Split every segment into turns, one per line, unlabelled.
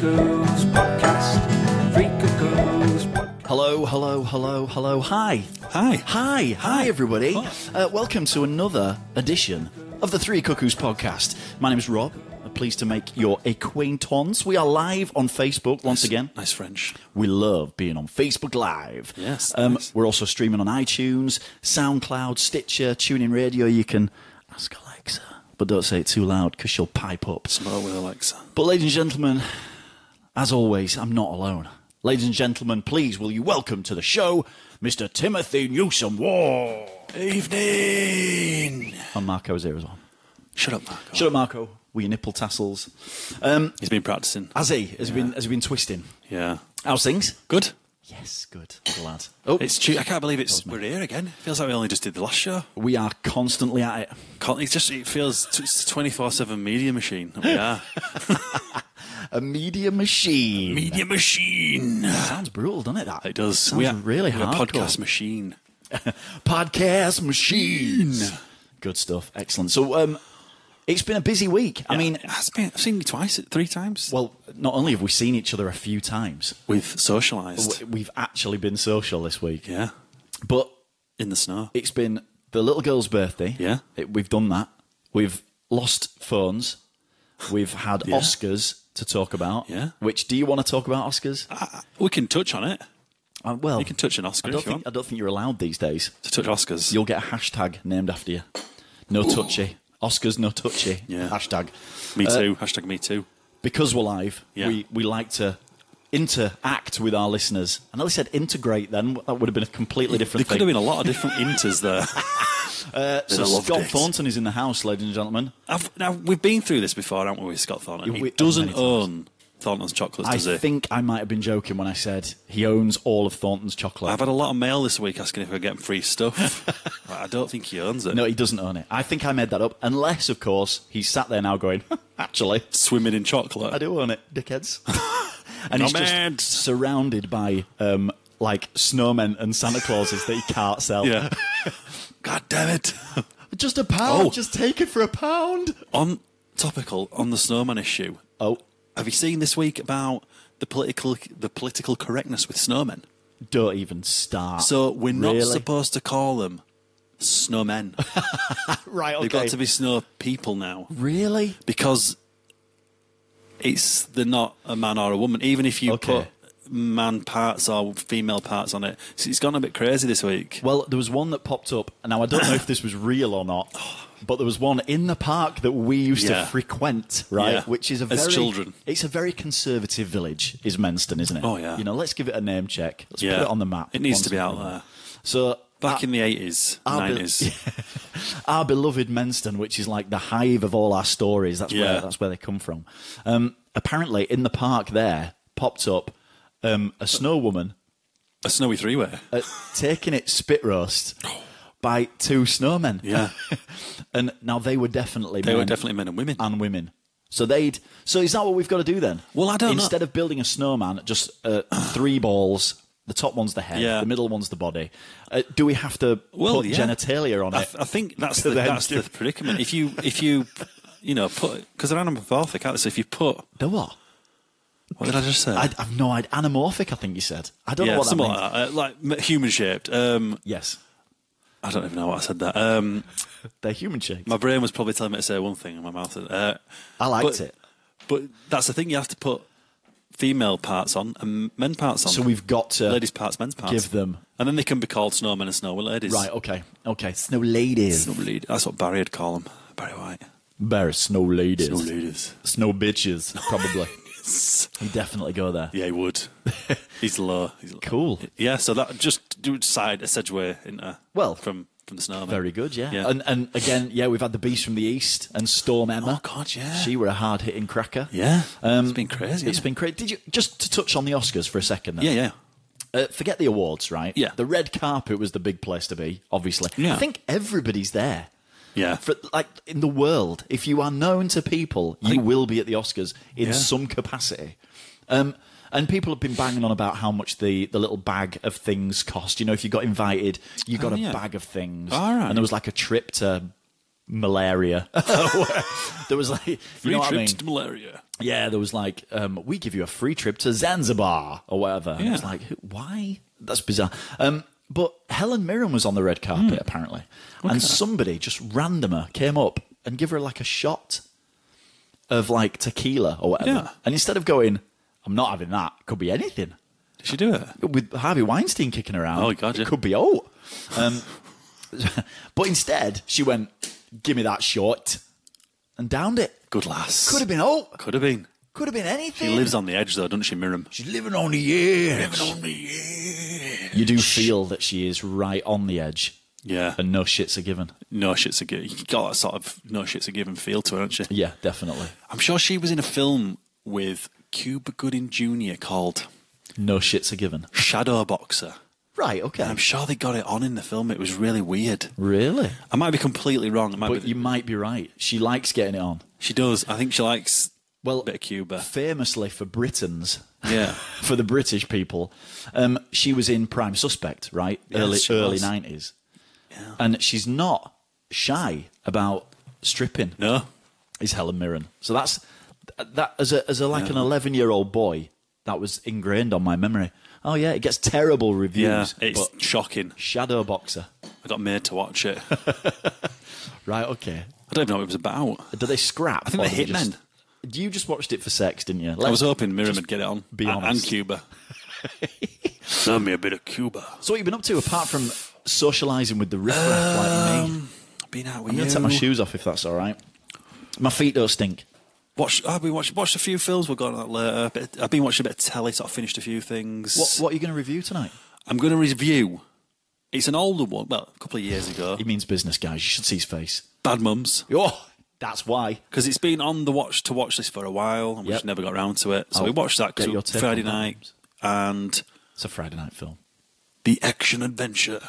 Girls Podcast. Freaker Girls Podcast.
Hello, hello, hello, hello. Hi.
Hi.
Hi. Hi, everybody.
Hi. Oh.
Uh, welcome to another edition of the Three Cuckoos podcast. My name is Rob. I'm pleased to make your acquaintance. We are live on Facebook once again.
Nice French.
We love being on Facebook Live.
Yes,
Um,
nice.
We're also streaming on iTunes, SoundCloud, Stitcher, TuneIn Radio. You can ask Alexa, but don't say it too loud because she'll pipe up.
Tomorrow with Alexa.
But, ladies and gentlemen, as always, I'm not alone. Ladies and gentlemen, please will you welcome to the show Mr. Timothy Newsom War.
Evening.
And Marco's here as well.
Shut up, Marco.
Shut up, Marco, with your nipple tassels. Um,
He's been practicing.
Has he? Has, he, been, has he been twisting?
Yeah.
How's things?
Good.
Yes, good. Good lad. Oh,
It's true. I can't believe it's we're here again. Feels like we only just did the last show.
we are constantly at it.
Can't, it's just it feels t- it's twenty four seven media machine. that We are
A media machine.
media machine.
Sounds brutal, doesn't it? That
It does.
Sounds
we are
really
we're a
hard.
podcast machine.
podcast machines. Good stuff. Excellent. So, um, it's been a busy week. I mean,
That's been- I've seen you twice, three times.
well, not only have we seen each other a few times,
We've socialised.
w- we've actually been social this week.
yeah.
But
In the snow.
it's been the little girl's birthday.
Yeah.
It- we've done that. We've lost phones. We've had
Yeah.
Oscars to talk about.
Yeah.
Which do you want to talk about Oscars?
I- I- we can touch on it.
Uh, well,
You can touch an
I
Oscar if
don't
you
think
want.
I don't think you're allowed these days.
To touch Oscars.
You'll get a hashtag named after you. No touchy. Oscars no touchy.
Yeah.
Hashtag.
me
uh,
too. Hashtag me too.
because we're live,
Yeah.
we, we like to interact with our listeners. I know they said integrate then, that would have been a completely
There
different
could have
thing.
been a lot of different inters there.
so
I loved
Scott
it.
Thornton is in the house, ladies and gentlemen.
I've, now we've been through this before, haven't we, with Scott Thornton? He
We-
doesn't
many times.
own Thornton's chocolates, does
I
he?
think I might have been joking when I said he owns all of Thornton's chocolate.
I've had a lot of mail this week asking if we're getting free stuff. But I don't think he owns it.
no, he doesn't own it. I think I made that up, unless, of course, he's sat there now going, actually,
Swimming in chocolate.
I do own it, dickheads. and he's
Nomads.
just surrounded by, um, like, snowmen and Santa Clauses that he can't sell.
Yeah. God damn it.
Just a pound,
Oh.
just take it for a pound.
on topical, on the snowman issue,
Oh,
have you seen this week about the political the political correctness with snowmen?
Don't even start.
So we're not
Really?
supposed to call them snowmen.
right. Okay.
They've got to be snow people now.
really.
because it's they're not a man or a woman. Even if you
Okay.
put man parts or female parts on it, So it's gone a bit crazy this week.
Well, there was one that popped up. Now I don't know if this was real or not, but there was one in the park that we used
Yeah.
to frequent, right?
Yeah.
Which is a
As
very
children.
It's a very conservative village, is Menston, isn't it?
Oh, yeah.
You know, let's give it a name check. Let's
Yeah.
put it on the map.
It needs
once
to be
and
out
for all.
there.
So
Back
our,
in the eighties,
I'll be-
nineties,
our beloved Menston, which is like the hive of all our stories, that's where
Yeah.
that's where they come from. Um, apparently, in the park there popped up um, a snow woman
a snowy three-way.
at taking it spit roast by two snowmen.
Yeah,
and now they were definitely
they
men
were definitely men and women.
and women. So they'd. So is that what we've got to do then?
Well, I don't know.
Instead of building a snowman, just uh, three balls. The top one's the head.
Yeah.
The middle one's the body. Uh, do we have to
Well,
put
yeah.
genitalia on
I,
it?
th- I think that's the
then
that's
do-
the predicament. If you if you you know put because they're anamorphic, aren't they? So if you put
The what?
what did I just say?
I, I've no idea. Anamorphic, I think you said. I don't know
yeah,
what that
something
means.
like that, uh, like m- human shaped. Um,
Yes,
I don't even know what I said. That um,
they're human shaped.
my brain was probably telling me to say one thing, and my mouth. Uh,
I liked
but-
it.
But that's the thing, you have to put female parts on and men parts on.
So we've got to
ladies' parts, men's parts.
give them-
And then they can be called snowmen and snow ladies.
right. Okay, okay. Snow ladies.
Snow lad- That's what Barry had called them. Barry White.
Bear snow ladies.
Snow ladies.
Snow bitches, probably. you definitely go there.
Yeah, he would. He's low. He's low.
Cool.
Yeah, so that just do side a segue into.
Well,
from from the snowman.
Very good, yeah.
Yeah.
And and again, yeah, we've had the Beast from the East and Storm Emma.
Oh, God, yeah.
She were a hard hitting cracker.
Yeah.
Um,
it's been crazy.
It's
hasn't
been great. Did you just to touch on the Oscars for a second? Then,
it? Yeah, yeah.
Uh, forget the awards, right?
Yeah.
The red carpet was the big place to be, obviously.
Yeah.
I think everybody's there.
Yeah.
For, like in the world, if you are known to people, you
think-
will be at the Oscars in
Yeah.
some capacity. Um, and people have been banging on about how much the, the little bag of things cost. You know, if you got invited, you got
Oh,
a
yeah.
bag of things.
All right.
And there was like a trip to malaria. there was like, you
Free
know what I
trips
mean?
to malaria.
Yeah, there was like, um, we give you a free trip to Zanzibar or whatever. And it's
Yeah.
like, who- why? That's bizarre. Um, but Helen Mirren was on the red carpet
Hmm.
apparently, and somebody just randomer came up and give her like a shot of like tequila or whatever.
Yeah.
And instead of going, I'm not having that. It could be anything.
Did she do it?
With Harvey Weinstein kicking around,
Oh, God, yeah.
it could be oh. Um, but instead, she went, "Give me that shot," and downed it.
Good lass.
Could have been oh.
Could have been.
Could have been anything.
She lives on the edge, though, doesn't she, Miriam?
She's living on the edge. You do feel that she is right on the edge,
Yeah.
and no shits are given.
No shit's a given. You got that sort of no shit's a given feel to her, don't you?
Yeah, definitely.
I'm sure she was in a film with Cuba Gooding Jr. called
No shits are given.
Shadow Boxer.
Right. Okay.
I'm sure they got it on in the film. It was really weird.
really?
I might be completely wrong. It might
But
be-
you might be right. She likes getting it on.
she does. I think she likes
Well,
a bit of Cuba.
famously for Britons,
Yeah.
for the British people, um, she was in Prime Suspect, right?
Yes,
early
she
early
was.
nineties, and she's not shy about stripping.
no.
is Helen Mirren. So that's that as a as a like an eleven year old boy, that was ingrained on my memory. Oh yeah, it gets terrible
Yeah.
reviews.
It's
but
shocking.
Shadow Boxer.
I got made to watch it. I
Right, okay.
don't even know what it was about.
Do they scrap?
I think
or
they
do they
hit men.
just- You just watched it for sex, didn't you?
I
Let's-
was hoping Miriam would get it on.
be
A- And
honest.
Cuba. Serve me a bit of Cuba.
So what you been up to apart from socialising with the riffraff like
Um,
me?
Been out with
I'm gonna
you.
take my shoes off if that's all right. My feet don't stink.
Watch, oh, we watched, watched a few films. We'll go on that later. But I've been watching a bit of telly, sort of finished a few things.
What what are you gonna review tonight?
I'm going to review. It's an older one, well, a couple of years ago.
He means business, guys. You should see his face.
Bad Mums.
Oh, that's why.
Because it's been on the watch to watch this for a while, and we
Yep.
just never got around to it. So
I'll
we watched that
get your
because
tip
Friday
on Bad
night and
It's a Friday night film.
the action adventure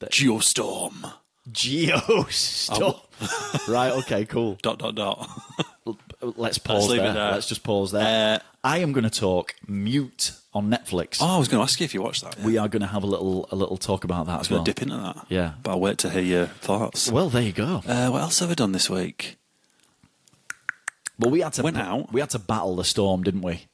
Geostorm.
Geostorm. Oh. right, okay, cool.
Dot dot dot.
L- Let's pause
leave it
there.
there.
Let's just pause there.
Uh,
I am going to talk mute on Netflix.
oh, I was going to ask you if you watched that. Yeah.
We are going to have a little a little talk about that as
going
well.
to dip into that.
Yeah.
but I'll wait to hear your thoughts.
Well, there you go.
Uh, what else have I done this week?
But we had to
went out.
We had to battle the storm, didn't we?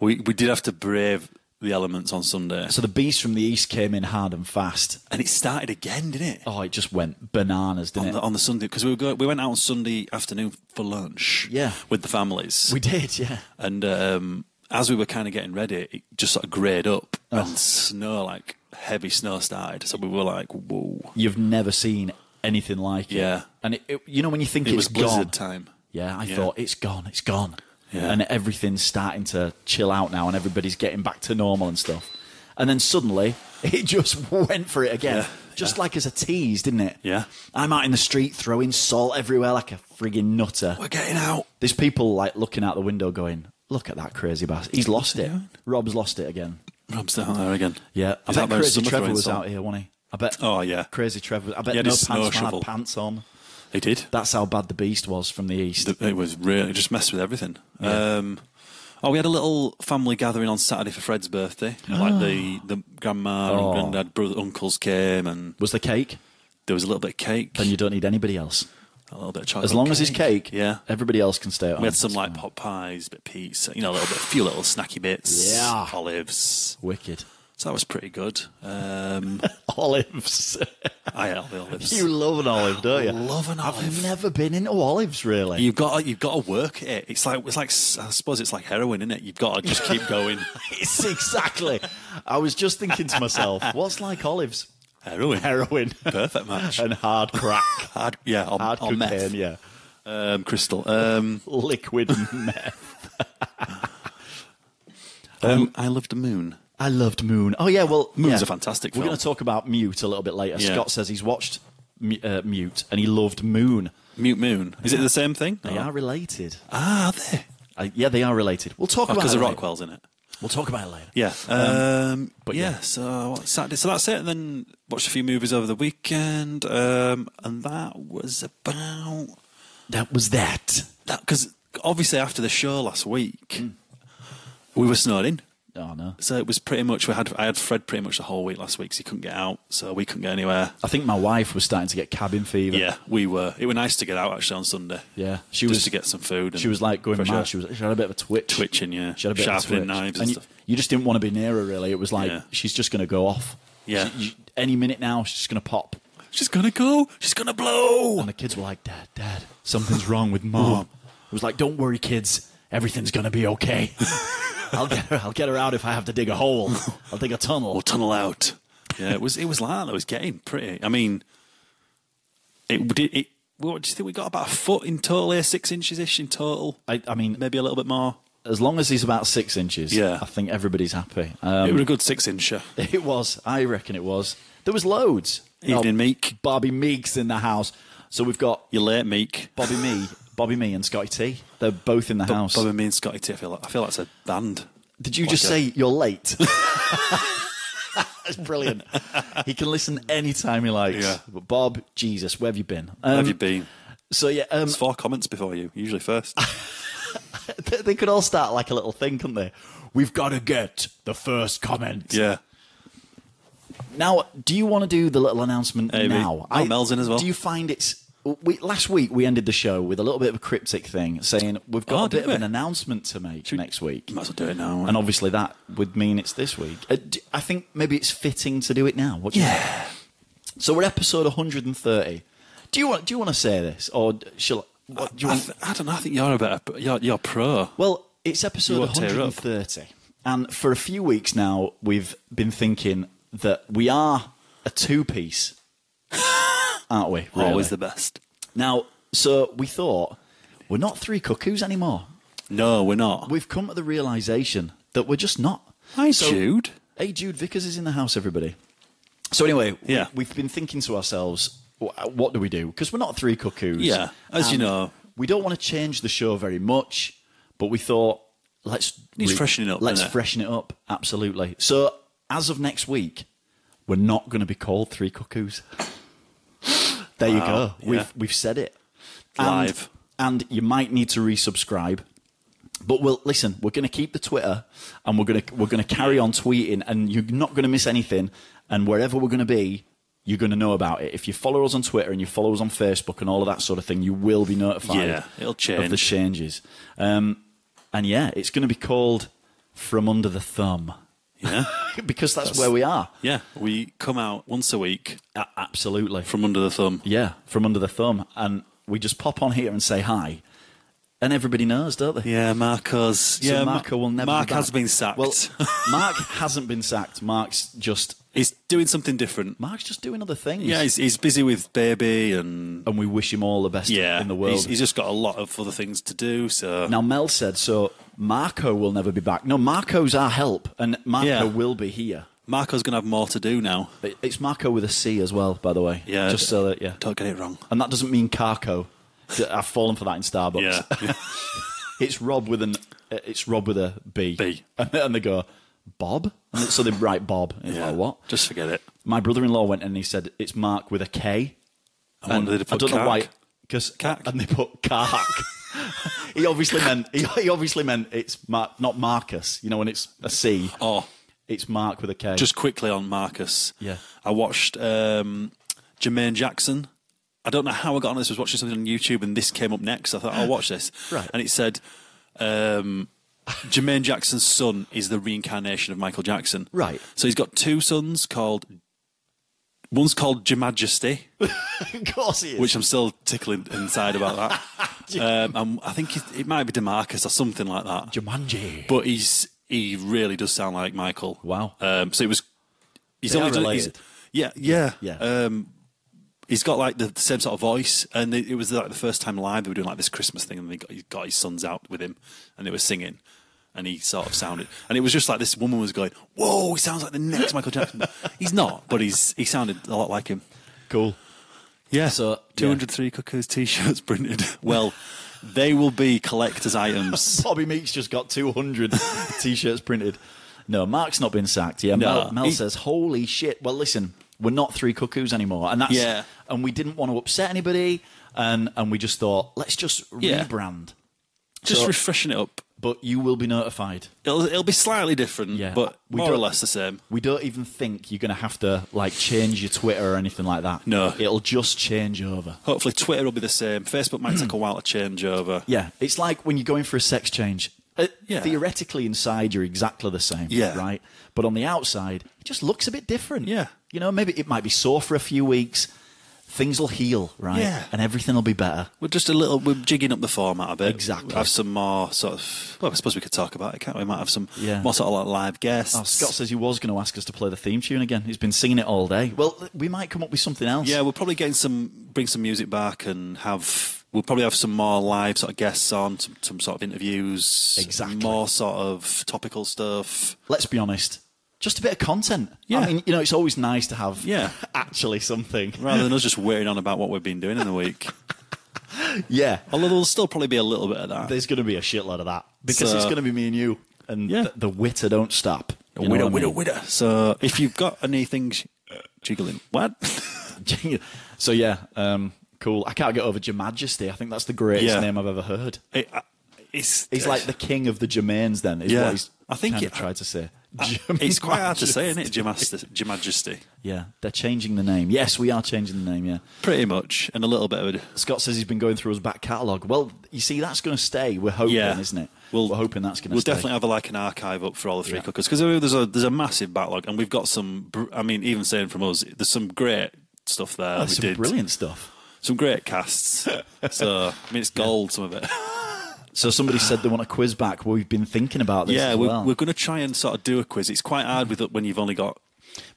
We we did have to brave the elements on Sunday,
So the beast from the east came in hard and fast.
and it started again, didn't it?
Oh, it just went bananas, didn't
on
it?
the, on the Sunday because we were go, we went out on Sunday afternoon for lunch.
Yeah.
with the families.
we did, yeah.
and um, as we were kind of getting ready, it just sort of grayed up
Oh.
and snow like heavy snow started. So we were like, whoa,
You've never seen anything like it.
Yeah.
And it, it- you know when you think
it
it's
was
gone,
blizzard time.
Yeah, I
Yeah.
thought it's gone, it's gone.
Yeah.
And everything's starting to chill out now and everybody's getting back to normal and stuff. And then suddenly it just went for it again.
Yeah,
Just like as a tease, didn't it?
Yeah.
I'm out in the street throwing salt everywhere like a friggin' nutter.
We're getting out.
There's people like looking out the window going, Look at that crazy bastard. He's lost it. Rob's lost it again.
Rob's down there again.
Yeah. I
Is
bet
that those
Crazy
summer
Trevor
throwing
was
salt?
out here, wasn't he? I bet
Oh, yeah.
Crazy Trevor was- I bet
He had
no
his snow
pants man
shovel.
had pants on.
They did.
That's how bad the beast was from the east.
Th- It was really it just messed with everything. Um, oh, we had a little family gathering on Saturday for Fred's birthday. Like the the grandma
Ah. Oh.
and granddad, brother, uncles came, and
was the cake?
there was a little bit of cake,
Then you don't need anybody else.
a little bit of chocolate.
As long as it's cake,
yeah.
everybody else can stay at home.
We had some like pot pies, a bit of pizza, you know, a little bit, a few little snacky bits,
Yeah.
olives.
wicked
So that was pretty good. Um,
olives.
I ate all the olives.
you love an olive, don't you?
love an
I've
olive.
never been into olives really.
You've got you've got to work at it. It's like it's like I suppose it's like heroin, isn't it? You've got to just keep going.
It's exactly. I was just thinking to myself, what's like olives?
heroin,
Heroin
perfect match.
and hard crack,
Hard, yeah, on,
hard
on
cocaine,
meth.
yeah,
Um, crystal. Um,
liquid meth.
um, I love the moon.
I loved Moon. Oh yeah, well,
Moon's
yeah.
a fantastic
We're
film.
going to talk about Mute a little bit later.
Yeah.
Scott says he's watched Mu- uh, Mute and he loved Moon.
Mute moon. Is it the same thing?
They are related.
Ah, are they?
Uh, yeah, they are related. We'll talk about
Because
it
of
later.
Rockwell's in it.
We'll talk about it later.
Yeah. Um,
but
but
yeah.
yeah, so what, Saturday. So that's it. And then watched a few movies over the weekend. Um, and that was about
That was that. Hmm.
that because obviously after the show last week, we were snowed in.
Oh no.
So it was pretty much we had I had Fred pretty much the whole week last week. 'cause he couldn't get out, so we couldn't get anywhere.
I think my wife was starting to get cabin fever.
Yeah, we were. It were nice to get out actually on Sunday.
Yeah, she
just
was-
to get some food. And
She was like going
fresh
mad.
air.
She was. She had a bit of a twitch.
Twitching, yeah.
She had a bit
Sharpening
of a twitch.
knives and
you,
stuff.
you just didn't want to be near her. Really, it was like
Yeah.
she's just going to go off.
Yeah.
She- you- any minute now, she's just going to pop.
She's gonna go. She's gonna blow.
And the kids were like, "Dad, Dad, something's wrong with Mom." it was like, "Don't worry, kids. Everything's going to be okay. I'll get her. I'll get her out if I have to dig a hole. I'll dig a
We'll
tunnel."
tunnel out. Yeah, it was. It was like that. It was getting pretty. I mean, it did. It, what do you think we got? About a foot in total, here, six inches ish in total.
I, I mean,
Maybe a little bit more.
as long as he's about six inches,
Yeah.
I think everybody's happy.
it
Um,
was a good six incher.
It was. I reckon it was. There was loads.
Evening, Meek.
Bobby Meeks in the house. So we've got
You're late, Meek.
Bobby Me, Bobby Me, and Scotty T. They're both in the house. Um,
Bobby, me and Scotty T. I feel like I feel that's a band.
Did you just
Like
say you're late? That's brilliant. he can listen anytime he likes.
Yeah.
But Bob, Jesus, where have you been?
Where
Um,
have you been?
So yeah, um,
It's four comments before you. Usually first.
they, they could all start like a little thing, couldn't they? We've got to get the first comment.
yeah.
Now, do you want to do the little announcement
Hey, mate.
now?
Oh, Mel's in as well.
Do you find it's. We, last week we ended the show with a little bit of a cryptic thing saying we've got
Oh,
a bit
did
of
we?
an announcement to make next week.
Might as well do it now.
And obviously that would mean it's this week. Uh, d I I think maybe it's fitting to do it now. What do you
Yeah.
think? So we're episode 130. Do you want do you want to say this or d- shall I- what, do you
I,
want,
th- I don't know. I think you're a better. You're, you're pro.
Well, it's episode
You won't tear up.
130. And for a few weeks now, we've been thinking that we are a two piece, aren't we? really?
Always the best.
Now, so we thought we're not three cuckoos anymore.
No, we're not.
We've come to the realization that we're just not.
Hi,
So-
Jude.
Hey, Jude Vickers is in the house, everybody. So, anyway, we-
Yeah.
we've been thinking to ourselves, wh- what do we do? Because we're not three cuckoos.
Yeah, as you
And
know.
We don't want to change the show very much, but we thought, let's.
Needs freshening up,
Let's
doesn't it?
freshen it up, absolutely. So, as of next week, we're not going to be called Three Cuckoos. There you go.
Wow, yeah.
We've, we've said it. And-
Live.
And, you might need to resubscribe. But we'll listen. We're going to keep the Twitter, and we're going to we're going to carry on tweeting, and you're not going to miss anything. And wherever we're going to be, you're going to know about it. If you follow us on Twitter and you follow us on Facebook and all of that sort of thing, you will be notified.
Yeah, it'll
of the
change.
changes. Um, and yeah, it's going to be called "From Under the Thumb"
Yeah.
because that's, where we are.
yeah. We come out once a week
A- absolutely.
from under the thumb.
Yeah, from under the thumb, and we just pop on here and say hi, and everybody knows, don't they?
Yeah, Marco's.
So
yeah, Ma-
Marco will never.
Mark
be back.
has been sacked.
Well, Mark hasn't been sacked. Mark's just
he's doing something different.
Mark's just doing other things.
Yeah, he's, he's busy with baby and
and we wish him all the best
yeah,
in the world.
He's, he's just got a lot of other things to do. So
now Mel said so. Marco will never be back. No, Marco's our help, and Marco
Yeah.
will be here.
Marco's gonna have more to do now.
It- It's Marco with a C as well, by the way.
Yeah,
just so that yeah,
Don't get it wrong.
and that doesn't mean Carco. I've fallen for that in Starbucks.
Yeah,
It's Rob with an. uh, It's Rob with a B.
B.
And, and they go, Bob. And so they write Bob. And it's
yeah.
like, what?
Just forget it.
My brother-in-law went and he said it's Mark with a K.
I wonder
And
if they
I
put
don't know why.
Carc.
Because
Cack.
and they put Cark. he obviously meant he, he obviously meant it's Mark, not Marcus. You know, when it's a C,
Oh,
it's Mark with a K.
just quickly on Marcus.
Yeah.
I watched um, Jermaine Jackson. I don't know how I got on this. I was watching something on YouTube and this came up next. I thought, I'll watch this.
Right.
And it said, um, Jermaine Jackson's son is the reincarnation of Michael Jackson.
Right.
So he's got two sons called, one's called Jim Majesty,
of course he is.
which I'm still tickling inside about that. um, and I think it, it might be Demarcus or something like that.
Jumanji.
But he's he really does sound like Michael.
Wow.
Um, so it was. He's
They
only
are
done, he's,
related.
yeah, yeah,
Yeah.
Um, he's got like the same sort of voice, and it, it was like the first time live they were doing like this Christmas thing, and they got, he got his sons out with him, and they were singing, and he sort of sounded, and it was just like this woman was going, "Whoa, he sounds like the next Michael Jackson." he's not, but he's he sounded a lot like him.
cool.
Yeah.
So,
two hundred three cuckoos t-shirts printed. Well, they will be collectors' items.
Bobby Meeks just got 200 t-shirts printed. No, Mark's not been sacked. Yeah, Mel,
No.
Mel
He-
says, "Holy shit!" Well, listen, we're not three cuckoos anymore, and that's
Yeah.
and we didn't want to upset anybody, and and we just thought let's just
Yeah.
rebrand.
Just
So-
refreshing it up.
but you will be notified.
It'll it'll be slightly different,
Yeah.
but
We
more or
don't-
less the same.
We don't even think you're going to have to like change your Twitter or anything like that.
No.
it'll just change over.
Hopefully, Twitter will be the same. Facebook might take a while to change over.
Yeah, it's like when you're going for a sex change. Uh,
yeah.
Theoretically, inside you're exactly the same.
Yeah.
Right. But on the outside, it just looks a bit different.
Yeah.
You know, maybe it might be sore for a few weeks. Things will heal, right?
Yeah.
And everything will be better.
We're just a little. We're jigging up the format a bit.
Exactly.
Have some more sort of. Well, I suppose we could talk about it, can't we? We might have some
Yeah.
more sort of like live guests.
Oh, Scott says he was going to ask us to play the theme tune again. He's been singing it all day. Well, we might come up with something else.
Yeah, we're probably getting some. Bring some music back and have. We'll probably have some more live sort of guests on, some, some sort of interviews.
Exactly.
More sort of topical stuff.
Let's be honest. Just a bit of content.
Yeah.
I mean, you know, it's always nice to have
Yeah.
actually something.
Rather than us just wearing on about what we've been doing in the week.
Yeah.
Although there'll still probably be a little bit of that.
There's going to be a shitload of that because
So-
it's going to be me and you, and
Yeah.
th- the witter don't stop. You know
Widow,
what I
widow,
mean?
widow. So if you've got any things jiggling, what?
so yeah, um, cool. I can't get over Your Majesty. I think that's the greatest
Yeah.
name I've ever heard.
It, I- it's
He's like the king of the Germains. Then is
Yeah.
what he's
I think
kind
it-
of tried to say.
It's quite hard to say, isn't it? Your Majesty, Your Majesty,
Yeah, they're changing the name. Yes, we are changing the name. Yeah.
pretty much, and a little bit of it.
Scott says he's been going through his back catalogue. Well, you see, that's going to stay. We're hoping,
Yeah.
isn't it?
We'll-
We're hoping that's going to
We'll
stay.
definitely have a, like an archive up for all the three
Yeah.
cookers because there's a there's a massive backlog, and we've got some. br- I mean, even saying from us, there's some great stuff there.
Oh,
we
some
did
brilliant stuff.
some great casts. so I mean, it's gold some of it.
So somebody said they want a quiz back. Well, we've been thinking about this.
yeah,
as
we're,
well.
we're going to try and sort of do a quiz. It's quite hard with it when you've only got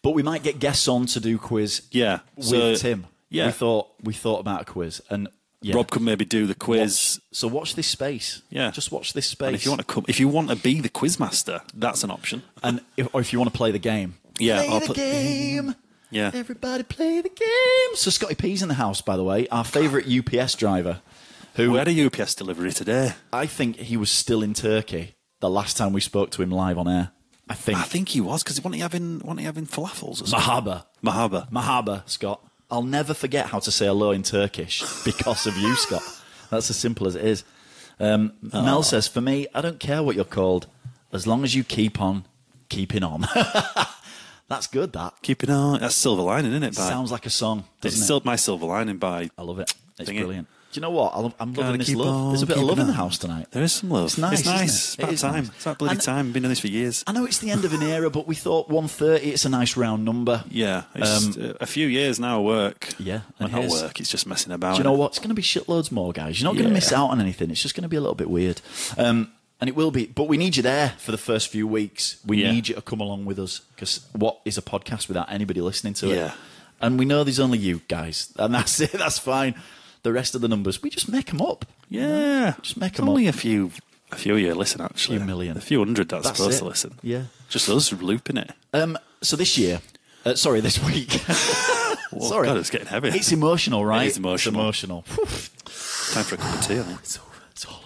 But we might get guests on to do quiz.
Yeah,
with
so-
Tim.
yeah.
we thought we thought about a quiz, and yeah.
Rob could maybe do the quiz.
So watch this space.
Yeah.
just watch this space.
And if you want to come, if you want to be the quiz master, that's an option.
and if, or if you want to play the game,
Yeah,
play
I'll
the
put-
game.
Yeah.
everybody play the game. So Scotty P's in the house, by the way, our favourite UPS driver,
We
who
had a UPS delivery today.
I think he was still in Turkey the last time we spoke to him live on air. I think
I think he was because wasn't he having wasn't he having falafels or something?
Mahaba,
Mahaba.
Mahaba, Scott. I'll never forget how to say hello in Turkish because of you, Scott. That's as simple as it is. Um,
Oh.
Mel says, for me, I don't care what you're called, as long as you keep on keeping on. That's good. That
Keeping on. That's silver lining, isn't it? By,
sounds like a song,
it's
doesn't it?
still my silver lining by.
I love it. It's
Thingy.
brilliant. Do you know what? I lo- I'm
Gotta
loving this
keep
love. There's a
on
bit of love
keeping
in the
on.
house tonight.
There is some love.
It's nice,
It's nice.
isn't it? It
It's
is
about time.
nice.
It's about bloody
And-
time. Been doing this for years.
I know it's the end of an era, but we thought 130. It's a nice round number.
yeah, it's uh, a few years now. of Work.
um, Yeah,
well,
it
not
is.
work. It's just messing about.
Do you know what? It's going to be shitloads more, guys. You're not going
Yeah.
to miss out on anything. It's just going to be a little bit weird. Um, and it will be, but we need you there for the first few weeks. We
Yeah.
need you to come along with us because what is a podcast without anybody listening to it?
Yeah.
And we know there's only you guys, and that's it. That's fine. The rest of the numbers, we just make them up.
Yeah,
Just make
It's
'em
only a few, a few of you listen actually.
Few million.
a few hundred that's,
That's
supposed
it.
to listen.
Yeah.
just us looping it.
Um, so this year, uh, sorry, this week.
Oh,
sorry,
God, it's getting heavy.
It's emotional, right?
is emotional.
It's emotional. Phew.
Time for a cup of tea. I think.
It's over. It's all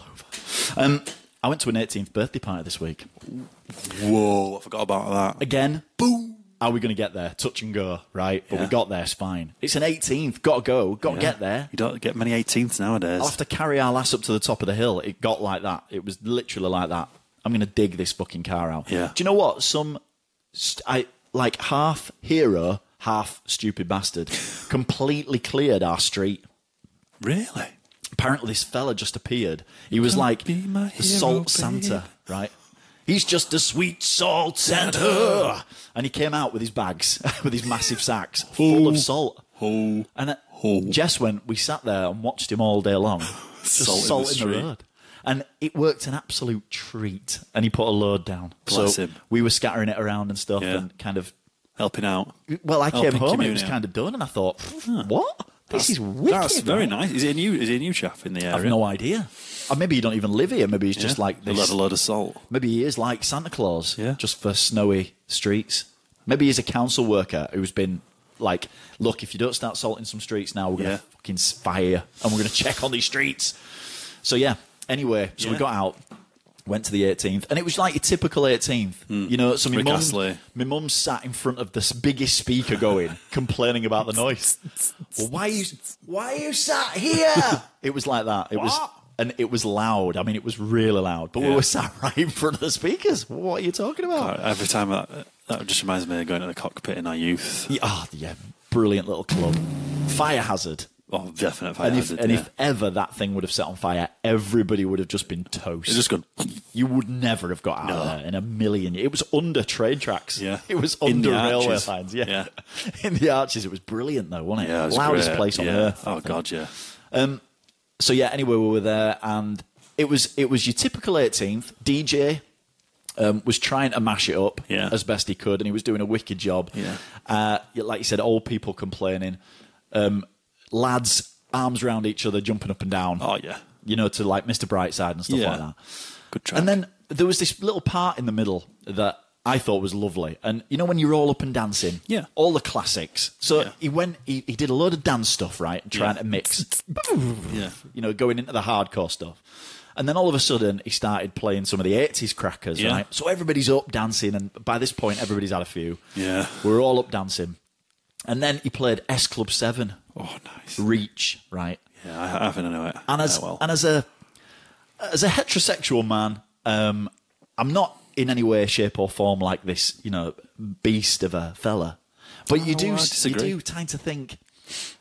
over. Um, I went to an 18th birthday party this week.
Whoa, I forgot about that.
Again, boom. How are we going to get there? Touch and go, right? But we
Yeah.
got there. It's fine. It's an 18th. Got to go. Got to get there.
You don't get many 18s nowadays.
I'll have to carry our lass up to the top of the hill. It got like that. It was literally like that. I'm going to dig this fucking car out.
Yeah.
Do you know what? Some, st- I like half hero, half stupid bastard, completely cleared our street.
Really?
Apparently, this fella just appeared. He was like
be my
the
hero,
Salt
babe.
Santa, right? He's just a sweet salt Santa, and he came out with his bags, with his massive sacks full of salt.
Oh,
And uh,
Oh.
Jess went, we sat there and watched him all day long. Just
Salt in
salt,
the
in, the
street.
road. And it worked an absolute treat. And he put a load down.
Bless
so
him.
we were scattering it around and stuff
Yeah.
and kind of.
helping out.
Well, I
Helping
came home and it was
communion.
kind of done. And I thought, what? This is wicked.
That's very
right?
nice. Is it a new? Is it a new chap in the area?
I have no idea. Or maybe you don't even live here. Maybe he's just like
they love
this.
a load of salt.
Maybe he is like Santa Claus,
Yeah.
just for snowy streets. Maybe he's a council worker who's been like, look, if you don't start salting some streets now, we're going to
Yeah.
fucking fire you and we're going to check on these streets. So, yeah. Anyway, so we
Yeah.
got out, went to the 18th, and it was like a typical 18th.
Hmm.
You know, so my
Rick
mum,
Astley.
my mum sat in front of this biggest speaker going, complaining about the noise. well, why you, why you sat here? It was like that. It was
What?
and it was loud. I mean, it was really loud. But we
Yeah.
were sat right in front of the speakers. What are you talking about?
Uh, Every time that, that just reminds me of going to the cockpit in our youth.
Yeah, ah, yeah, brilliant little club. Fire hazard.
Oh, definite fire
And, if,
hazard,
and
yeah.
if ever that thing would have set on fire, everybody would have just been toast.
it's just gone.
you would never have got out of there in a million. It was under train tracks.
Yeah.
It was
In
under
the
railway
arches.
lines. Yeah.
Yeah.
in the arches. It was brilliant, though, wasn't it?
Yeah, it was
Loudest
great.
place on
yeah.
earth. I
Oh
think.
god, yeah.
So, yeah, anyway, we were there and it was it was your typical 18th. DJ um, was trying to mash it up
Yeah.
as best he could and he was doing a wicked job.
Yeah.
Uh, like you said, old people complaining. Um, lads, arms around each other, jumping up and down.
Oh yeah.
You know, to like Mr. Brightside and stuff
Yeah.
like that.
Good track.
And then there was this little part in the middle that I thought was lovely. And you know when you're all up and dancing?
Yeah.
All the classics. So
Yeah.
he went he, he did a load of dance stuff, right? Trying
Yeah.
to mix
yeah.
you know, going into the hardcore stuff. And then all of a sudden he started playing some of the eighties crackers,
Yeah.
right? So everybody's up dancing and by this point everybody's had a few.
Yeah.
We're all up dancing. And then he played S Club Seven,
Oh nice.
Reach, right?
Yeah, I, I happen to know it.
and as
Yeah, well.
and as a as a heterosexual man, um, I'm not in any way, shape, or form like this, you know, beast of a fella. But you
Oh,
do,
I
you
disagree.
do tend to think,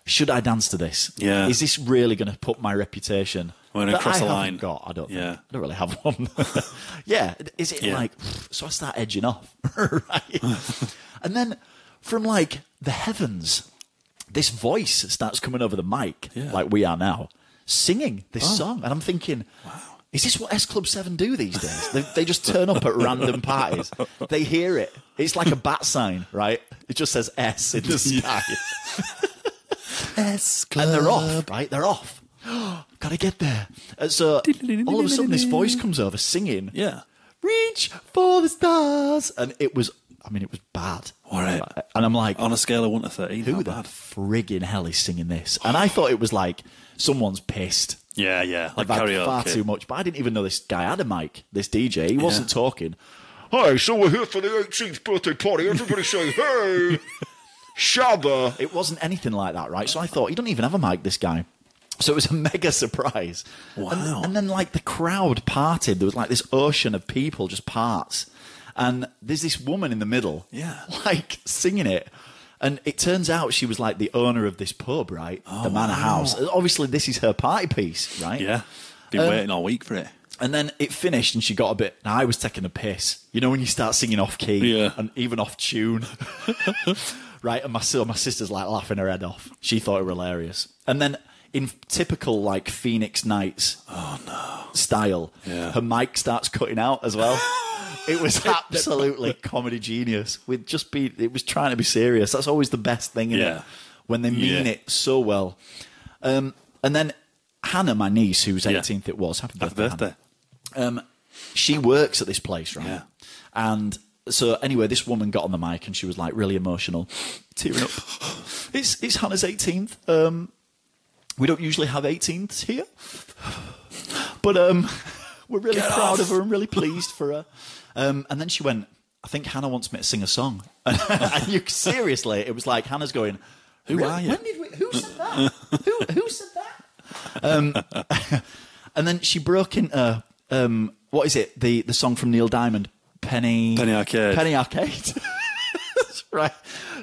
should I dance to this?
Yeah.
is this really going to put my reputation?
We're gonna
that
cross
I
the
haven't
line.
Got? I don't.
Yeah.
Think. I don't really have one. yeah, is it
Yeah.
like? So I start edging off, right? and then from like the heavens, this voice starts coming over the mic,
Yeah. Oh.
like we are now, singing this song. And I'm thinking, is this what S Club 7 do these days? they, they just turn up at random parties. They hear it. It's like a bat sign, right? It just says S in the sky. and they're off, right? They're off. Gotta get there. And so all of a sudden, this voice comes over singing,
Yeah.
Reach for the stars. And it was, I mean, it was bad.
All right.
And I'm like,
On a scale of one to thirteen,
who
how
the
bad?
friggin' hell is singing this? And I thought it was like someone's pissed.
Yeah, yeah. Like
I've had
karaoke.
far too much, but I didn't even know this guy had a mic. This DJ, he wasn't talking. Hi, so we're here for the 18th birthday party. Everybody say hey, Shabba. It wasn't anything like that, right? So I thought he don't even have a mic. This guy. So it was a mega surprise. Wow. And, and then like the crowd parted. There was like this ocean of people just parts, and there's this woman in the middle.
Yeah.
Like singing it. And it turns out she was like the owner of this pub, right? the manor house. Obviously, this is her party piece, right?
Oh, Yeah. Been
Uh,
waiting all week for it.
And then it finished, and she got a bit. And I was taking a piss. You know when you start singing off key
Yeah.
and even off tune, right? And my so my sister's like laughing her head off. She thought it was hilarious. And then in typical like Phoenix Nights style,
Oh, Yeah.
her mic starts cutting out as well. it was absolutely comedy genius. With just be, it was trying to be serious. That's always the best thing in
Yeah.
it when they mean
Yeah.
it so well. Um, and then Hannah, my niece, whose 18th it was, happy birthday,
Happy birthday.
Hannah um, she works at this place, right?
Yeah.
And so anyway, this woman got on the mic and she was like really emotional, tearing up. it's it's Hannah's 18th. Um, we don't usually have 18ths here, but um, we're really
Get
proud
off.
of her and really pleased for her. Um, and then she went, I think Hannah wants me to sing a song. and you seriously, it was like Hannah's going, Who
are you?"
When did we, who said that? who, who said that? And then she broke into um, what is it? The the song from Neil Diamond, Penny
Penny Arcade.
Penny Arcade. That's right.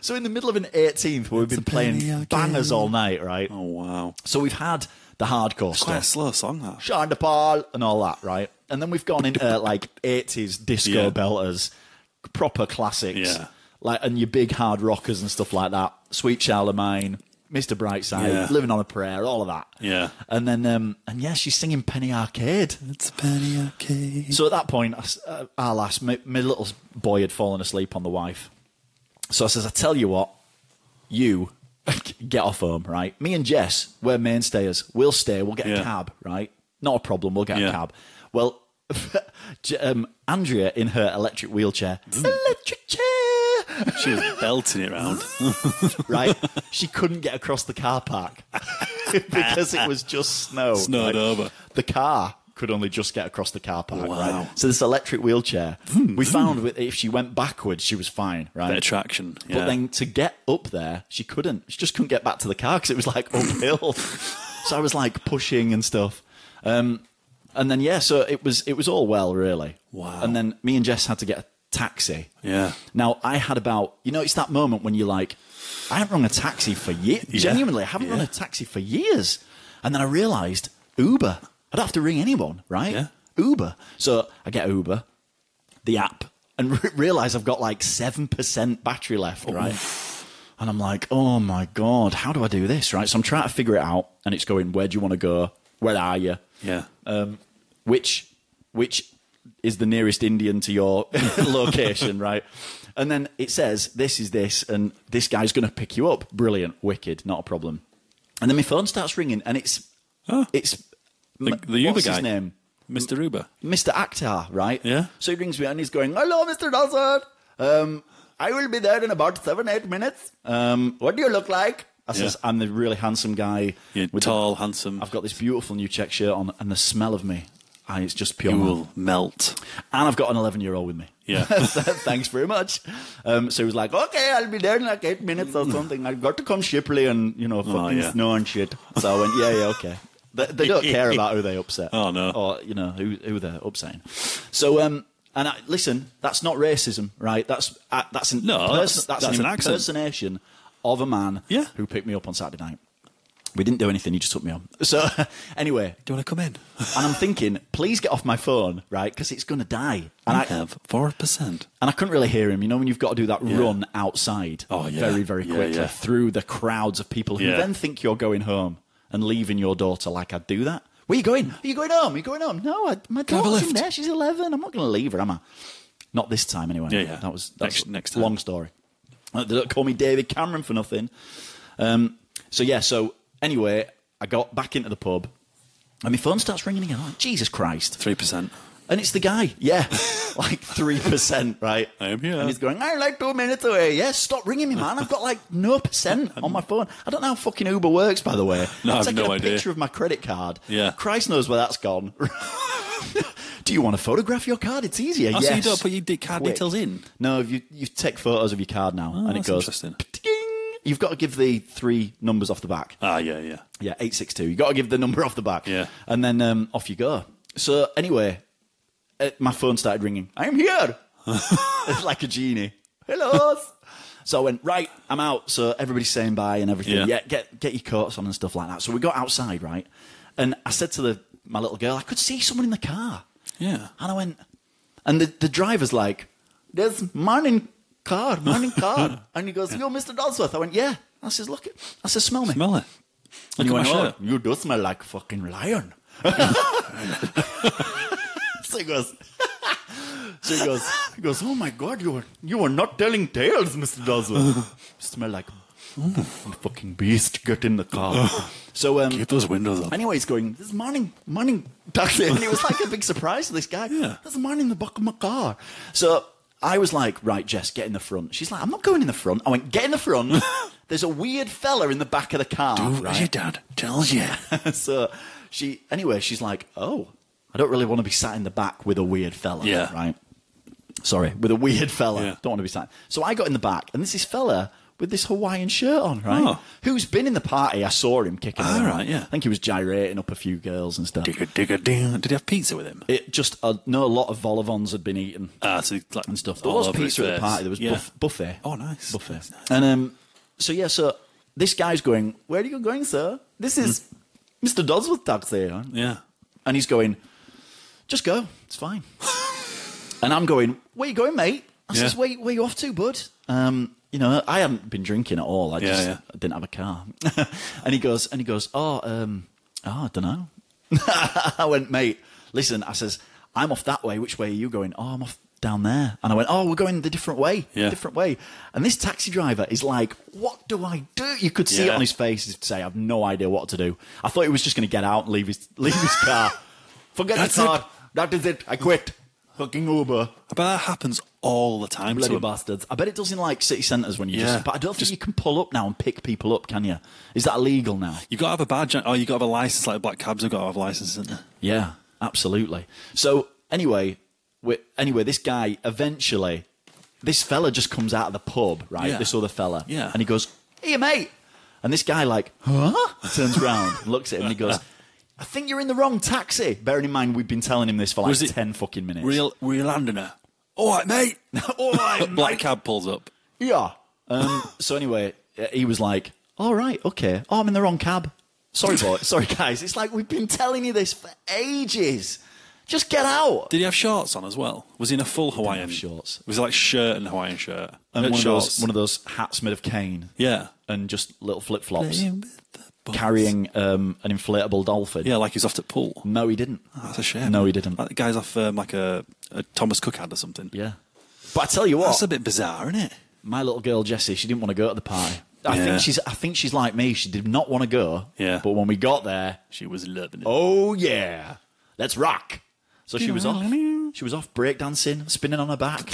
So in the middle of an 18th, where we've been
Penny
playing
Arcade.
bangers all night, right?
Oh wow.
So we've had the hardcore
Quite a
stuff,
slow song that.
Sean DePaul and all that, right? And then we've gone into like 80s disco
Yeah.
belters, proper classics,
Yeah.
like and your big hard rockers and stuff like that. Sweet Child of Mine, Mr. Brightside,
Yeah.
Living on a Prayer, all of that.
Yeah.
And then, um, and yeah, she's singing Penny Arcade.
It's Penny Arcade.
So at that point, I s- uh, alas, my, my little boy had fallen asleep on the wife. So I says, I tell you what, you get off home, right? Me and Jess, we're mainstayers. We'll stay. We'll get a
Yeah.
cab, right? Not a problem. We'll get a
Yeah.
cab. Well, J- um, Andrea in her electric wheelchair, electric chair,
She was belting it round.
right? she couldn't get across the car park because it was just snow. Like,
Snowed over.
the car could only just get across the car park.
Wow. Hmm.
Right? So this electric wheelchair, we found with- if she went backwards, she was fine,
Bit
right?
of traction. Yeah.
but then to get up there, she couldn't. She just couldn't get back to the car because it was like uphill. so I was like pushing and stuff. Um, and then yeah, so it was it was all well really.
Wow.
And then me and Jess had to get a taxi.
Yeah.
Now I had about you know it's that moment when you're like, I haven't run a taxi for years. Genuinely, I haven't run
Yeah.
a taxi for years. And then I realised Uber. I don't have to ring anyone, right?
Yeah.
Uber. So I get Uber, the app, and re- realise I've got like seven percent battery left,
Oh.
right? And I'm like, oh my God, how do I do this? Right. So I'm trying to figure it out. And it's going, where do you want to go? Where are you?
Yeah.
Um, which, which is the nearest Indian to your location, right? And then it says, this is this, and this guy's going to pick you up. Brilliant. Wicked. Not a problem. And then my phone starts ringing and it's, it's,
The, the Uber
what's
guy.
his name?
Mr. Uber.
Mr. Akhtar, right?
Yeah.
So he rings me and he's going, Hello, Mr. Dawson. Um, I will be there in about seven, eight minutes. Um, what do you look like? I says,
Yeah.
I'm the really handsome guy.
You're
with the-
tall, handsome.
I've got this beautiful new check shirt on, and the smell of me, I, it's just pure.
you
man."
will melt.
And I've got an 11 year old with me.
Yeah.
So, Thanks very much. Um, so he was like, okay, I'll be there in like eight minutes or something. I've got to come Shipley and, you know, fucking
Oh, yeah.
snow and shit. So I went, yeah, yeah, okay. They, they don't care about who they upset.
Oh, no.
Or, you know, who, who they're upsetting. So, um, and I, listen, that's not racism, right? That's uh, that's an,
No, that's- that's an accent.
impersonation of a man
Yeah.
who picked me up on Saturday night. We didn't do anything, he just took me on. So, anyway,
Do you want to come in?
and I'm thinking, please get off my phone, right? Because it's going to die. And
I
I,
have 4%.
and I couldn't really hear him. You know, when you've got to do that
Yeah.
run outside
Oh, yeah.
very, very
Yeah,
quickly
yeah.
through the crowds of people who
Yeah.
then think you're going home and leaving your daughter like I'd do that. Where you going? Are you going home? Are you going home? No, I, my
I have a
daughter's in
lift?
there. She's 11. I'm not going to leave her, am I? Not this time, anyway.
Yeah, yeah.
That was
Next-
that's
next
a
time.
long story. Uh, They don't call me David Cameron for nothing. Um, so, yeah, so anyway, I got back into the pub and my phone starts ringing again. I'm like, Jesus Christ.
3%.
And it's the guy, yeah, like three percent, right?
I am here.
And he's going, I'm like two minutes away. Yes, stop ringing me, man. I've got like no percent on my phone. I don't know how fucking Uber works, by the way.
No,
I'm
I've
taking
no
a
idea.
picture of my credit card.
Yeah.
Christ knows where that's gone. Do you want to photograph your card? It's easier.
Oh,
yes.
so you don't put your d- card
Quick.
details in? Oh,
No, you you take photos of your card now, and it
that's
goes.
interesting.
"Ding." You've got to give the three numbers off the back.
Ah, yeah, yeah.
Yeah, eight six two. You got to give the number off the back.
Yeah.
and then um, off you go. So anyway, uh, my phone started ringing. I'm here, It's like a genie. Hello. so I went right. I'm out. So everybody's saying bye and everything.
Yeah.
Yeah, get get your coats on and stuff like that. So we got outside, right? And I said to the my little girl, I could see someone in the car.
Yeah.
And I went, and the, the driver's like, there's man in car, man in car. and he goes, you're Mr. Dodsworth. I went, yeah. I says, look, it. I says, smell me.
Smell it.
And
uh, Look
you
at my
went,
shirt.
"Oh, you do smell like a fucking lion. so he goes, so he goes, he goes, oh my God, you were, you were not telling tales, Mr. Doswell. you smell like a fucking beast. Get in the car. so, um,
Keep those windows up.
Anyway, he's going, this morning, morning taxi. And it was like a big surprise to this guy.
Yeah.
This morning in the back of my car. So I was like, right, Jess, get in the front. She's like, I'm not going in the front. I went, get in the front. There's a weird fella in the back of the car.
Do as your
right?
dad tells you.
so she, anyway, she's like, oh, I don't really want to be sat in the back with a weird fella.
Yeah.
Right. Sorry, with a weird fella.
Yeah.
Don't want to be sat. So I got in the back, and this is fella with this Hawaiian shirt on, right?
Oh.
Who's been in the party? I saw him kicking.
Ah,
around.
right, yeah.
I think he was gyrating up a few girls and stuff.
digga, digga, digga. Did he have pizza with him?
It just uh, no, a lot of volivons had been eaten
Ah, so he's like,
and stuff. There
all
was
over his
pizza at the
face.
party. There was buff- buffet.
Oh, nice.
buffet.
Nice, nice.
And um, so yeah, so this guy's going, "Where are you going, sir? This is
Hmm.
Mr. Dodsworth taxi." huh?"
Yeah.
And he's going, just go. It's fine. and I'm going, where you going, mate? I says,
Yeah.
where, where you off to, bud? Um, you know, I hadn't been drinking at all. I
Yeah,
just
yeah.
I didn't have a car. and he goes, and he goes, oh, um, oh, I don't know. I went, mate, listen, I says, I'm off that way. Which way are you going? Oh, I'm off down there. And I went, oh, we're going the different way,
Yeah.
different way. And this taxi driver is like, what do I do? You could see it
Yeah.
on his face is to say, I've no idea what to do. I thought he was just going to get out and leave his, leave his car. Forget
That's
the
it.
card. That is it. I quit. Fucking Uber.
I bet that happens all the time
Bloody
to him.
bastards. I bet it does in like city centres when you
Yeah.
just. But I don't think
Just-
you can pull up now and pick people up, can you? Is that illegal now?
You've got to have a badge. Oh, you've got to have a license. Like black cabs have got to have a license, isn't there?
Yeah, absolutely. So anyway, we, anyway, this guy eventually, this fella just comes out of the pub, right?
Yeah.
This other fella,
Yeah.
and he goes, "Here, mate," and this guy like, "Huh?" turns round, and looks at him, and he goes, I think you're in the wrong taxi. Bearing in mind, we've been telling him this for like
Was it
10 fucking minutes.
Real, real landing her. All right, mate.
All right, mate.
Black cab pulls up.
Yeah. Um, so anyway, uh, he was like, "All right, okay. Oh, I'm in the wrong cab. Sorry, boy. Sorry, guys. It's like we've been telling you this for ages. Just get out."
Did he have shorts on as well? Was he in a full Hawaiian
have shorts.
Was it like shirt and Hawaiian shirt?
And
Uh,
one of
shorts.
those one of those hats made of cane.
yeah.
And just little flip flops,
Playing with the boys.
carrying um, an inflatable dolphin.
Yeah, like he's off to pool.
No, he didn't.
That's a shame.
No, he didn't.
Like the guy's off um, like a, a Thomas Cook ad or something.
Yeah. But I tell you what,
That's a bit bizarre, isn't it?
my little girl Jessie, she didn't want to go to the party. I
Yeah.
think she's I think she's like me. She did not want to go.
Yeah.
But when we got there,
She was loving it.
Oh yeah, let's rock. So she was off. She was off breakdancing, spinning on her back,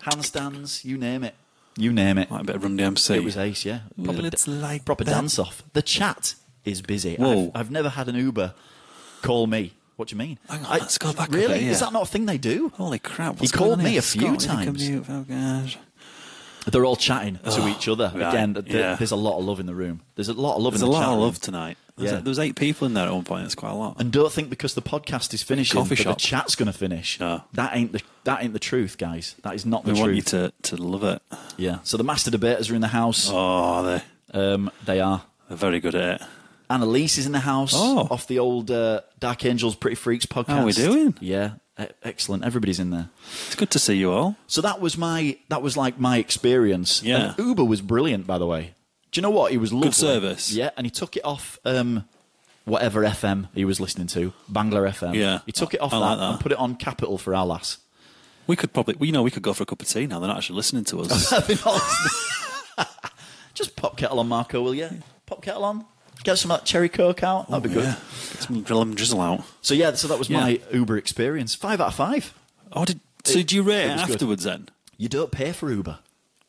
handstands, you name it, you name it.
Like a bit of Run DMC.
It was ace, yeah.
Well, it's like
proper
that.
dance off. The chat is busy.
Whoa.
I've, I've never had an Uber call me. What do you mean?
Hang on, let's go back a
Really?
bit, yeah.
Is that not a thing they do?
Holy crap.
He
what's
called
going on
me
here?
a few
Scotland
times.
commute, Oh, gosh.
They're all chatting to
Oh,
each other.
right,
Again, th-
yeah.
there's a lot of love in the room. There's a lot of love
There's a
in the
lot
chat
of
room.
love tonight. There's
Yeah.
a- there was eight people in there at one point. That's quite a lot.
And don't think because the podcast is finishing,
Coffee
that the
shop.
chat's going to finish.
No.
That ain't the that ain't the truth, guys. That is not the
we
truth.
want you to, to love it.
Yeah. So the master debaters are in the house.
Oh, they,
Um, they are.
they're very good at it.
Annalise is in the house
Oh.
off the old uh, Dark Angels Pretty Freaks podcast.
How we doing?
Yeah. E- Excellent. Everybody's in there.
It's good to see you all.
So that was my that was like my experience.
Yeah.
And Uber was brilliant, by the way. Do you know what? He was lovely.
service.
Yeah, and he took it off um, whatever FM he was listening to, Bangla FM.
Yeah.
He took it off
I
that,
like that.
and put it on Capital for our lass.
We could probably, we know, we could go for a cup of tea now. They're not actually listening to us.
I've been honest. Just pop kettle on, Marco, will you? Pop kettle on. Get some of that cherry coke out. That'd be good.
Oh, Yeah. Get some lemon drizzle out.
So yeah, so that was
Yeah.
my Uber experience. Five out of five.
Oh, did, so did you rate
it
it,
was good.
afterwards then?
You don't pay for Uber.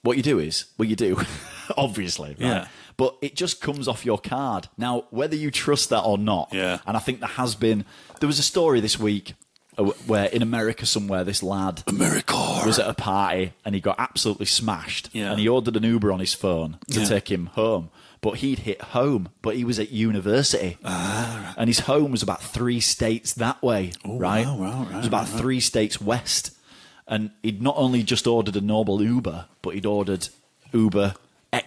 What you do is, well, you do, obviously, right?
Yeah.
But it just comes off your card. Now, whether you trust that or not,
Yeah.
and I think there has been, there was a story this week uh, where in America somewhere, this lad
America.
was at a party and he got absolutely smashed.
Yeah.
And he ordered an Uber on his phone to
Yeah.
take him home. But he'd hit home, but he was at university. and his home was about three states that way, right?
Ah, Oh, wow, wow,
It
right,
was about
right, right.
three states west. And he'd not only just ordered a normal Uber, but he'd ordered Uber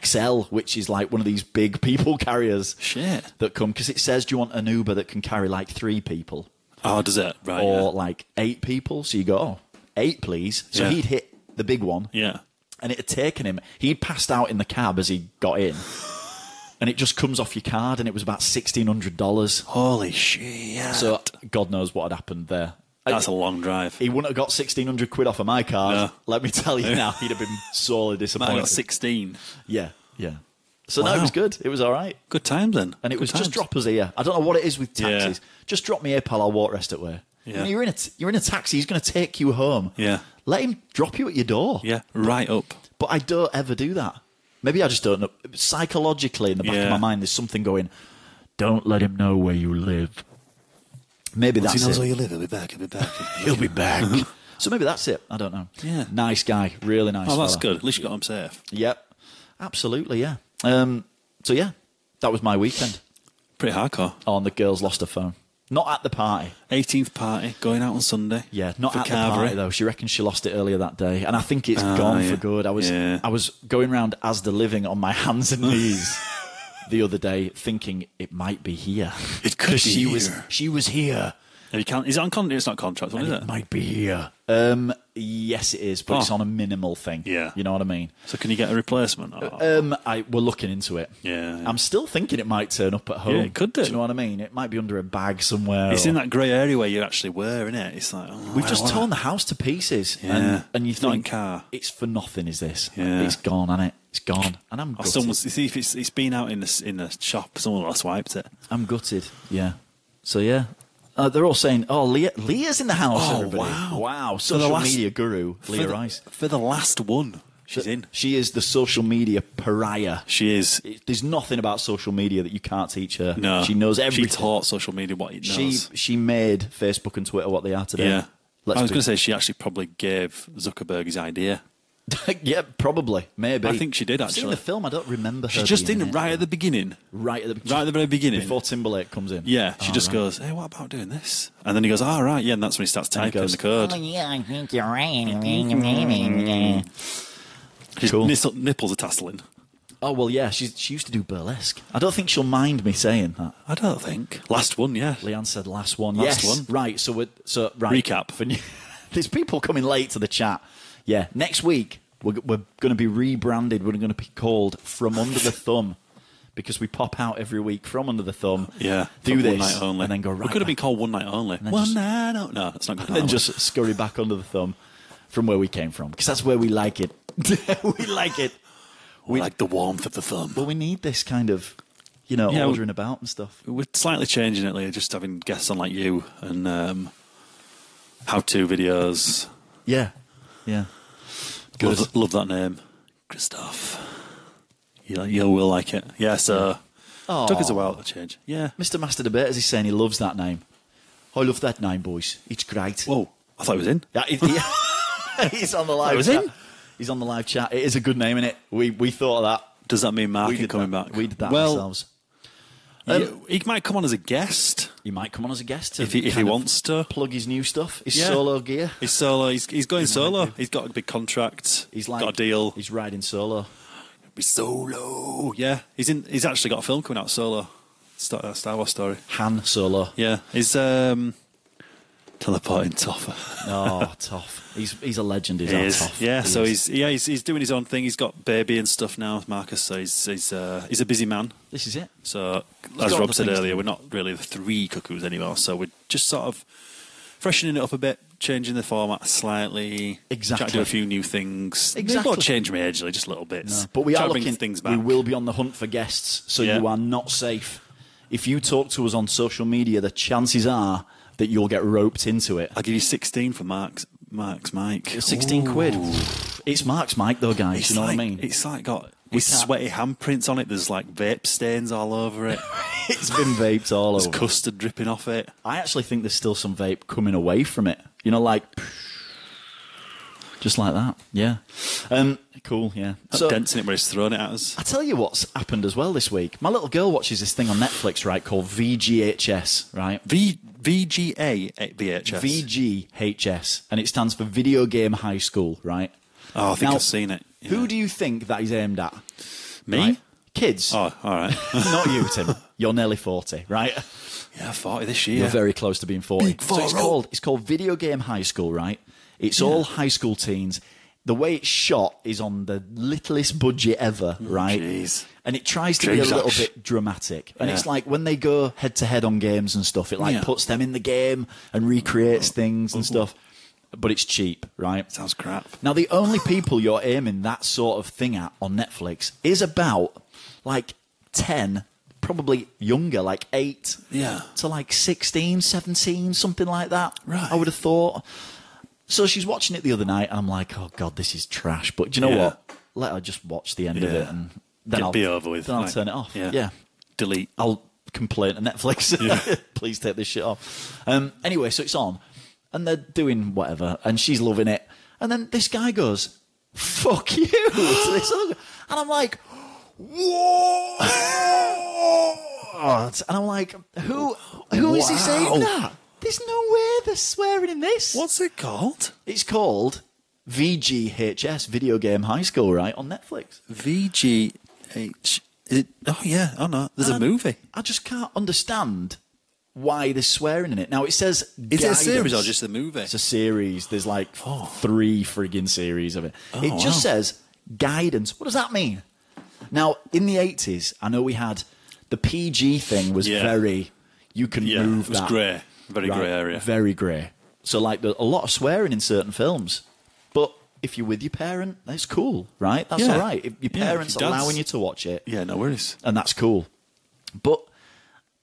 XL, which is like one of these big people carriers
Shit.
that come. Because it says, do you want an Uber that can carry like three people?
Oh, does it? Right.
or
yeah.
like eight people. So you go, oh, eight, please. So
Yeah.
he'd hit the big one,
Yeah.
and it had taken him. He'd passed out in the cab as he got in, and it just comes off your card, and it was about sixteen hundred dollars.
Holy shit.
So God knows what had happened there.
That's a
I-
long drive.
he wouldn't have got sixteen hundred quid off of my card.
No.
Let me tell you now, he'd have been sorely
Might have
disappointed.
got 16.
Yeah, yeah. So no,
Wow.
it was good. It was all right.
Good time then.
And it
Good
was just
times.
drop us here. I don't know what it is with taxis. Just drop me here, pal. I'll walk rest at way.
Yeah.
You know, you're in a t- you're in a taxi. He's going to take you home.
Yeah.
Let him drop you at your door.
Yeah, right up.
But I don't ever do that. Maybe I just don't know. Psychologically, in the back
Yeah.
of my mind, there's something going. Don't let him know where you live. Maybe that's it.
you live, he'll be back, he'll be back.
He'll be back. so maybe that's it. I don't know.
Yeah.
Nice guy. Really nice.
oh, that's
fella.
good. At least you got him safe.
Yep. Absolutely. Yeah. Um, so yeah, that was my weekend.
Pretty hardcore.
On the girls lost her phone. Not at the party.
18th party, going out on Sunday.
Yeah, not
for
at the
Carvery.
party though. She reckons she lost it earlier that day, and I think it's
Ah,
gone
yeah.
for good. I was
Yeah.
I was going round as the living on my hands and knees the other day, thinking it might be here.
It could
'Cause
be
she was
here.
she was here.
No, you can't, is it on contract? It's not contract, one, is
It
it?
might be here. Um, yes, it is, but it's
Oh.
on a minimal thing.
Yeah.
you know what I mean.
So can you get a replacement? Oh,
Um, I we're looking into it.
Yeah, yeah.
I'm still thinking it might turn up at home.
Yeah, it could do.
you know what I mean? It might be under a bag somewhere.
it's
or-
in that grey area where you actually were, isn't it? It's like, oh,
We've
I
just
don't
torn
wanna-
the house to pieces,
Yeah.
and, and you
It's not in
think
car.
it's for nothing. Is this?
Yeah.
It's gone, and it? It's gone, and I'm
Oh,
gutted.
someone's, you see, if it's, it's been out in the, in the shop, someone will have swiped it.
I'm gutted. Yeah. So yeah, uh, they're all saying, "Oh, Leah, Leah's in the house."
Oh,
everybody.
wow.
wow!
For the
Social
last-
media guru Leah
for the,
Rice.
For the last one, she's
Th-
in.
She is the social media pariah.
She is.
It- There's nothing about social media that you can't teach her.
No.
she knows
She
everything.
taught social media what it
she,
knows.
she made Facebook and Twitter what they are today.
yeah.
Let's
I was
be-
going to say she actually probably gave Zuckerberg his idea.
yeah, probably, maybe.
I think she did,
I've seen
actually.
the film, I don't remember.
She's
her
just
being
in right at the beginning.
right at the
Right at the very beginning.
before Timberlake comes in.
Yeah, she
Oh,
just
right.
goes, "Hey, what about doing this?" And then he goes, "All right, yeah." And that's when he starts
he
typing
goes,
the code.
Oh, yeah, I think you're right.
His
Cool.
nis- nipples are tasseling.
Oh well, yeah. She she used to do burlesque. I don't think she'll mind me saying that.
I don't think last one. Yeah,
Leanne said last one.
Last
yes.
one.
Right. So we're, so right.
Recap.
For new- There's people coming late to the chat. Yeah. Next week we're we're going to be rebranded. We're going to be called From Under the Thumb because we pop out every week from under the thumb.
yeah.
Do
for
this
one night only,
and then go right.
We could have been
back-
called one night only.
then
One
just-
night only. No, it's not good.
and then just scurry back under the thumb from where we came from because that's where we like it. we like it.
we like the warmth of the thumb.
Well, we need this kind of, you know,
Yeah, we-
ordering about and stuff.
We're slightly changing it, later, just having guests on like you and um, how-to videos.
Yeah. Yeah. Good.
Love, love that name, Christoph. You, you will like it. Yeah. So
Aw.
took us a while to change. Yeah.
Mr. Master Debate, as he's saying, he loves that name. I love that name, boys. It's great.
Whoa, I thought it was in.
Yeah, he- he- he's on the live
That was
chat.
him?
He's on the live chat. It is a good name, is it? We, we thought of that.
Does that mean Mark
we
is
did
coming
that.
back?
We did that
well,
ourselves. Um,
y- he might come on as a guest.
He might come on as a guest to
If he- if he
kind of
wants to.
plug his new stuff, his
Yeah.
solo gear.
He's solo. He's, he's going solo. He's got a big contract.
He's like
got a deal.
He's riding solo.
He's solo. Yeah, he's in. He's actually got a film coming out solo. Star, uh, Star Wars story.
Han solo.
Yeah, he's um, teleporting tougher.
Oh, tough. He's he's a legend. He's
He is.
tough.
Yeah, so he's yeah he's, he's doing his own thing. He's got baby and stuff now, Marcus. So he's he's uh, he's a busy man.
This is it.
So,
got
as
other
Rob said
things to
earlier,
do.
we're not really the three cuckoos anymore. So we're just sort of freshening it up a bit, changing the format slightly.
Exactly.
Trying to do a few new things.
Exactly.
Maybe not change majorly, just little bits.
No, but we
Try
are
to bring
looking.
things back.
We will be on the hunt for guests, so
Yeah.
you are not safe. If you talk to us on social media, the chances are that you'll get roped into it.
I'll give you 16 for Mark's, Mark's mic.
Sixteen
Ooh.
quid. It's Mark's mic, though, guys.
It's
you know
like,
what I mean?
It's like got it's
can't-
sweaty handprints on it. There's like vape stains all over it.
it's been vaped all
There's
over.
custard dripping off it.
I actually think there's still some vape coming away from it. You know, like just like that. Yeah. Um, cool. Yeah.
So, dents in it where he's throwing it at us.
I tell you what's happened as well this week. My little girl watches this thing on Netflix, right, called VGHS, right?
V, VGA eh, VHS.
VGHS, and it stands for Video Game High School, right?
Oh, I think
Now,
I've seen it.
Who
Yeah.
do you think that is aimed at?
Me?
Right? Kids.
Oh, all right.
Not you, Tim. You're nearly 40, right?
yeah, 40 this year.
You're very close to being 40.
Big
so it's
40.
called, it's called Video Game High School, right? It's all high school teens. The way it's shot is on the littlest budget ever, right?
Oh, jeez.
And it tries to be a
Jesus.
little bit dramatic. And
Yeah.
it's like when they go head to head on games and stuff, it like
Yeah. Oh.
puts them in the game and recreates things and stuff. But it's cheap, right?
Sounds crap.
Now, the only people you're aiming that sort of thing at on Netflix is about like 10, probably younger, like 8
Yeah.
to like 16, 17, something like that.
Right.
I would have thought. So she's watching it the other night, and I'm like, oh God, this is trash. But do you know
Yeah.
what? Let her just watch the end of
Yeah.
it and then
It'd
I'll
be over with.
Then I'll
Like,
turn it off.
yeah.
yeah.
Delete.
I'll complain to Netflix. Please take this shit off. Um, anyway, so it's on, and they're doing whatever, and she's loving it. And then this guy goes, "Fuck you!" to this other guy. and I'm like, "What?" And I'm like, "Who? Who is he
Wow.
saying that?" There's no way they're swearing in this.
What's it called?
It's called VGHS, Video Game High School, right? On Netflix.
VGH. Is it, oh, yeah. Oh, no.
Uh,
There's a movie.
I just can't understand why there's swearing in it. Now it says
Is it a
guidance.
series or just a movie? Oh.
It's a series. There's like three friggin' series of it. it
wow.
just says guidance. What does that mean? Now in the eighties, I know we had the PG thing was
Yeah.
very you can
Yeah,
move
it was
that.
grey. Very
Right,
grey area.
Very grey. So like there- a lot of swearing in certain films. But if you're with your parent, that's cool, right? That's
Yeah.
all right. If your
Yeah, if
parents
your dad's-
allowing you to watch it,
yeah, no worries.
and that's cool. But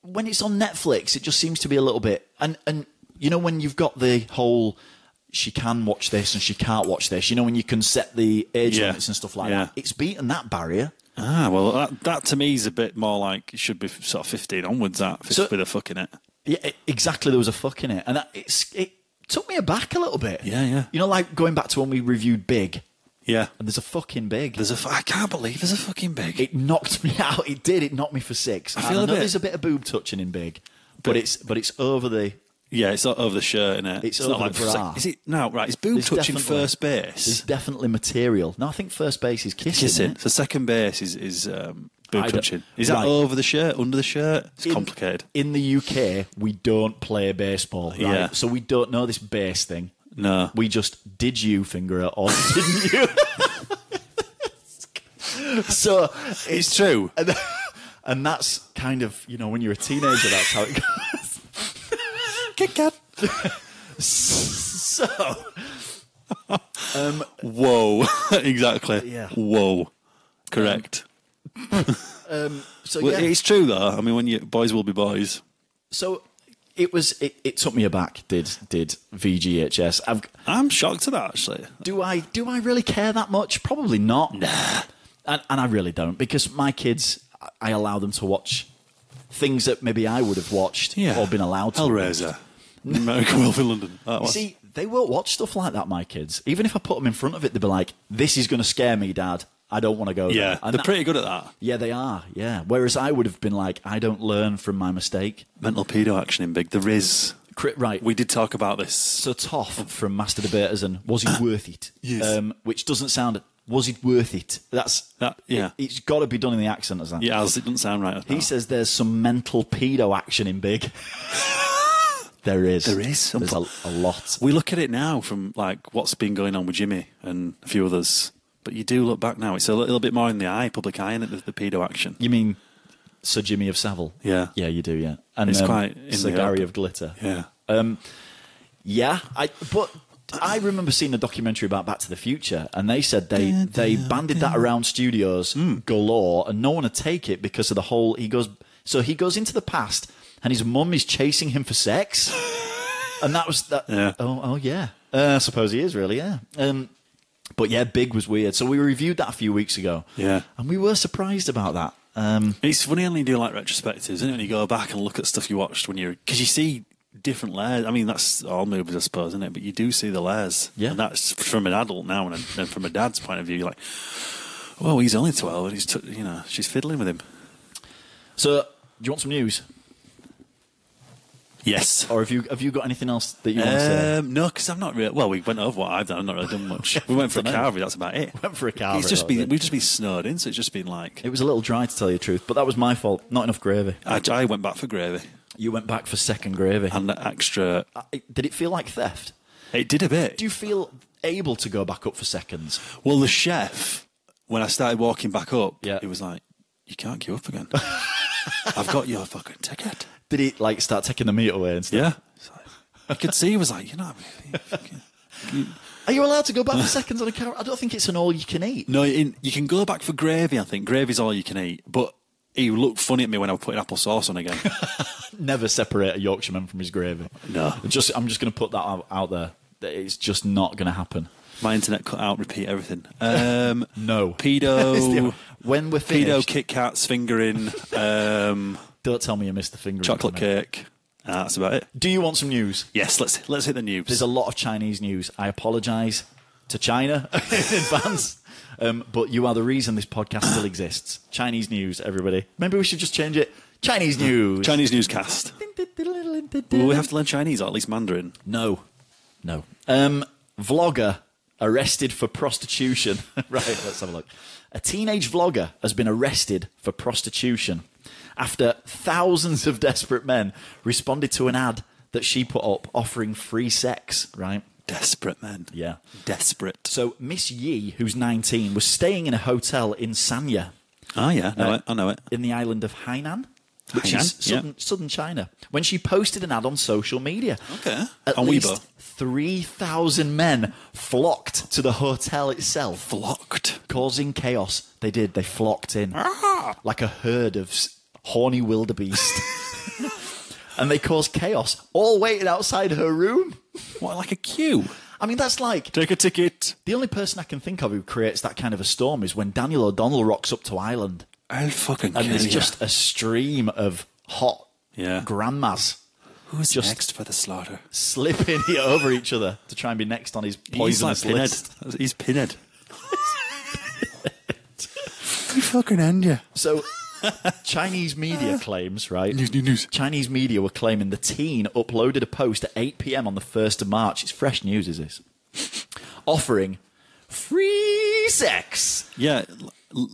when it's on Netflix, it just seems to be a little bit and and you know when you've got the whole she can watch this and she can't watch this. You know when you can set the age
Yeah.
limits and stuff like
Yeah.
that. It's beaten that barrier.
Ah, well, that, that to me is a bit more like it should be sort of 15 onwards, that,
So-
with a fucking it.
Yeah, e- exactly. There was a fuck in it, and that- it's it took me aback a little bit.
Yeah, yeah.
You know, like going back to when we reviewed Big,
Yeah.
and there's a fucking big.
There's a. F- I can't believe there's a fucking big.
it knocked me out. It did. It knocked me for six. I
feel
I
a
know
bit-
there's a bit of boob touching in big, but
But-
it's but it's over the.
yeah, it's not over the shirt and it.
It's
not
over the
it's
bra.
is it no right? It's boob
There's
touching
definitely-
first
There's
base,
definitely material. No, I think first base is kissing.
kissing.
isn't it?
So second base is is um,
I
boob
don't-
touching. Is that
Right.
over the shirt, under the shirt? It's
In-
complicated.
In, the UK, we don't play baseball. Right?
Yeah.
So we don't know this base thing.
No.
We just did you finger it or didn't you? so it's
It's true.
and, and that's kind of you know when you're a teenager, that's how it goes.
Kit Kat.
So
Whoa. exactly.
Yeah.
Whoa. Correct.
so
Well,
yeah.
It's true though. I mean, when you boys will be boys.
So it was. It, it took me aback. Did did VGHS? I've,
I'm shocked at that actually.
do I do I really care that much? Probably not. Nah. And, and I really don't because my kids, I- I allow them to watch things that maybe I would have watched or been allowed to.
Hellraiser. American Wolf in London. That
You
was-
See, they won't watch stuff like that. My kids, even if I put them in front of it, they'd be like, "This is going to scare me, Dad. I don't want to go."
yeah,
there." And
they're
that-
pretty good at that.
Yeah, they are. Yeah. Whereas I would have been like, "I don't learn from my mistake."
Mental pedo action in big. There is.
Cri- Right.
We did talk about this.
So Toff from Master Debaters and Was It Worth It? Um,
Yes.
which doesn't sound, Was It Worth It? That's,
That- yeah.
It, has got to be done in the accent as that.
Yeah, as it doesn't sound right.
He says there's some mental pedo action in Big. there is.
There is some-
There's a, a lot.
we look at it now from like what's been going on with Jimmy and a few others, but you do look back now. It's a little bit more in the eye, public eye, and the, the pedo action.
You mean Sir Jimmy of Savile?
Yeah.
Yeah, you do, yeah. And um,
It's quite in
Sir
the
Gary
open.
of Glitter.
Yeah,
Yeah, I but I remember seeing a documentary about Back to the Future, and they said they they banded that around studios galore, and no one would take it because of the whole. He goes so he goes into the past, and his mum is chasing him for sex, and that was that.
Yeah.
Oh, oh yeah, uh, I suppose he is really yeah. Um, but yeah, Big was weird. So we reviewed that a few weeks ago.
Yeah.
and we were surprised about that.
it's funny when you do like retrospectives, isn't it? When you go back and look at stuff you watched when you're because you see different layers. I mean, that's all movies, I suppose, isn't it? But you do see the layers.
Yeah.
and that's from an adult now, and then from a dad's point of view, you're like, well, he's only twelve, and he's t- you know she's fiddling with him.
So, do you want some news,
Yes.
or have you have you got anything else that you want to say?
Um, no, because I'm not really. Well, we went over what I've done. I've not really done much. We went for a
Dunno.
carvery. That's about it.
Went for a carvery,
It's
that
just
was
been.
it.
We've just been snowed in, so it's just been like.
It was a little dry to tell you the truth, but that was my fault. Not enough gravy.
I, I went back for gravy
You went back for second gravy.
and extra.
I- did it feel like theft?
It did a bit.
Do you feel able to go back up for seconds?
well, the chef, when I started walking back up,
Yeah.
he was like, "You can't queue up again. I've got your fucking ticket."
Did it like start taking the meat away and stuff?
Yeah. So I could see he was like, "You know." What I mean? Fucking-
Are you allowed to go back for seconds on a car? I don't think it's an all you can eat.
No, in, you can go back for gravy. I think gravy's all you can eat, but. He looked funny at me when I was putting apple sauce on again.
Never separate a Yorkshireman from his gravy.
No.
Just I'm just going to put that out, out there. That It's just not going to happen.
My internet cut out. Repeat everything. Um,
No. It's
pedo,
the- when we're finished,
pedo Kit Kats, fingering, um,
don't tell me you missed the finger. in
chocolate
the middle.
cake. Uh, that's about it.
Do you want some news?
Yes, let's let's hit the news.
There's a lot of Chinese news. I apologise to China in advance. Um, but you are the reason this podcast still exists. Chinese news, everybody. Maybe we should just change it. Chinese news.
Chinese newscast. Will we have to learn Chinese or at least Mandarin?
No, no. Um, vlogger arrested for prostitution. right, let's have a look. A teenage vlogger has been arrested for prostitution after thousands of desperate men responded to an ad that she put up offering free sex. Right.
Desperate men.
Yeah.
Desperate.
So Miss Yi, who's 19, was staying in a hotel in Sanya
Ah, yeah. Know it. I know it.
in the island of Hainan, which
Hainan,
is southern,
yeah.
southern China, when she posted an ad on social media.
Okay.
At
On
least
Weibo.
3,000 men flocked to the hotel itself,
Blocked.
causing chaos. They did. They flocked in
Ah.
like a herd of s- horny wildebeest. and they caused chaos, all waiting outside her room.
What, like a queue?
I mean, that's like
Take a ticket.
The only person I can think of who creates that kind of a storm is when Daniel O'Donnell rocks up to Ireland
I'll fucking
and
kill
there's
ya.
just a stream of hot
Yeah.
grandmas
who's
just-
next for the slaughter?
slipping over each other to try and be next on his
He's like
poisonous
pinhead.
list.
He's pinhead. fucking end you.
So, Chinese media claims, right?
News, news, news.
Chinese media were claiming the teen uploaded a post at 8 p.m. on the 1st of March. It's fresh news, is this? Offering free sex.
Yeah, l- l-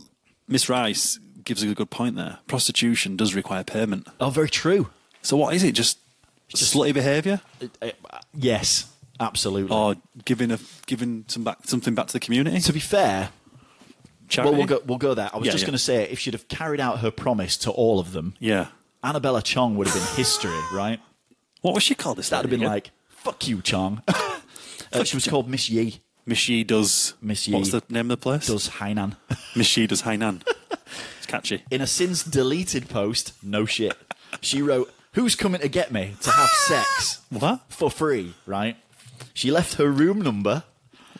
Miss Rice gives a good point there. Prostitution does require payment.
Oh, very true.
So what is it? Just, slutty behaviour,
Uh, uh, yes, absolutely.
or giving a giving some back something back to the community?
to be fair,
Charity?
well, we'll go, we'll go there. I was
Yeah,
just
yeah.
going to say, if she'd have carried out her promise to all of them,
Yeah.
Annabella Chong would have been history, right?
What was she called? This
That'd have
lady
been
again?
like, fuck you, Chong. Uh, she was called Miss Yi,
Miss Yee does
Miss Yee
What's the name of the place?
does Hainan.
Miss Yee does Hainan. it's catchy.
In a since deleted post, no shit, she wrote, Who's coming to get me to have sex?
What?
For free, right? She left her room number,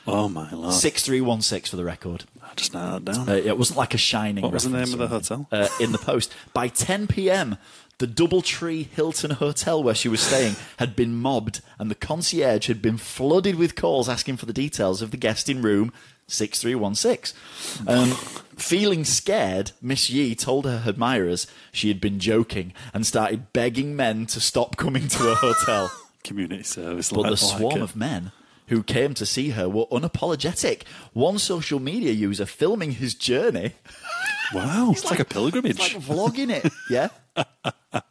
Oh my lord!
6316 for the record.
I just narrowed that down.
Uh, it wasn't like a shining.
What was the
reference
name of the
or anything.
hotel?
Uh, in the post by 10 p.m., the DoubleTree Hilton Hotel where she was staying had been mobbed, and the concierge had been flooded with calls asking for the details of the guest in room 6316. Um, feeling scared, Miss Yi told her admirers she had been joking and started begging men to stop coming to her hotel.
Community service.
But
I
the
like
swarm
it.
of men who came to see her were unapologetic. One social media user filming his journey
wow, it's like, a pilgrimage.
it's like vlogging it. Yeah.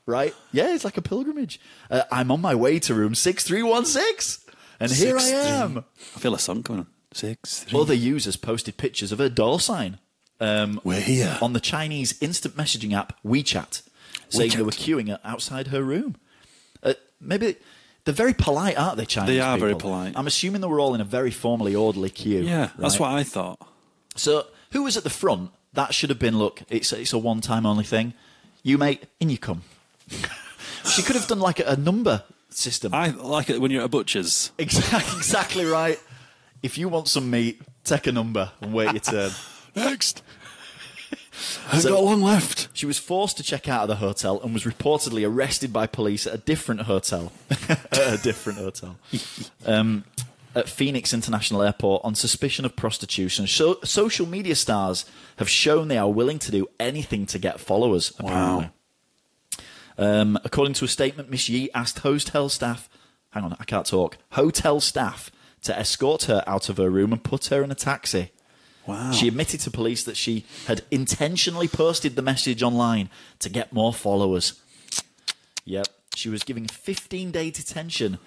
right? Yeah, it's like a pilgrimage. Uh, I'm on my way to room 6316. And here I
Six, three-
am.
I feel a song coming on. Six. Three.
Other users posted pictures of her door sign um,
We're here.
on the Chinese instant messaging app WeChat, saying they were queuing outside her room. Uh, maybe they're very polite, aren't they, Chinese?
They are very
people?
polite.
I'm assuming they were all in a very formally orderly queue.
yeah,
right?
that's what I thought.
So who was at the front? That should have been look. It's it's a one time only thing. You mate, in you come. she could have done like a, a number system.
I like it when you're at a butcher's.
exactly, exactly right. If you want some meat, take a number and wait your turn.
Next. I've
So-
got long left.
She was forced to check out of the hotel and was reportedly arrested by police at a different hotel. at a different hotel. Um, at Phoenix International Airport on suspicion of prostitution. So, social media stars have shown they are willing to do anything to get followers, apparently. Um, according to a statement, Miss Yi asked hotel staff, hang on, I can't talk, hotel staff to escort her out of her room and put her in a taxi.
Wow.
She admitted to police that she had intentionally posted the message online to get more followers. Yep. She was given 15 day detention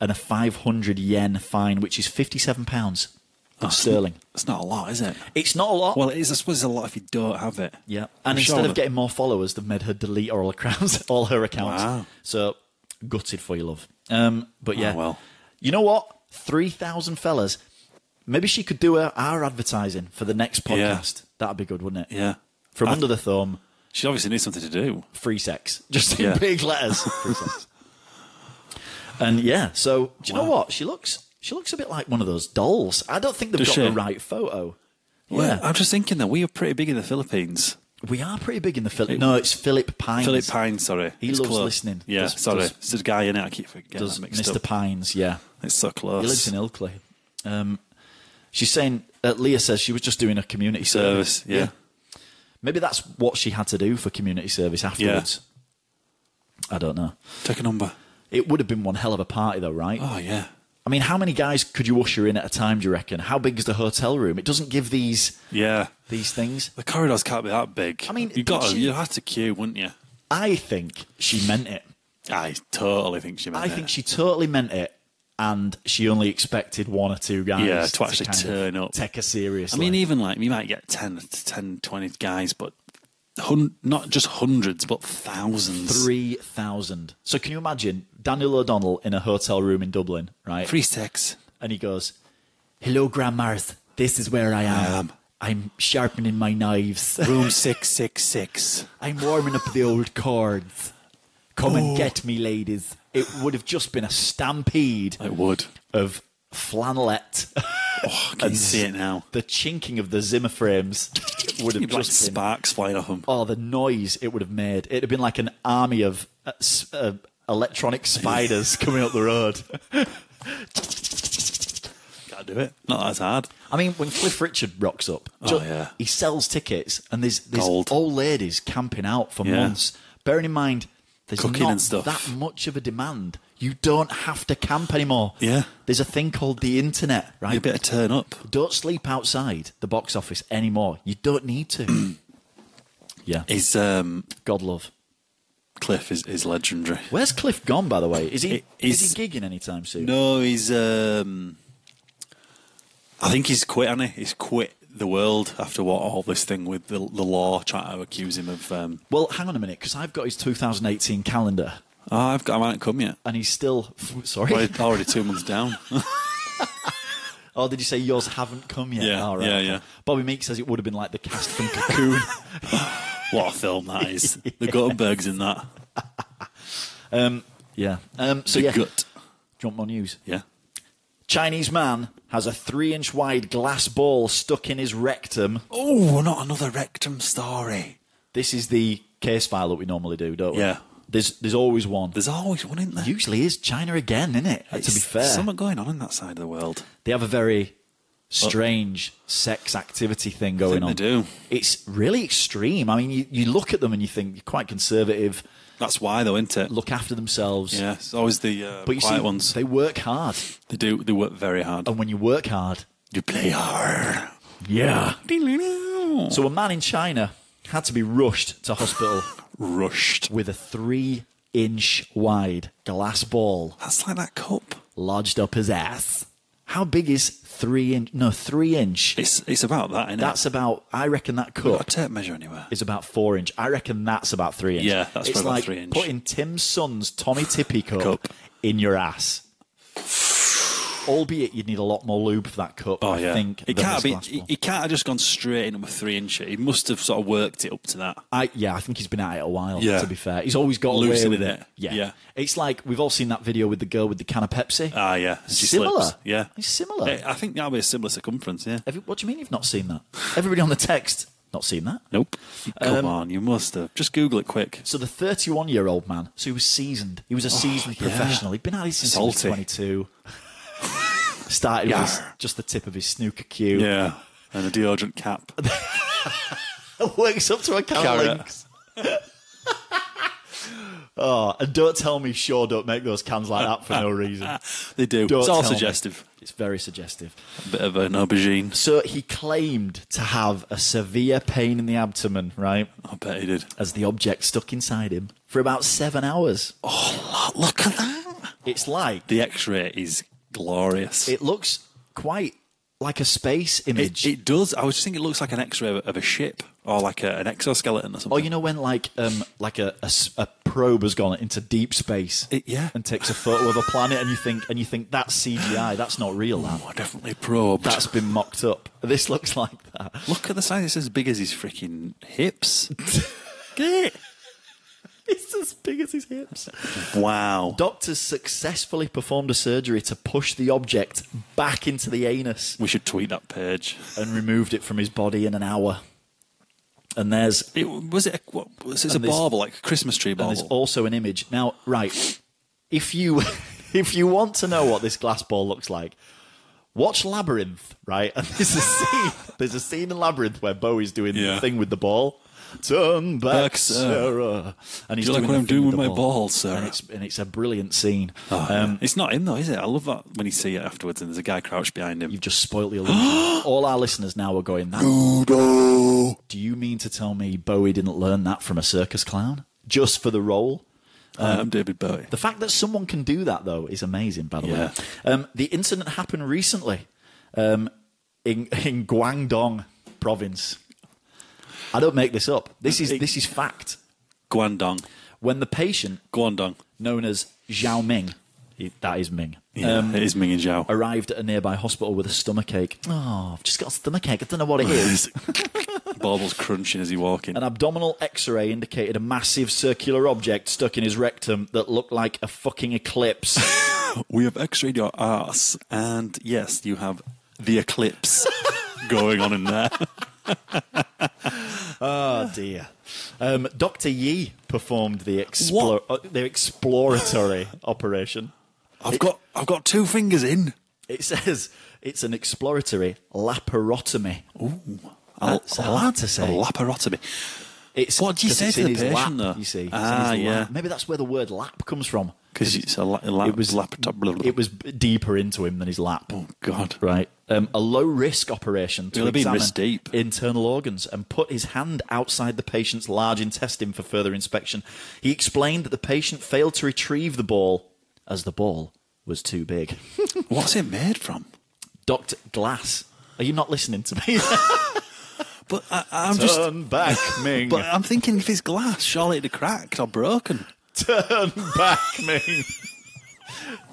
and a 500 yen fine, which is 57 pounds sterling.
It's not a lot, is it?
It's not a lot.
Ah. Well, it is. I suppose it's a lot if you don't have it.
yeah.
I'm
And instead
sure
of getting more followers, they've made her delete all her accounts. All her accounts.
Wow. Oh,
So gutted for you, love. Um, but yeah.
well.
You know what? 3,000 fellas. Maybe she could do our, our advertising for the next
Yeah.
podcast. That'd be good, wouldn't it?
Yeah.
From
I-
under the thumb,
She obviously needs something to do.
free sex. Just in
Yeah.
big letters. Free sex. And yeah, so do you know
Wow.
what? She looks she looks a bit like one of those dolls. I don't think they've
Does
got
she?
the right photo.
Well,
Yeah.
I'm just thinking that we are pretty big in the Philippines.
We are pretty big in the Philippines. No, it's Philip Pines.
Philip Pine, sorry.
He
It's
loves listening.
Yeah,
Does-
sorry.
does-
it's the guy in it. I keep forgetting.
does
that mixed
Mr.
up.
Pines, yeah.
It's so close.
He lives in Ilkley. Um, she's saying, uh, Leah says she was just doing a community service.
Service, yeah.
Maybe that's what she had to do for community service afterwards. I don't know.
Take a number.
It would have been one hell of a party, though, right?
Oh, yeah.
I mean, how many guys could you usher in at a time? Do you reckon? How big is the hotel room? It doesn't give these
Yeah.
these things.
The corridors can't be that big.
I mean,
you got
did
to,
she-
you have to queue, wouldn't you?
I think she meant it.
I totally think she meant
I
it.
think she totally meant it, and she only expected one or two guys.
Yeah, to actually
kind of
turn up.
take her
I
seriously.
mean, even like you might get 10, 10 20 guys, but hun- not just hundreds, but thousands.
three thousand. So can you imagine Daniel O'Donnell in a hotel room in Dublin, right?
Free sex.
and he goes, "Hello, Grandmars. This is where I am. I
am.
I'm sharpening my knives.
Room 666.
I'm warming up the old cords. Come and get me, ladies. It would have just been a stampede
It would.
of flannelette.
I can see it now.
the chinking of the Zimmer frames would have
You'd like
just been.
sparks flying off them.
Oh, the noise it would have made. It'd have been like an army of uh, s- uh, electronic spiders coming up the road.
got to do it. Not as hard.
I mean, when Cliff Richard rocks up, ju-
Oh, yeah.
he sells tickets, and there's, there's
Gold.
old ladies camping out for
Yeah.
months. Bearing in mind, there's
Cooking
not
and stuff.
that much of a demand. You don't have to camp anymore.
Yeah.
there's a thing called the internet, right?
You better turn up.
Don't sleep outside the box office anymore. You don't need to. yeah,
Is um,
God love.
Cliff is, is legendary.
Where's Cliff gone, by the way? Is he
It-
is
it's-
he gigging anytime soon?
No, he's. Um, I think he's quit, hasn't he? He's quit the world after what all this thing with the, the law trying to accuse him of. Um,
Well, hang on a minute, because I've got his 2018 calendar,
oh, I've got. I haven't come yet.
and he's still f- sorry.
Already, already two months down.
Oh, did you say yours haven't come yet?
Yeah,
All
yeah,
okay.
yeah.
Bobby Meek says it would have been like the cast from Cocoon.
what a film that is. The Gutenbergs in that.
yeah. Um, so
the
yeah,
gut.
jump more news.
Yeah.
Chinese man has a three-inch-wide glass ball stuck in his rectum.
Oh, not another rectum story.
This is the case file that we normally do, don't we?
Yeah.
There's there's always one.
There's always one in there.
Usually is China again, isn't it? to be
It's-
fair,
there's something going on in that side of Oh. the world.
they have a very strange sex activity thing going
they
on.
do.
It's really extreme. I mean, you, you look at them and you think you're quite conservative.
That's why, though, isn't it?
Look after themselves.
Yeah, it's always the uh,
But you
quiet
see,
ones. They,
they work hard,
do. They work very hard.
and when you work hard,
You play hard.
yeah. So a man in China had to be rushed to hospital
Rushed.
with a three-inch-wide glass ball
That's like that cup.
lodged up his ass. How big is three inch? No, three inch.
It's it's about that, isn't
That's about. I reckon that
it? Got a
cup
tape measure anywhere.
is about four inch. I reckon that's about three inch.
Yeah, that's
it's
probably about
like
three inch.
putting Tim Sun's Tommy Tippy cup,
Cup.
in your ass. Albeit you'd need a lot more lube for that cup.
Oh
I
yeah.
think
it
than
can't
this
be. e-
glass
He,
ball.
he can't have just gone straight in with three inch. He must have sort of worked it up to that.
I yeah, I think he's been at it a while.
Yeah.
To be fair, he's always got
Loose
away
with
with
it.
Yeah.
Yeah.
it's like we've all seen that video with the girl with the can of Pepsi.
Ah, yeah. She
similar.
slips. Yeah.
it's similar.
Eh, I think that'll be a similar circumference. Yeah.
Every- what do you mean you've not seen that? Everybody on the text not seen that.
Nope. Come
Um,
on, you must have. Just Google it quick.
So the 31 year old man, so he was seasoned. He was a seasoned
Oh, yeah.
professional. He'd been at it since
Salty.
he was 22. Started with his-
Yarr.
just the tip of his snooker cue.
Yeah. And a deodorant cap.
Works up to a
Carrot.
Links. oh, and don't tell me Shaw don't make those cans like that for no reason.
they do.
Don't
it's all
tell me.
suggestive.
It's very suggestive.
A bit of an aubergine.
So he claimed to have a severe pain in the abdomen, right?
I bet he did.
As the object stuck inside him for about seven hours.
Oh, look at that.
It's like
The X-ray is glorious.
It looks quite like a space
It,
image.
it does. I was just thinking it looks like an X-ray of, of a ship or like a, an exoskeleton or something.
or Oh, you know when like um like a, a s- a probe has gone into deep space,
It- yeah.
and takes a photo of a planet, and you think and you think that's CGI, that's not real, that
We're Oh, definitely probed.
that's been mocked up. This looks like that.
Look at the size. It's as big as his freaking hips.
It's as big as his hips.
wow.
Doctors successfully performed a surgery to push the object back into the anus
We should tweet that page.
and removed it from his body in an hour. And there's
It, was it a, what, was it a
And there's-
bauble, like a Christmas tree
and
bauble?
there's also an image. Now, right, if you if you want to know what this glass ball looks like, watch Labyrinth, right? And there's a scene there's a scene in Labyrinth where Bowie's doing
Yeah.
the thing with the ball. Turn back,
Back, sir.
Sarah. And he's
you like
doing
what
the thing
I'm doing
the
with my ball, Sarah?
And it's, and it's a brilliant scene. Uh,
um, it's not him though, is it? I love that when you see it afterwards and there's a guy crouched behind him.
You've just spoilt the illusion. All our listeners now are going, that, Do you mean to tell me Bowie didn't learn that from a circus clown? Just for the role?
I'm Um, David Bowie.
The fact that someone can do that, though, is amazing, by the way.
Yeah.
Um, the incident happened recently um, in, in Guangdong province. I don't make this up. This is, this is fact.
Guangdong.
When the patient,
Guangdong.
known as Xiao Ming, he- that is Ming,
Yeah, Um, it is Ming and Zhao.
arrived at a nearby hospital with a stomachache. Oh, I've just got a stomachache. I don't know what it is.
Bauble's crunching as he walking.
An abdominal x ray indicated a massive circular object stuck in his rectum that looked like a fucking eclipse.
We have x-rayed your ass, and yes, you have the eclipse going on in there.
Oh dear. Um, Dr. Yi performed the, explor- uh, the exploratory operation.
I've got I've got two fingers in.
It says It's an exploratory laparotomy. That's
A- a
hard
lap-
to say.
A laparotomy.
It's
What do you
'cause
say
it's
to
in
the
his
patient,
lap,
though?
You see, It's in
Ah,
his lap.
yeah.
Maybe that's where the word lap comes from.
Because it's a, la- a lap.
It was
laptop. Blah, blah, blah.
It was b- deeper into him than his lap.
Oh, God.
Right. Um, a low risk operation to
It'll be
examine
wrist deep.
internal organs and put his hand outside the patient's large intestine for further inspection. He explained that the patient failed to retrieve the ball as the ball was too big.
What's it made from?
Dr. Glass, are you not listening to me?
But I, I'm just.
Turn back, Ming.
But I'm thinking if it's glass, surely it'd have cracked or broken.
Turn back, Ming.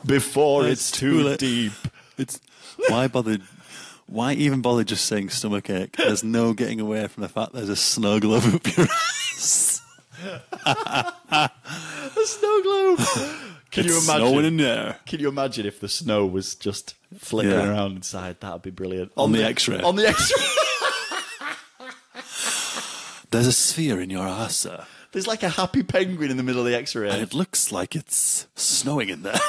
Before it's, too,
late.
deep.
It's why bother? Why even bother just saying stomach ache? There's no getting away from the fact there's a snow globe up your ass.
The snow globe. Can you
It's
imagine?
snowing in there.
Can you imagine if the snow was just flickering
Yeah.
around inside? That'd be brilliant.
On the X-ray.
On the X-ray.
There's a sphere in your ass, sir,
There's like a happy penguin in the middle of the
and
X-ray.
it looks like it's snowing in there.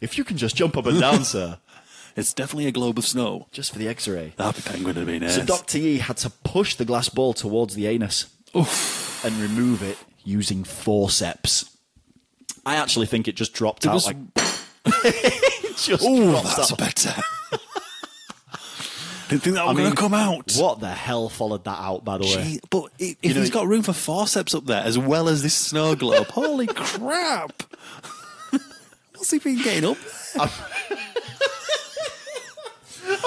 If you can just jump up and down, sir,
it's definitely a globe of snow.
just for the X-ray.
The happy penguin would have been
So
ass.
Doctor E had to push the glass ball towards the anus and remove it using forceps. I actually think it just dropped out.
was-
Like, it just
Ooh,
dropped
that's
out.
better. Didn't think that was going
mean,
to come out.
What the hell followed that out? By the way,
Gee, but i- if
know-
he's got room for forceps up there as well as this snow globe, holy crap! What's he been getting up?
Oh,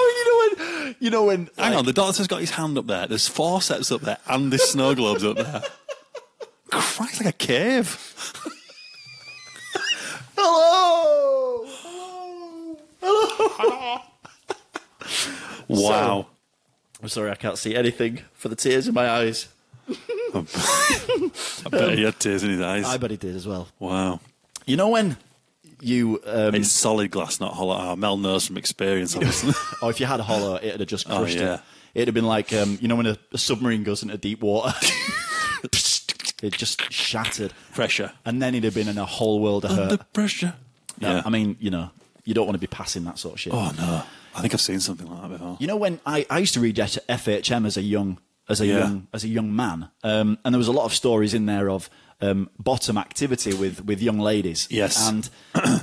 you know when you know when
Hang on, the doctor's got his hand up there. There's forceps up there, and this snow globe's up there. Christ, like a cave.
Hello! Hello!
Wow.
I'm sorry, I can't see anything for the tears in my eyes.
I bet he had tears in his eyes.
I bet he did as well.
wow.
You know when you, um,
It's solid glass, not hollow. Oh, Mel knows from experience, obviously.
or Oh, if you had a hollow, it'd have just
Oh,
crushed
yeah.
it. It'd have been like, um, you know, when a, a submarine goes into deep water, it just shattered.
pressure.
And then he'd have been in a whole world of hurt.
Under pressure.
No, I mean, you know, you don't want to be passing that sort of shit.
oh, no. I think I've seen something like that before.
You know, when I, I used to read F- FHM as a young as a
Yeah.
young as a young man, um, and there was a lot of stories in there of um, bottom activity with with young ladies.
Yes.
and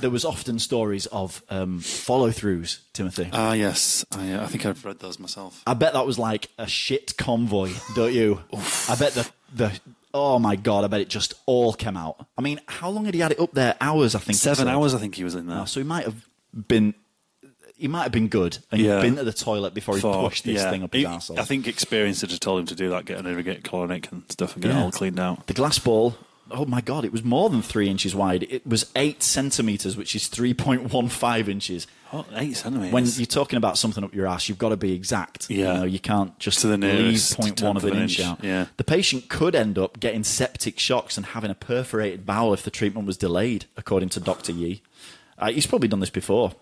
there was often stories of um, follow throughs. Timothy,
Ah, yes. I, uh, I think I've read those myself.
I bet that was like a shit convoy, don't you? I bet the the oh my god, I bet it just all came out. I mean, how long had he had it up there? Hours, I think. it said.
Seven hours, I think he was in there.
So he might have been. He might have been good and
Yeah.
been to the toilet before he
For-
pushed this
yeah.
thing up his
He-
arsehole.
I think experience had just told him to do that, get an irrigate colonic and stuff, and get
Yeah.
it all cleaned out.
The glass ball. Oh my god! It was more than three inches wide. It was eight centimeters, which is three point one five inches.
Oh, eight centimeters.
When you're talking about something up your ass, you've got to be exact.
Yeah.
you, know, you can't just
To the
leave
nearest
point one
tenth
of
of
an
an
inch,
inch,
out.
yeah.
The patient could end up getting septic shocks and having a perforated bowel if the treatment was delayed, according to Doctor Yi. Uh, he's probably done this before.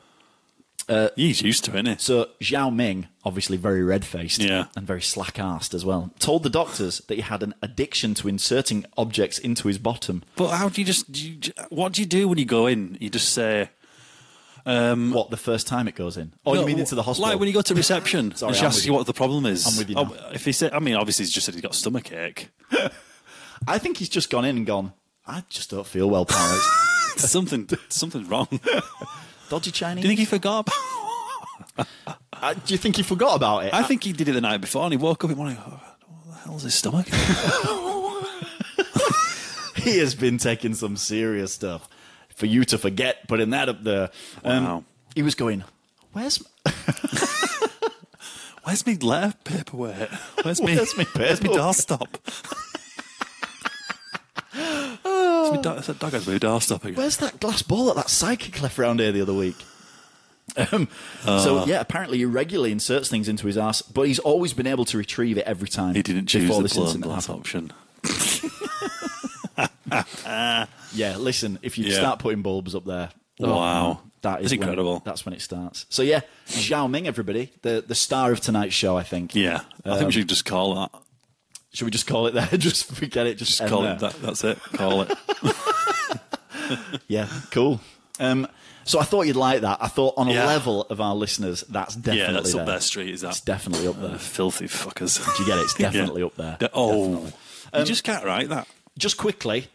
He's used to it, isn't he?
So Xiao Ming, obviously very red faced
Yeah.
and very slack assed as well, told the doctors that he had an addiction to inserting objects into his bottom.
But how do you just? Do you, what do you do when you go in? You just say,
What the first time it goes in? Oh, you
Mm. No,
mean into the hospital?
Like when you go to reception
Sorry,
and she
I'm
asks
with
you
you.
what the problem is. Oh,
I'm with you now.
if he said, I mean, obviously he's just said he's got stomach ache.
I think he's just gone in and gone. I just don't feel well, Paris.
something, something's wrong. do you
Dodgy Chinese.
think he forgot? About
Uh, do you think he forgot about it?
I think he did it the night before, and he woke up in the morning. "Oh, What the hell's his stomach?
he has been taking some serious stuff for you to forget putting that uh, up there.
Wow.
He was going. Where's m-
Where's my letter paperweight? Where's me?
Where's me
Where's me
paperweight?
doorstop? Where's my do- I said, dog has my doorstop again.
where's that glass ball at that psychic left round here the other week? Um, so yeah, apparently he regularly inserts things into his ass, but he's always been able to retrieve it every time.
He didn't choose
before
the
this
blown
incident
glass
happened.
option.
Yeah, listen, if you
Yeah.
start putting bulbs up there, oh,
Wow.
that is when
That's
it-
incredible.
that's when it starts. So yeah, Xiao Ming, everybody, the the star of tonight's show, I think.
Yeah, I
Um,
think we should just call that.
Should we just call it there? just forget it. Just,
Just
end
call
there.
it that. That's it. Call it.
Yeah, cool. Um, so I thought you'd like that. I thought on a
Yeah.
level of our listeners, that's definitely
Yeah, that's
there.
up their street, is that?
It's definitely up there.
uh, Filthy fuckers.
Do you get it? It's definitely up there. Um,
De- oh, you just can't write that.
Just quickly,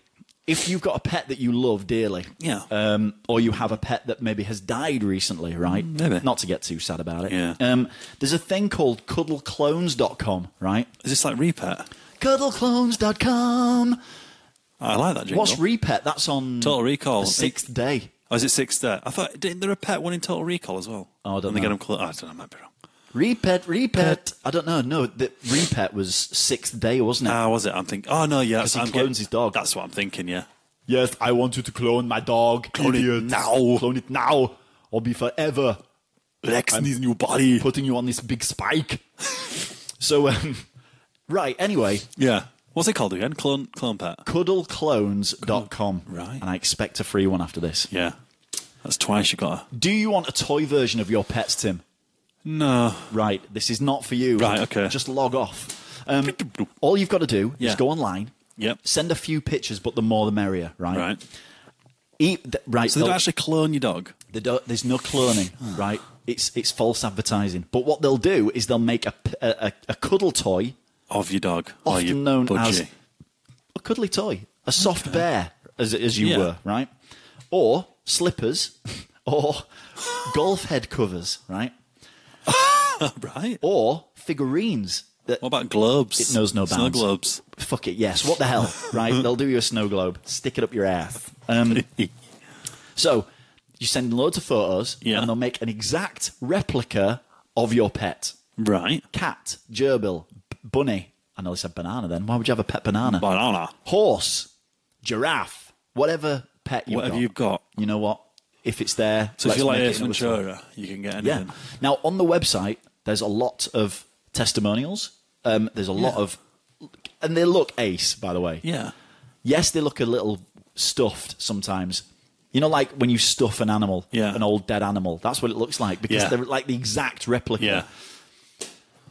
if you've got a pet that you love dearly,
Yeah.
um, or you have a pet that maybe has died recently, right?
Mm, maybe.
Not to get too sad about it.
Yeah.
Um, there's a thing called cuddleclones.com, right?
Is this like Repet?
Cuddleclones.com.
I like that jingle.
What's Repet? That's on
Total Recall?
the sixth day.
Oh, is it six there? I thought didn't there a pet one in Total Recall as well?
Oh, I don't
and They
know.
get them colour- oh, I don't know. I might be wrong.
Repet, repet. I don't know. No, the repet was sixth day, wasn't it?
Ah, was it? I'm thinking. Oh no, yeah.
'Cause he
I'm
clones his dog.
That's what I'm thinking. Yeah.
yes, I want you to clone my dog.
Clone it now.
Clone it now, or be forever
Rex needs new body.
putting you on this big spike. so, um, right. Anyway,
yeah. What's it called again? Clone clone pet.
cuddleclones.com.
Right.
And I expect a free one after this.
Yeah. That's twice you got. A...
Do you want a toy version of your pets, Tim?
No.
Right. This is not for you.
Right, okay.
Just log off. Um, all you've got to do
Yeah.
is go online.
Yep.
Send a few pictures, but the more the merrier, right?
Right.
Eat, th- right.
So they don't
they'll-
actually clone your dog.
They don't, there's no cloning, right? It's it's false advertising. But what they'll do is they'll make a p- a- a- a cuddle toy,
Of your dog. or
often
your
known
budgie.
as a cuddly toy, a soft bear, as as you
Yeah.
were, right? Or slippers, or golf head covers, right?
Oh, right.
Or figurines. That,
What about globes?
It knows no
Snow
bounds.
globes.
fuck it, yes. What the hell, right? they'll do you a snow globe, stick it up your ass. Um, so you send loads of photos,
Yeah.
and they'll make an exact replica of your pet.
Right.
cat, gerbil, b- bunny. I know they said banana then. Why would you have a pet banana?
Banana.
Horse, giraffe, whatever pet you've
Whatever
got.
you've got.
You know what? If it's there,
So
let's
if you like
make it
Ace
another story.
Ventura, you can get
Yeah.
anything.
Now, on the website, there's a lot of testimonials. Um, there's a lot of. And they look ace, by the way.
Yeah.
Yes, they look a little stuffed sometimes. You know, like when you stuff an animal,
Yeah.
an old dead animal. That's what it looks like because
Yeah.
they're like the exact replica.
Yeah.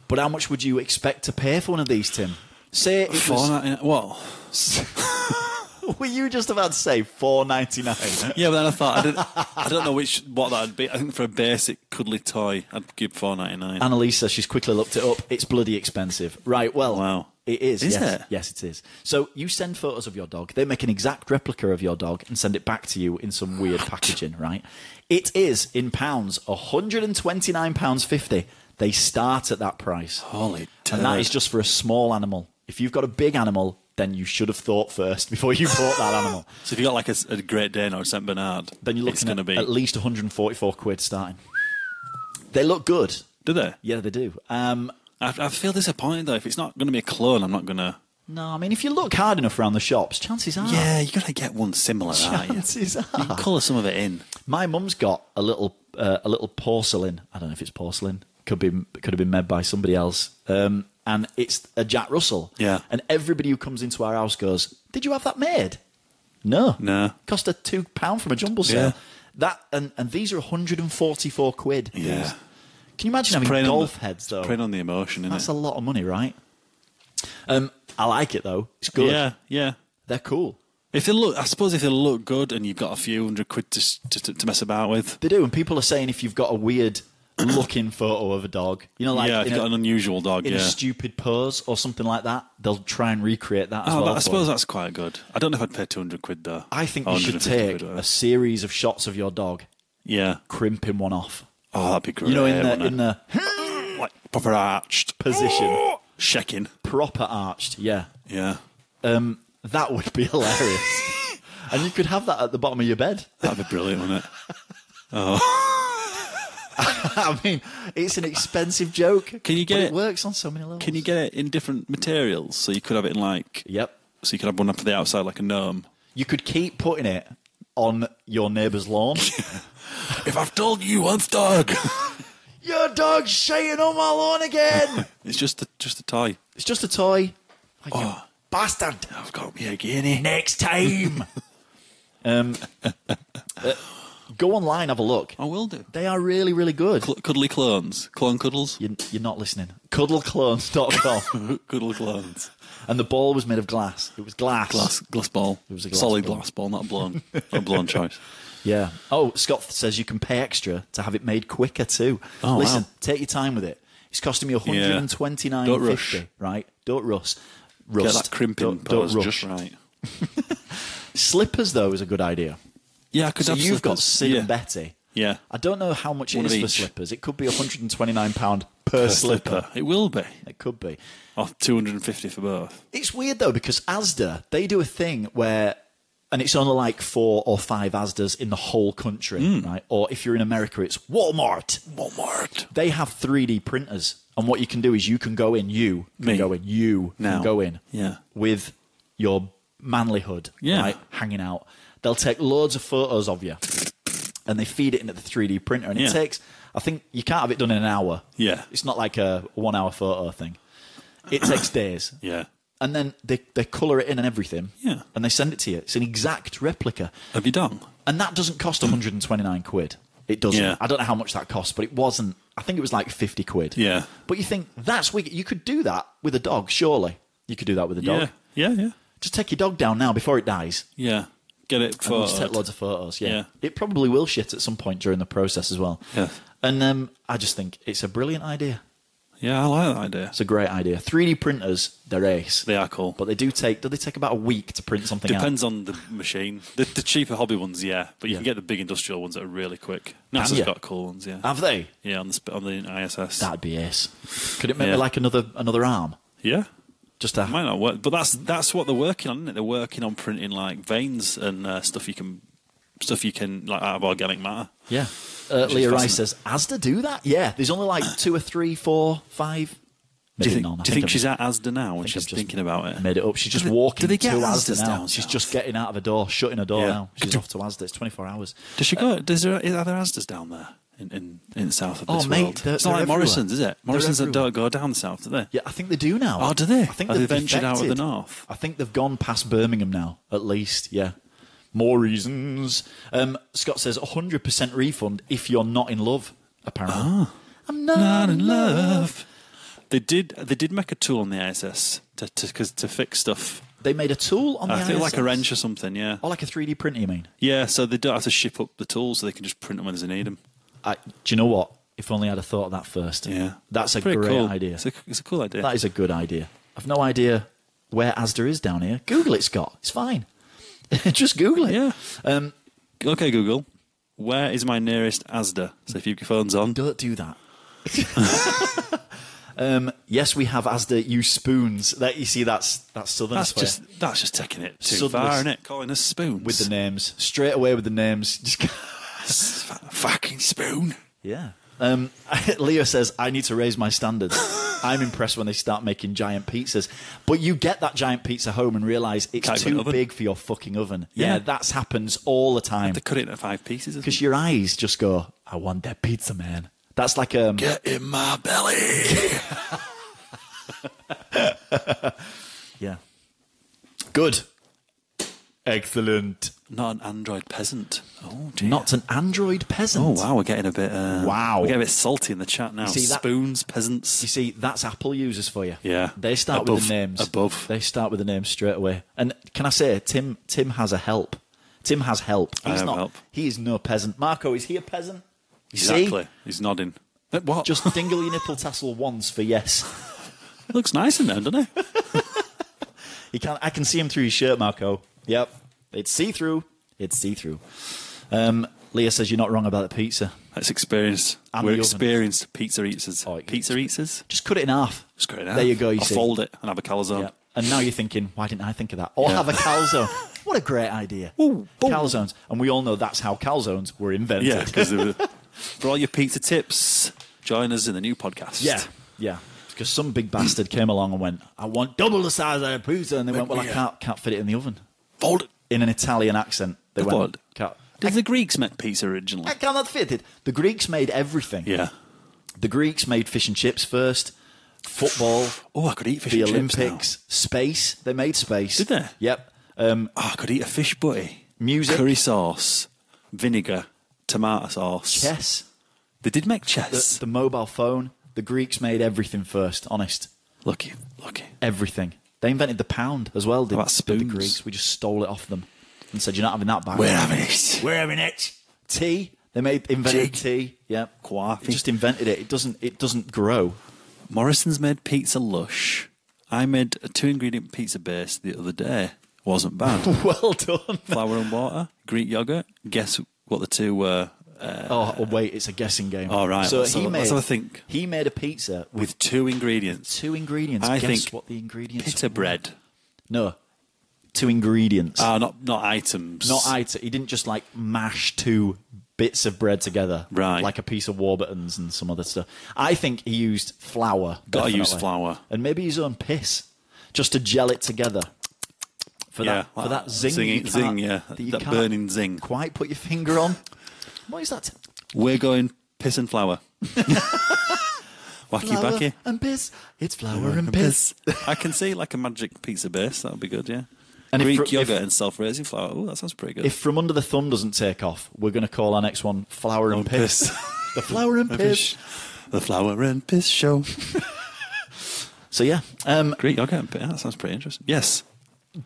But how much would you expect to pay for one of these, Tim? Say it
Four
was,
ninety nine. Well,
were you just about to say four ninety nine?
yeah, but then I thought I, didn't, I don't know which what that'd be. I think for a basic cuddly toy, I'd give four ninety nine.
Annalisa, she's quickly looked it up. It's bloody expensive. Right, well,
Wow.
it is.
Is
yes.
it?
Yes, it is. So you send photos of your dog. They make an exact replica of your dog and send it back to you in some weird packaging, right? It is, in pounds, £129.50. They start at that price.
Holy
And that is just for a small animal. If you've got a big animal, then you should have thought first before you bought that animal.
So if you got like a, s- a Great Dane or a Saint Bernard,
then you're
it's
looking
going to
at
be.
at least 144 quid starting. They look good.
do they?
Yeah, they do. Um,
I, I feel disappointed though. If it's not going to be a clone, I'm not going to.
no, I mean, if you look hard enough around the shops, chances are.
Yeah, you got to get one similar. aren't you?
Chances
You
are.
can colour some of it in.
My mum's got a little, uh, a little porcelain. I don't know if it's porcelain. Could be, could have been made by somebody else. Um, and it's a Jack Russell.
Yeah.
And everybody who comes into our house goes, "Did you have that made?" No.
No.
Cost her two pound from a jumble sale.
Yeah.
That and, and these are 144 quid.
Yeah.
These. Can you imagine having
Preying on
golf
the-
heads though?
Preying on the emotion,
That's
is
a lot of money, right? Um, I like it though. It's good.
Yeah, yeah.
They're cool.
If they look, I suppose if they look good and you've got a few hundred quid to s- to, to, to mess about with,
They do, and people are saying if you've got a weird looking photo of a dog, you know, like
yeah, if
in,
you've
a,
got an unusual dog,
in
yeah.
a stupid pose or something like that, they'll try and recreate that as
Oh,
well.
but I
for
suppose
you.
that's quite good. I don't know if I'd pay 200 quid though.
I think
Or
you should
150
take
quid,
a
whatever.
series of shots of your dog,
yeah.
crimping one off.
Oh, that'd be great.
You know, in the
wouldn't
in the
it? like proper arched
position,
shaking.
proper arched. Yeah,
Yeah,
um, that would be hilarious. and you could have that at the bottom of your bed.
that'd be brilliant, wouldn't it?
I mean, it's an expensive joke.
Can you get
but it?
it-
Works on so many levels.
Can you get it in different materials? So you could have it in like,
Yep.
so you could have one up for the outside like a gnome.
You could keep putting it on your neighbour's lawn.
If I've told you once, dog,
your dog's shitting on my lawn again.
it's just a, just a toy.
it's just a toy. Like, you
Oh,
bastard.
I've got me a guinea.
Next time. um, uh, go online, have a look.
I will do.
They are really, really good.
Cl- cuddly clones, clone cuddles,
you're, you're not listening. Cuddleclones.com.
cuddle clones,
and the ball was made of glass. It was glass.
glass glass ball,
was a glass
solid
ball.
glass ball, not a blown, not a blown choice.
Yeah. Oh, Scott says you can pay extra to have it made quicker too.
Oh,
Listen,
wow.
take your time with it. It's costing me 129
Don't rush.
right? Don't rush.
Get
Rust.
that crimping
don't, don't
pose
rush.
just right.
Slippers though is a good idea.
Yeah, because
So you've got Sid
yeah.
and Betty.
Yeah.
I don't know how much
One
it
of
is for
each.
slippers. It could be 129 pound per,
Per
slipper.
slipper. It will be. Oh,
It could be.
Or 250 for both.
It's weird though because Asda they do a thing where, and it's only like four or five Asdas in the whole country,
Hmm.
right? Or if you're in America, it's Walmart.
Walmart.
They have 3D printers, and what you can do is you can go in, you can
Me.
go in, you
Now.
can go in,
Yeah.
with your manlyhood,
Yeah.
right, hanging out. They'll take loads of photos of you, and they feed it into the 3D printer, and
Yeah.
it takes. I think you can't have it done in an hour.
Yeah.
it's not like a one-hour photo thing. It takes days
Yeah.
and then they, they colour it in and everything.
Yeah.
And they send it to you. It's an exact replica.
Have you done?
And that doesn't cost 129 quid. It doesn't.
Hmm. Yeah.
I don't know how much that costs, but it wasn't. I think it was like 50 quid.
Yeah.
But you think that's wicked. You could do that with a dog, surely. You could do that with a dog.
Yeah. Yeah. Yeah.
Just take your dog down now before it dies.
Yeah. Get it
And
for.
just take loads of photos. Yeah.
Yeah.
It probably will shit at some point during the process as well.
Yeah.
And um, I just think it's a brilliant idea.
Yeah, I like that idea.
It's a great idea. 3D printers, they're ace.
They are cool.
But they do take, do they take about a week to print something out?
Depends on the machine. The, the cheaper hobby ones, yeah, but you can get the big industrial ones that are really quick. NASA's
yeah.
got cool ones, yeah.
Have they?
yeah, on the sp- on the ISS.
That'd be ace. Could it make
Yeah.
me like another another arm?
yeah,
Just a
might not work, but that's that's what they're working on, isn't it? They're working on printing like veins and uh, stuff you can stuff you can like out of organic matter.
yeah. Uh,
is
Leah Rice says,
fascinating.
"Asda do that? Yeah. There's only like two or three, four, five.
Do you
Maybe
think,
none. I
do you think
I've-
she's at Asda now
I
when
think
she's
I've just
thinking about it?
Made it up. She's just
Do they-
walking
do they
to
get
Asda
Asdas
now.
down
She's
south?
just getting out of a door, shutting a door
Yeah.
now. She's
Do-
off to Asda. It's 24 hours.
Does she go? Does there, are there Asdas down there in, in, in the south of
Oh,
this
mate,
world?
they're-
it's not
they're
like
everywhere.
Morrison's, is it? Morrison's that
everywhere.
don't go down south, do they?
Yeah, I think they do now.
Oh, do they?
I think
Have they
they've
ventured out of the
defected.
north?
I think they've gone past Birmingham now, at least. Yeah. More reasons. Um, Scott says 100% refund if you're not in love, apparently. I'm not,
Ah. not in love. They did. They did make a tool on the ISS to to, 'cause- to fix stuff.
They made a tool on the
I think like
ISS.
a wrench or something. Yeah.
Or Oh, like a 3D printer, you mean?
Yeah. So they don't have to ship up the tools, so they can just print them when they need them.
I, do you know what? If only I'd have thought of that first.
Yeah.
That's a
Pretty
great
cool.
idea.
It's a, it's a cool idea.
That is a good idea. I've no idea where Asda is down here. Google it, Scott. It's fine. Just Google it.
Yeah.
Um,
okay, Google. Where is my nearest ASDA? So if you your phone's on,
Don't do that. um, yes, we have Asda use spoons. That you see, that's that's southern.
that's
for
just
you.
that's just taking it too
Suddenly-
far, isn't it? Calling us spoons
with the names straight away with the names. Just
fucking spoon.
yeah. Um, Leo says I need to raise my standards. I'm impressed when they start making giant pizzas, but you get that giant pizza home and realize it's
Can't go in
too
the oven.
big for your fucking oven. Yeah,
Yeah.
that's happens all the time
They cut it into five pieces.
because your eyes just go, "I want that pizza, man." That's like um,
get in my belly.
yeah, good, excellent.
Not an android peasant. Oh, dear.
Not an android peasant.
Oh wow, we're getting a bit. Uh,
Wow.
we're getting a bit salty in the chat now.
see that-
Spoons,
You
peasants.
see, that's Apple users for you.
Yeah.
They start with
Above-
the names.
above.
They start with the names straight away. And can I say, Tim Tim has a help. Tim has help. He's
I have
not
help.
he is no peasant. Marco, is he a peasant? You see?
Exactly. He's nodding. That- What?
Just dingle your nipple tassel once for yes.
looks nice in there, doesn't it?
He can I can see him through his shirt, Marco. Yep. It's see through. It's see through. Um, Leah says you're not wrong about the pizza.
That's experience.
And
we're
the oven.
experienced pizza eaters.
Oh, it-
pizza eaters.
Just cut it in half.
Just cut it out.
There you go, you
Or
see.
fold it and have a calzone.
Yeah. Um, And now you're thinking, why didn't I think of that? Or have a calzone. what a great idea.
Ooh, boom.
calzones. And we all know that's how calzones were invented.
Yeah, because for all your pizza tips, join us in the new podcast.
yeah. Yeah. Because some big bastard came along and went, I want double the size of a pizza. And they went, well, I
Yeah.
can't, can't fit it in the oven.
fold it.
In an Italian accent. They
The
went,
what?
Can't,
Did the Greeks make pizza originally?
I cannot fit it. The Greeks made everything.
Yeah.
The Greeks made fish and chips first, football,
Oh, I could eat fish
the
and chips now.
Olympics, space. They made space.
Did they?
Yep. Um,
Oh, I could eat a fish butty.
Music.
Curry sauce, vinegar, tomato sauce.
Chess.
They did make
the,
chess.
the mobile phone. The Greeks made everything first. Honest,
lucky, lucky.
everything. They invented the pound as
Oh,
well. Did,
What about
did the
spoons?
Greeks? We just stole it off them and said, "You're not having that back."
We're having it.
We're having it. Tea. They made invented tea. Yeah,
Coffee.
They Just invented it. It doesn't. It doesn't grow.
Morrison's made pizza lush. I made a two ingredient pizza base the other day. Wasn't bad.
Well done.
Flour and water, Greek yogurt. Guess what the two were?
Oh, oh, wait, it's a guessing game.
All right,
So
let's
he
have a-
made.
let's have a think.
He made a pizza with
With two ingredients.
two ingredients.
I
Guess
think
what the ingredients?
Pita
were.
bread.
No, two ingredients.
Ah, not not items.
Not ita. He didn't just like mash two bits of bread together,
Right.
Like a piece of Warburtons and some other stuff. I think he used flour.
Gotta use
definitely.
flour.
and maybe his own piss, just to gel it together. For
Yeah,
that, for that zing,
zing-
you can't-
zing, yeah,
you
that
can't
burning zing.
Quite put your finger on. What is that?
We're going piss and flour. Wacky
Flour
backy.
and piss. It's flour and piss.
I can see like a magic pizza base. That would be good, yeah.
And if
Greek
fr- if-
yogurt and self-raising flour. Oh, that sounds pretty good.
If From Under the Thumb doesn't take off, we're going to call our next one Flour and
And
Piss.
piss.
the Flour and Piss.
The flour and piss show.
So, yeah. Um,
Greek yogurt and piss. That sounds pretty interesting. Yes.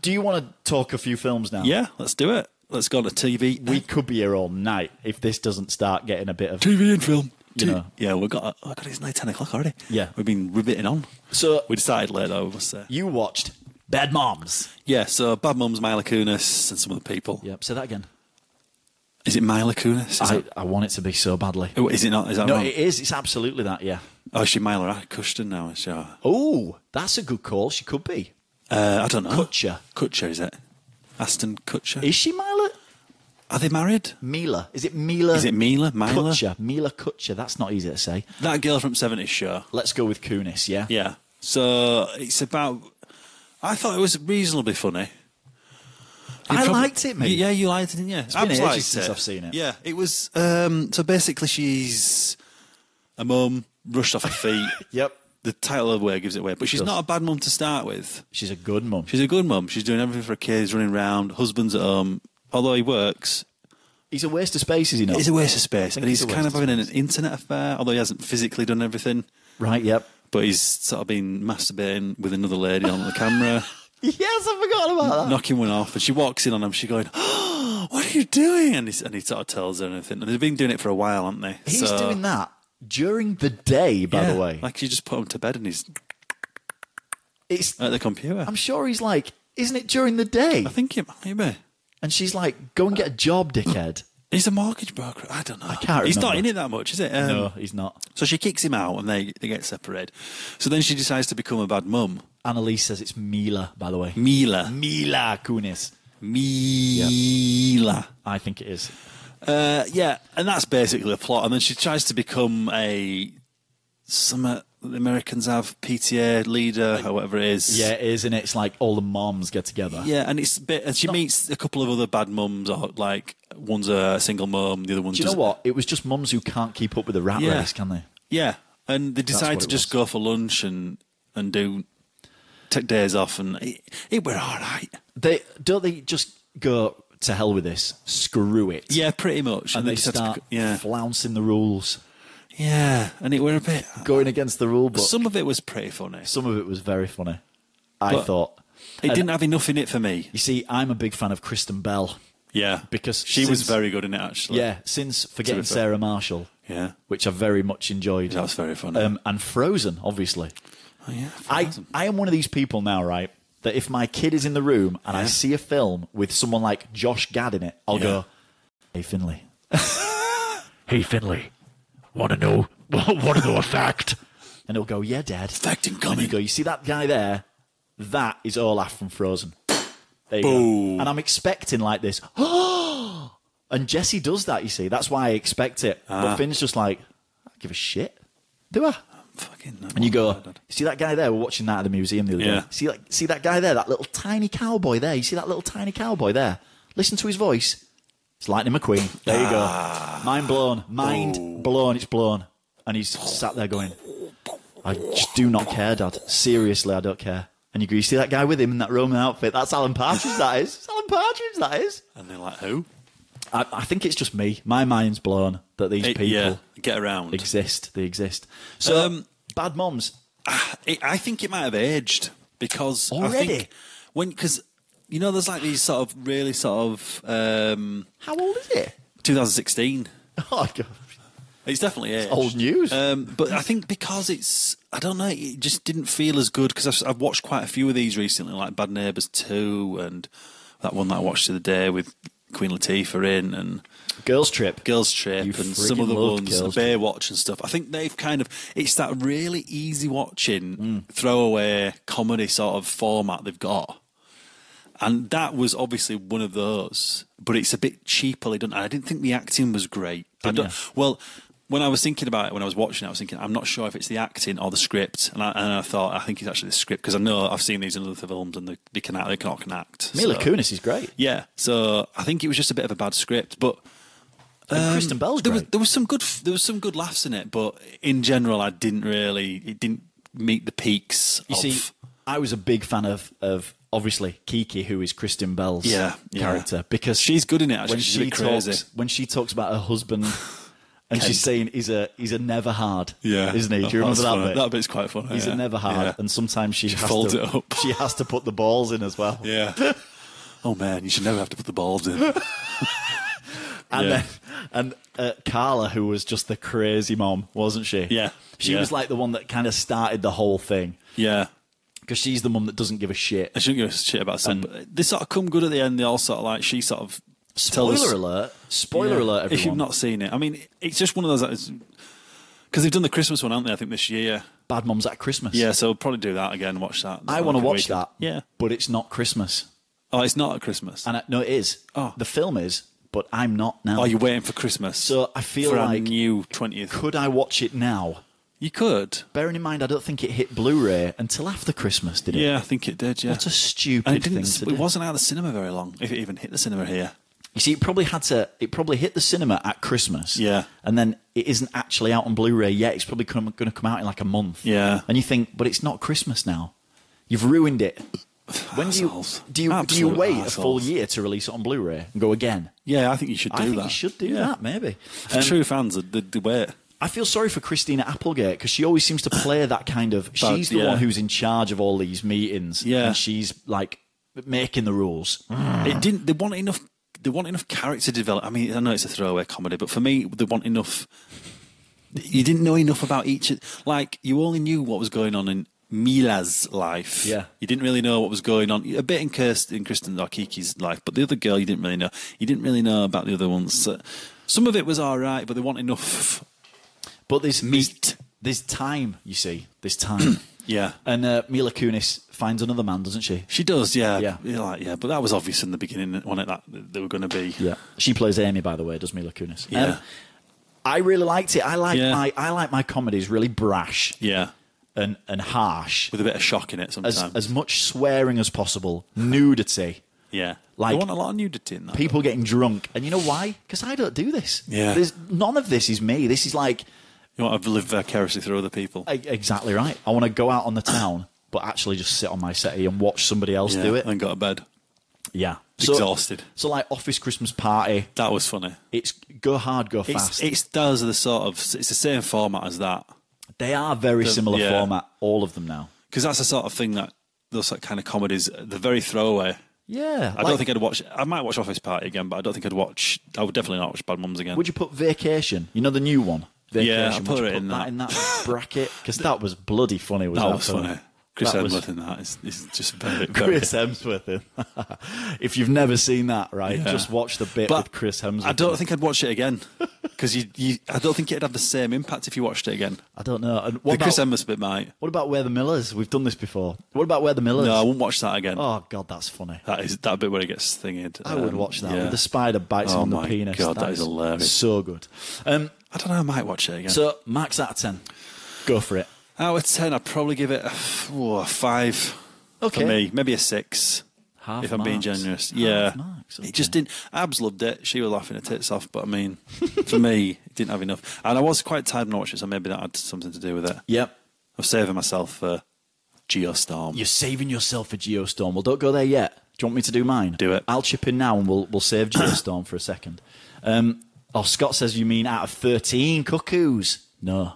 do you want to talk a few films now?
Yeah, let's do it. Let's go to TV.
Oh. We could be here all night if this doesn't start getting a bit of.
TV and film.
You
T-
know.
Yeah, we've got, oh God, it's nearly 10 o'clock already.
Yeah.
We've been riveting on.
So,
We decided later, though, we must say.
you watched Bad Moms.
Yeah, so Bad Mums, Mila Kunis, and some other people.
Yep, say that again.
Is it Mila Kunis? Is,
I,
it,
I want it to be so badly. Um,
oh, is it not? Is that
No,
wrong?
it is. It's absolutely that, yeah.
oh, is she Mila Cushton now? Is she, uh,
Oh, that's a good call. She could be.
I don't know.
Kutcher.
Kutcher, is it? Aston Kutcher.
Is she Mila?
Are they married?
Mila. Is it Mila?
Is it Mila? Mila?
Kutcher. Mila Kutcher. That's not easy to say.
That girl from 70s show.
Let's go with Kunis, yeah?
Yeah. So it's about. I thought it was reasonably funny.
I
prob-
liked it, mate.
Yeah, you liked it, didn't you? It's
been ages since I've seen it.
Yeah, it was. Um, so basically, she's a mum rushed off her feet.
Yep.
The title of the word gives it away, but she's
does.
not a bad mum to start with.
She's a good mum.
She's a good mum. She's doing everything for her kids, running around. Husband's at home. Although he works,
He's a waste of space, is he not?
it's a waste of space. And
it's
he's
a
kind of
waste of
having an internet affair, although he hasn't physically done everything.
right, yep.
But he's sort of been masturbating with another lady on the camera.
Yes, I forgot about that.
knocking one off, and she walks in on him. She going, "What are you doing?" And he, and he sort of tells her and everything. And they've been doing it for a while, haven't they?
He's
So,
doing that during the day, by
yeah,
the way.
like she just put him to bed and he's
it's,
at the computer.
I'm sure he's like, isn't it during the day?
I think it might be.
And she's like, go and get a job, dickhead.
He's a mortgage broker. I don't know. I
can't
He's not in
remember.
it that much, is it? Um,
no, he's not.
So she kicks him out, and they they get separated. So then she decides to become a bad mum.
Annalise says it's Mila, by the way.
Mila.
Mila Kunis.
Mila.
I think it is.
Uh, yeah, and that's basically the plot. And then she tries to become a some uh, Americans have PTA leader or whatever it is.
Yeah, it is, and it's like all the moms get together.
yeah, and it's a bit. And she meets a couple of other bad mums, or like one's a single mum, the other one's.
Do you know
just-
what? It was just mums who can't keep up with the rat
Yeah.
race, can they?
Yeah, and they decide
what
to
it
just
was.
go for lunch and and do take days off, and it, it were all right.
They don't they just go to hell with this? Screw it.
Yeah, pretty much.
and they
decide to
start
go- yeah,
flouncing the rules,
yeah, and it were a bit.
going against the rule book. Some,
Some of it was pretty funny.
of it was very funny. I
But-
thought.
It didn't have enough in it for me.
You see, I'm a big fan of Kristen Bell.
Yeah,
Because
she was
since-
very good in it. Actually,
Yeah, since Forgetting
fair.
Sarah Marshall,
yeah,
which I very much enjoyed.
that was very funny.
Um, and Frozen, obviously.
oh, yeah,
I, I am one of these people now, right? That if my kid is in the room and I
Yeah.
see a film with someone like Josh Gad in it, I'll
Yeah.
go, "Hey Finley,
Hey, Finley, want to know? Want to know a fact?
and he'll go, "Yeah, Dad."
fact
And you
incoming.
go, "You see that guy there? That is Olaf from Frozen." There you
Boom.
go. And I'm expecting like this. and Jesse does that. You see, that's why I expect it. But Finn's just like, "I don't give a shit." Do I?
Fucking.
And you go, uh, see that guy there? We're watching that at the museum the other
Yeah.
day. See, like, see that guy there? That little tiny cowboy there. You see that little tiny cowboy there? Listen to his voice. It's Lightning McQueen. There you
Ah.
go. Mind blown. Mind
Oh.
blown. It's blown. And he's sat there going, I just do not care, Dad. Seriously, I don't care. And you go, you see that guy with him in that Roman outfit? That's Alan Partridge, that is. It's Alan Partridge, that is.
and they're like, who?
I, I think it's just me. My mind's blown that these
It-
people
yeah, get around.
exist. They exist. So,
Um,
bad moms.
It, I think it might have aged because I
Already?
think when because you know there's like these sort of really sort of um,
How old is it?
2016.
Oh, God.
It's definitely aged.
old news.
Um, but I think because it's, I don't know, it just didn't feel as good because I've, I've watched quite a few of these recently, like Bad Neighbours 2 and that one that I watched the other day with Queen Latifah in and
Girls Trip.
Girls Trip
You
and some
friggin'
other
loved
ones,
Girls
Baywatch and stuff. I think they've kind of, it's that really easy watching,
Mm.
throwaway comedy sort of format they've got. And that was obviously one of those, but it's a bit cheaply done. And I didn't think the acting was great. I don't, well, when I was thinking about it, when I was watching it, I was thinking, I'm not sure if it's the acting or the script. And I, and I thought, I think it's actually the script because I know I've seen these in other films and they, they, can, act- they can all can act.
Mila
So-
Kunis is great.
Yeah. So I think it was just a bit of a bad script, but
and Kristen Bell's
Um, Mm, there
great.
was there was some good there was some good laughs in it, but in general, I didn't really it didn't meet the peaks.
You
of,
see, I was a big fan of of obviously Kiki, who is Kristen Bell's
Yeah, yeah.
character, because
She's good in it, actually.
When
She's a
she
bit crazy.
talks, when she talks about her husband, and
Kent.
she's saying he's a he's a never hard, isn't he? Do you remember
That's
that
funny.
bit?
That bit's quite funny.
He's
yeah.
a never hard,
Yeah.
and sometimes she, has
folds
to,
it up.
She has to put the balls in as well.
Yeah. Oh man, you should never have to put the balls in.
And
Yeah.
then, and uh, Carla, who was just the crazy mom, wasn't she?
Yeah,
she
yeah.
was like the one that kind of started the whole thing
yeah.
because she's the mum that doesn't give a shit.
I shouldn't give a shit about some. but they sort of come good at the end. They all sort of like she sort of tells
Spoiler alert! Spoiler
Yeah.
alert! Everyone.
If you've not seen it, I mean, it's just one of those because they've done the Christmas one, haven't they? I think this year.
Bad Moms at Christmas.
Yeah, so probably do that again. Watch that.
I want to
Like a
watch
weekend.
that.
Yeah.
but it's not Christmas.
Oh, it's not at Christmas.
And I, no, it is.
Oh.
the film is, but I'm not now.
oh, you're waiting for Christmas.
So I feel
for
like-
a new twentieth.
Could I watch it now?
You could.
Bearing in mind, I don't think it hit Blu-ray until after Christmas, did it?
Yeah, I think it did. Yeah.
What a stupid
and it didn't.
thing to
it
do.
wasn't out of the cinema very long. If it even hit the cinema here.
You see, it probably had to. It probably hit the cinema at Christmas.
Yeah.
and then it isn't actually out on Blu-ray yet. It's probably come, going to come out in like a month.
Yeah.
and you think, but it's not Christmas now. You've ruined it. When do you
Assholes.
do you, do you
Absolute
wait a full
assholes.
year to release it on Blu-ray and go again?
Yeah, I think you should do
I think
that.
you should do
Yeah.
that. Maybe.
For
Um,
true fans, they'd, they'd wait.
I feel sorry for Christina Applegate because she always seems to play that kind of. She's the
yeah.
one who's in charge of all these meetings.
Yeah.
and she's like making the rules.
It didn't. They want enough. They want enough character develop. I mean, I know it's a throwaway comedy, but for me, they want enough. You didn't know enough about each. Like you only knew what was going on in Mila's life.
Yeah.
you didn't really know what was going on. A bit in Kirsten, in Kristen or Kiki's life, but the other girl, you didn't really know. You didn't really know about the other ones. So some of it was all right, but they want enough.
But there's
Meat.
There's, there's time, you see. There's time.
Yeah.
And uh, Mila Kunis finds another man, doesn't she?
She does, yeah,
Yeah.
You're like, yeah. But that was obvious in the beginning, when it that they were going to be.
She plays Amy, by the way, does Mila Kunis? Um,
Yeah.
I really liked it. I like
Yeah.
my I like my comedies really brash
yeah,
and and harsh.
with a bit of shock in it sometimes.
As as much swearing as possible, nudity,
Yeah.
Like-
Like, they want a lot of nudity in that.
people getting drunk, and you know why? Because I don't do this.
Yeah.
There's none of this is me. This is like
you want to live vicariously through other people.
e- exactly right. I want to go out on the town, but actually just sit on my settee and watch somebody else
Yeah,
do it.
And go to bed.
Yeah.
Exhausted.
So like office Christmas party,
That was funny.
It's go hard, go
It's,
fast.
it's those are the sort of, it's the same format as that.
they are very similar
yeah.
format, all of them now.
Because that's the sort of thing that, those sort of kind of comedies, they're very throwaway.
Yeah,
I don't think I'd watch, I might watch Office Party again, but I don't think I'd watch, I would definitely not watch Bad Mums again.
Would you put Vacation? You know the new one. Vacation.
Yeah, I
would
put
you
it in
that,
that.
in that bracket because that was bloody funny. Was
that
that
was funny. Chris
That was-
Hemsworth in that is, is just very, very
Chris Hemsworth. In. if you've never seen that, right,
Yeah.
just watch the bit with Chris Hemsworth.
I
in.
don't think I'd watch it again because you, you, I don't think it'd have the same impact if you watched it again.
I don't know. And what
the Chris
about
Hemsworth bit might.
what about Where the Millers? We've done this before. What about Where the Millers?
No, I wouldn't watch that again.
Oh God, that's funny.
That is that bit where it gets thinged.
I would watch that.
Um, yeah.
with The spider bites
Oh
on the
my
penis.
God, that is hilarious.
So good. Um,
I don't know. I might watch it again. So
So max out of ten. Go for it.
out of ten, I'd probably give it a, f- oh, a five.
Okay.
For me, maybe a six.
Half
if I'm being
marks.
generous,
Half
yeah.
marks, okay.
It just didn't. Abs loved it. She was laughing her tits off, but I mean, for me, it didn't have enough. And I was quite tired when I watched it, so maybe that had something to do with it.
Yep.
I'm saving myself for Geostorm.
You're saving yourself for Geostorm. Well, don't go there yet. Do you want me to do mine?
Do it.
I'll chip in now and we'll we'll save Geostorm for a second. Um, oh, Scott says you mean out of thirteen cuckoos. No,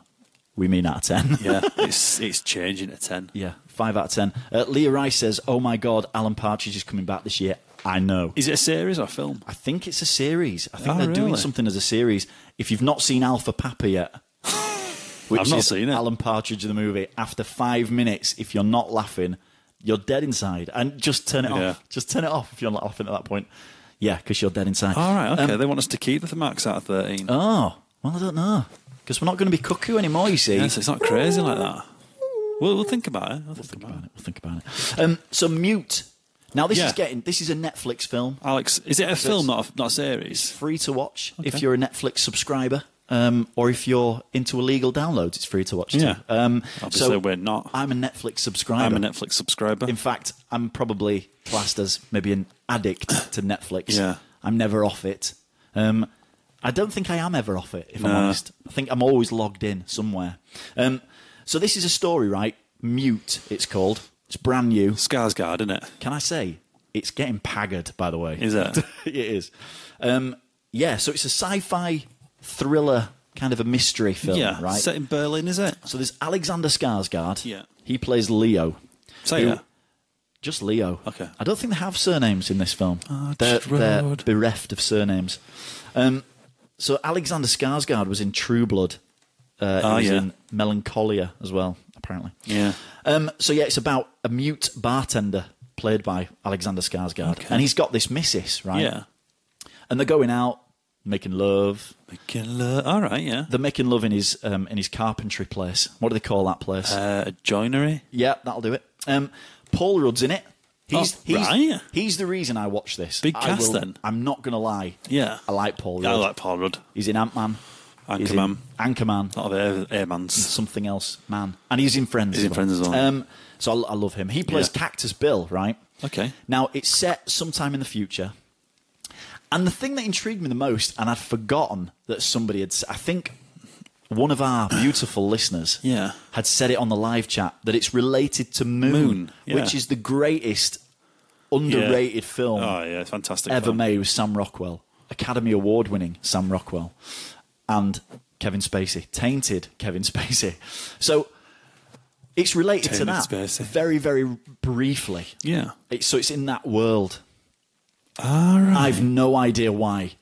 we mean out of ten.
yeah, it's it's changing to ten.
yeah, five out of ten. Uh, Leah Rice says, "Oh my God, Alan Partridge is coming back this year. I know.
Is it a series or a film?
I think it's a series. I think
Oh,
they're doing
really?
something as a series. If you've not seen Alpha Papa yet, which
I've not
is
seen it.
Alan Partridge in the movie, after five minutes, if you're not laughing, you're dead inside. And just turn it
Yeah.
off. Just turn it off if you're not laughing at that point. Yeah, because you're dead inside.
All right, okay.
Um,
they want us to keep the max out of 13.
oh, well, I don't know. Because we're not going to be cuckoo anymore, you see.
Yeah, so it's not crazy like that. We'll, we'll think about it. We'll think about
About it, We'll think about it. Um, so, Mute. Now, this
Yeah.
is getting, this is a Netflix film.
it. Alex, is it a film, not a, not a series?
free to watch if
Okay.
you're a Netflix subscriber, um, or if you're into illegal downloads, it's free to watch.
Yeah.
too. um,
Obviously,
so
we're not.
I'm a Netflix subscriber.
I'm a Netflix subscriber.
In fact, I'm probably classed as maybe an addict to Netflix.
Yeah.
I'm never off it. Um, I don't think I am ever off it, if I'm
No.
honest. I think I'm always logged in somewhere. Um, so this is a story, right? Mute, it's called. It's brand new.
Skarsgård, isn't it?
Can I say it's getting paggered? By the way,
Is it?
it is. Um, yeah, so it's a sci-fi thriller, kind of a mystery film,
yeah,
right?
set in Berlin, is it?
so there's Alexander Skarsgård.
Yeah.
he plays Leo.
Say
Who-
it.
Just Leo.
Okay. Ah,
I don't think they have surnames in this film. they're,
just
they're
road.
bereft of surnames. Um, so Alexander Skarsgård was in True Blood. Uh, he
Ah,
was
yeah.
in Melancholia as well, apparently.
Yeah.
Um, so yeah, it's about a mute bartender played by Alexander Skarsgård, and he's got this missus, right?
Yeah.
And they're going out, making love.
Making love. All right, yeah.
They're making love in his um, in his carpentry place. What do they call that place?
Uh, a joinery.
yeah, that'll do it. Um, Paul Rudd's in it. He's,
Oh,
he's,
right.
he's the reason I watched this.
Big
I
cast
will-
then.
I'm not gonna lie.
Yeah.
I like Paul Rudd.
I like Paul Rudd.
he's in Ant Man.
Anchorman.
Anchorman.
Not of Air, Airman's.
something else man and he's in friends
He's in Friends as well.
um, so I, I love him he plays
Yeah.
cactus bill right
Okay.
now it's set sometime in the future and the thing that intrigued me the most and i'd forgotten that somebody had s- i think one of our beautiful listeners
Yeah.
had said it on the live chat that it's related to moon,
Moon, yeah.
which is the greatest underrated film
Oh, yeah, it's fantastic.
ever
film.
made with Sam Rockwell, Academy Award winning Sam Rockwell, and Kevin Spacey, tainted Kevin Spacey. So it's related to
Tainted
that
Spacey.
very, very briefly.
Yeah.
It's, so it's in that world.
All right.
I've no idea why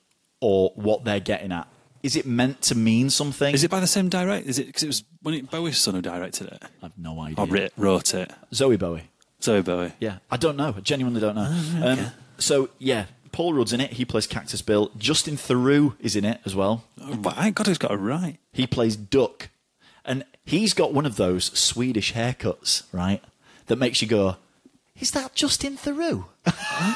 or what they're getting at. Is it meant to mean something?
Is it by the same direct? Is it because it was when it Bowie's son who directed it
I've no
or
idea.
writ- wrote it?
Zoe Bowie.
Zoe Bowie.
Yeah, I don't know. I genuinely don't know.
Oh,
um, so yeah, Paul Rudd's in it. He plays Cactus Bill. Justin Theroux is in it as well.
Oh, but I God, he's got a right.
He plays Duck. And he's got one of those Swedish haircuts, right? That makes you go, is that Justin Theroux?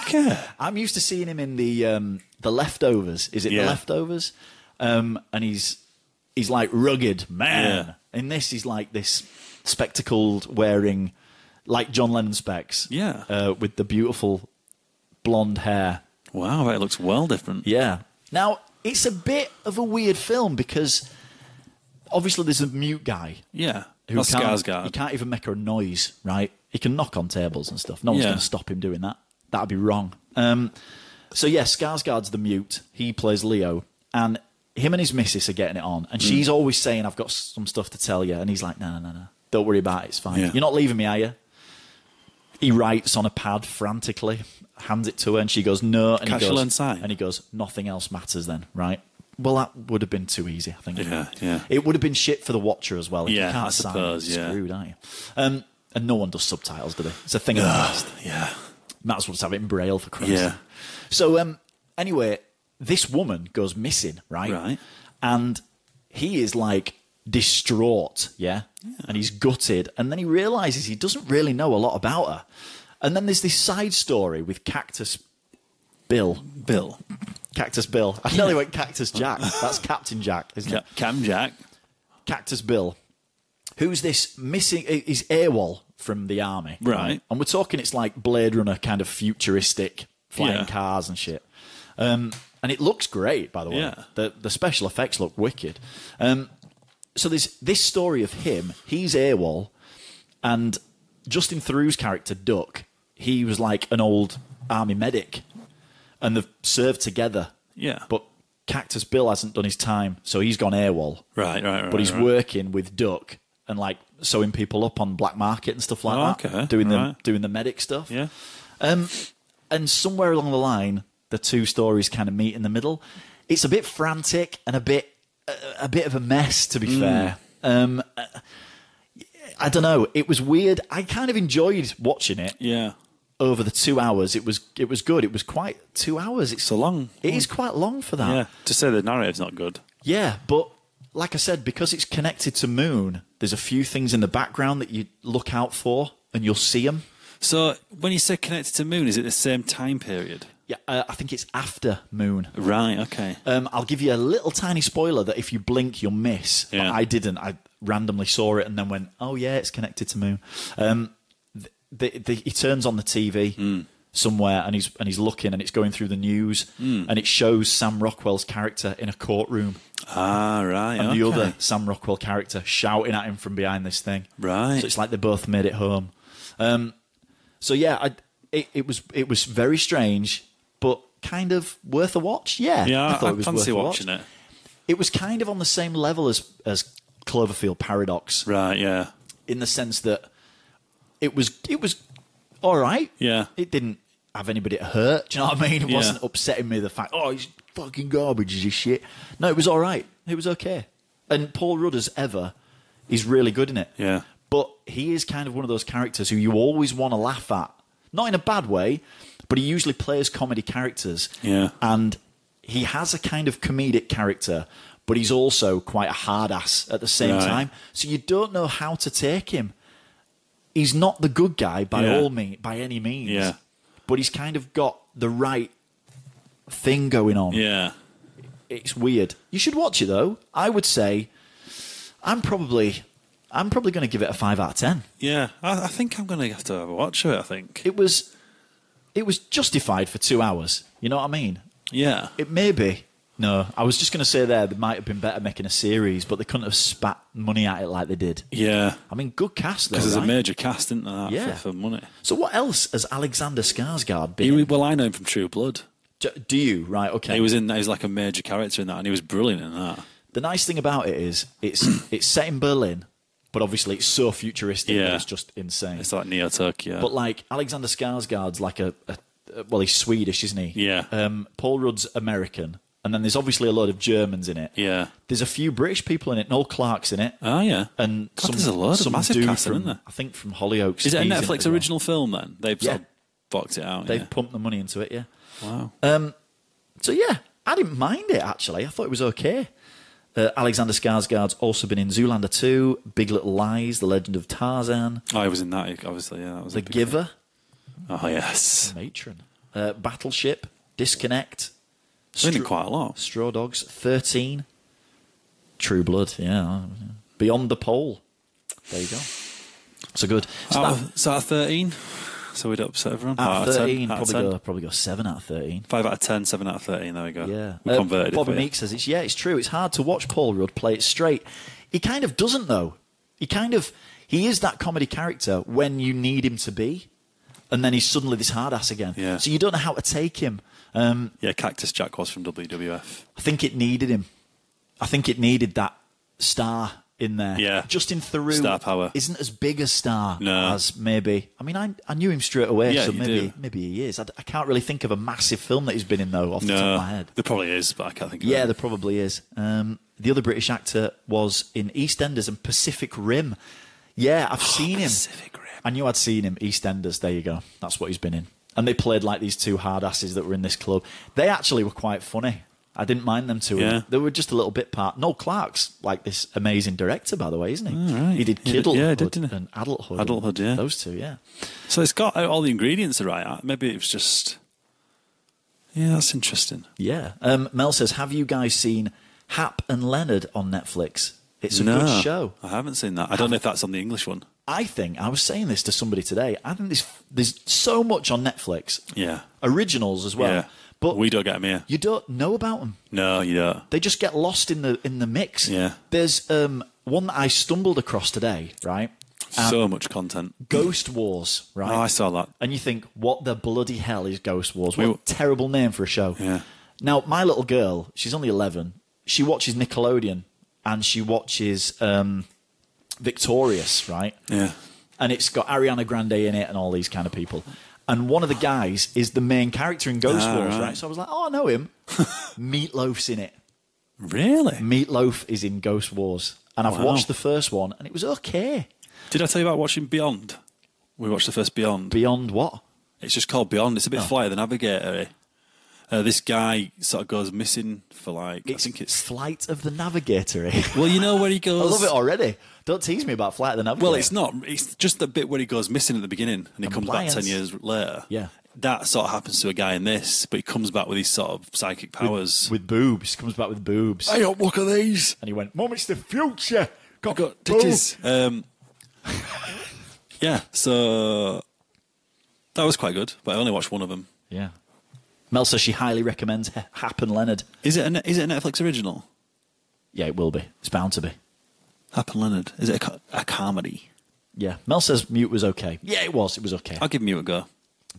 Okay.
I'm used to seeing him in the um, the leftovers. Is it the
Yeah.
leftovers? Um, and he's he's like rugged man. In this, he's like this spectacled wearing, like John Lennon specs.
Yeah.
uh, with the beautiful blonde hair.
Wow, that looks well different.
Yeah. Now it's a bit of a weird film because obviously there's a mute guy
Yeah.
who
That's
can't, he
Skarsgård.
can't even make a noise, right? He can knock on tables and stuff. No one's
Yeah.
going to stop him doing that. That'd be wrong. Um, so yeah, Skarsgård's the mute. He plays Leo, and him and his missus are getting it on. And
Mm.
she's always saying, "I've got some stuff to tell you," and he's like, "No, no, no, no. Don't worry about it. It's fine.
Yeah.
You're not leaving me, are you?" He writes on a pad frantically, hands it to her, and she goes, "No." And
Cash
he
will
goes,
inside.
and he goes, "Nothing else matters then, right?" Well, that would have been too easy, I think.
Yeah, yeah.
It would have been shit for the watcher as well. If
Yeah,
you can't
I
sign,
suppose,
you're
yeah.
Screwed, aren't you? Um, and no one does subtitles, do they? It's a thing of the past.
Yeah.
Might as well just have it in braille for Christ.
Yeah.
So um, anyway, this woman goes missing, right?
Right.
And he is like distraught, yeah? And he's gutted, and then he realizes he doesn't really know a lot about her. And then there's this side story with Cactus Bill.
Bill.
Cactus Bill. I nearly went Cactus Jack. That's Captain Jack, isn't it?
Ca- Cam Jack.
Cactus Bill, who's this missing? He's AWOL from the army,
Right.
And we're talking it's like Blade Runner kind of futuristic flying
Yeah.
cars and shit. Um, and it looks great, by the way.
Yeah.
The the special effects look wicked. Um, so there's this story of him. He's AWOL, and Justin Theroux's character Duck. He was like an old army medic, and they've served together.
Yeah.
But Cactus Bill hasn't done his time, so he's gone AWOL
Right, right, right.
but he's
right.
working with Duck and like sewing people up on black market and stuff like
Oh,
that.
okay.
Doing the
Right.
doing the medic stuff.
Yeah.
and somewhere along the line, the two stories kind of meet in the middle. It's a bit frantic and a bit a, a bit of a mess, to be
Mm.
fair. Um, uh, I don't know. It was weird. I kind of enjoyed watching it
Yeah.
over the two hours. It was it was good. It was quite two hours. It's
So long.
It is quite long for that.
Hmm. Yeah. Ah. To say the narrative's not good.
Yeah, but like I said, because it's connected to Moon, there's a few things in the background that you look out for and you'll see them.
So when you say connected to Moon, is it the same time period?
Yeah, uh, I think it's after Moon.
Right. Okay.
Um, I'll give you a little tiny spoiler that if you blink, you'll miss. But
Yeah.
I didn't. I randomly saw it and then went, "Oh yeah, it's connected to Moon." Um, th the, the, he turns on the TV somewhere and he's and he's looking and it's going through the news and it shows Sam Rockwell's character in a courtroom
ah. Right.
and
okay.
the other Sam Rockwell character shouting at him from behind this thing.
Right.
So it's like they both made it home. Um, so yeah, I, it, it was it was very strange, but kind of worth a watch. Yeah,
Yeah. I,
thought it was
fancy
worth a
watching
watch.
it.
It was kind of on the same level as as Cloverfield Paradox
Right. Yeah.
in the sense that it was it was all right.
Yeah.
it didn't have anybody to hurt. Do you know what I mean? It
Yeah.
wasn't upsetting me the fact oh he's fucking garbage is this shit. No, it was all right. It was okay. And Paul Rudd as ever is really good in it.
Yeah.
but he is kind of one of those characters who you always want to laugh at, not in a bad way, but he usually plays comedy characters.
Yeah.
and he has a kind of comedic character. But he's also quite a hard ass at the same
Right.
time. So you don't know how to take him he's not the good guy by
Yeah.
all mean by any means.
Yeah.
But he's kind of got the right thing going on.
Yeah.
It's weird. You should watch it though. I would say I'm probably I'm probably gonna give it a five out of ten.
Yeah. I, I think I'm gonna have to have a watch of it. I think.
It was it was justified for two hours. You know what I mean?
yeah.
It may be. No, I was just going to say there, they might have been better making a series, but they couldn't have spat money at it like they did.
yeah.
I mean, good cast though.
Because there's
right?
a major cast in there
Yeah.
for, for money.
so what else has Alexander Skarsgård
He,
been?
was- well, I know him from True Blood.
Do, do you right? Okay,
He was in. He was like a major character in that, and he was brilliant in that.
the nice thing about it is it's it's set in Berlin, but obviously it's so futuristic that
Yeah.
it's just insane.
It's like Neo Tokyo.
but like Alexander Skarsgård's like a, a, a- well, he's Swedish, isn't he?
Yeah.
Um, Paul Rudd's American, and then there's obviously a load of Germans in it.
yeah.
There's a few British people in it. Noel Clark's in it,
Oh yeah.
and
God,
some,
there's a lot
some
of massive
dude
cast,
from
isn't there?
I think from Hollyoaks.
Is it a
he's in
Netflix
as well.
original film then? They've sort
Yeah.
of boxed it out.
They've
yeah.
pumped the money into it. Yeah.
Wow.
uh, So yeah, I didn't mind it actually. I thought it was okay. Uh, Alexander Skarsgård's also been in Zoolander 2, Big Little Lies, The Legend of Tarzan,
Oh, I was in that, obviously. Yeah, that was a
The
big-
Giver,
Oh, yes.
Matron, uh, Battleship, Disconnect,
I've been in
Str-
quite a lot.
Straw Dogs, 13, True Blood, yeah, Beyond the Pole. There you go. So good. So
Out
that-
of, so out of 13, so we'd upset everyone.
out of 13,
out of
probably go, probably go 7 out of 13.
5 out of 10, 7 out of 13. There we go.
Yeah.
We
Uh,
converted
Bobby
it. for you.
Meek says it's yeah, it's true. It's hard to watch Paul Rudd play it straight. He kind of doesn't though. He kind of he is that comedy character when you need him to be, and then he's suddenly this hard ass again.
Yeah.
So you don't know how to take him.
Yeah, Cactus Jack was from WWF.
I think it needed him. I think it needed that star in there.
Yeah.
Justin Theroux
Star power.
isn't as big a star
No.
as maybe. I mean, I, I knew him straight away,
Yeah,
so
you
maybe
do.
maybe he is. I, d- I can't really think of a massive film that he's been in though, off the top of my
No,
head.
there probably is, but I can't think of
Yeah,
it.
there probably is. Um, the other British actor was in EastEnders and Pacific Rim. Yeah, I've seen him.
Oh, Pacific Rim.
I knew I'd seen him. EastEnders. There you go. That's what he's been in. And they played like these two hard asses that were in this club. They actually were quite funny. I didn't mind them too.
Yeah.
They were just a little bit part. Noel Clark's like this amazing director, by the way, isn't he? He did
He did-
Kiddlehood
yeah, he did, didn't he?
and Adulthood.
Adulthood, yeah.
Those two, yeah.
So it's got all the ingredients are right. Uh, Maybe it was just. Yeah, that's interesting.
Yeah. Um, Mel says, have you guys seen Hap and Leonard on Netflix? It's a
no,
good show.
I haven't seen that. I don't know if that's on the English one.
I think I was saying this to somebody today. I think there's there's so much on Netflix,
Yeah.
originals as well,
yeah.
but
we don't get them here.
you don't know about them.
No, you don't.
They just get lost in the in the mix.
Yeah.
There's um, one that I stumbled across today, right?
so much content.
Ghost Wars, Um, right?
Oh, I saw that.
And you think, what the bloody hell is Ghost Wars? What
We
a
were-
terrible name for a show.
Yeah.
Now, my little girl, she's only 11, she watches Nickelodeon and she watches um, Victorious, right?
Yeah.
and it's got Ariana Grande in it and all these kind of people. And one of the guys is the main character in Ghost
Ah,
Wars,
right.
right. So I was like, oh, I know him. Meatloaf's in it.
Really?
Meatloaf is in Ghost Wars. And I've
Wow.
watched the first one and it was okay.
Did I tell you about watching Beyond? We watched the first Beyond.
Beyond what?
It's just called Beyond. It's a bit
Oh.
Flyer the Navigator. Uh, this guy sort of goes missing for like I think it's
Flight of the Navigator. eh?
well, you know where he
I
goes.
love it already. Don't tease me about Flight of the Navigator.
Well, it's not. It's just the bit where he goes missing at the beginning and he comes back
Compliance.
ten years later.
Yeah.
that sort of happens to a guy in this, but he comes back with these sort of psychic powers.
with boobs. Comes back with boobs.
hey, up, look at these.
And he went, Mum, it's the future. Got,
Got
boobs."
titties. Um, yeah, so that was quite good, but I only watched one of them.
Yeah. Mel says she highly recommends Ha- Happen Leonard.
Is it? A, is it a Netflix original?
Yeah, it will be. It's bound to be.
Happen Leonard. Is it a, co- a comedy?
Yeah. Mel says Mute was okay. Yeah, it was. It was okay.
I'll give you a go.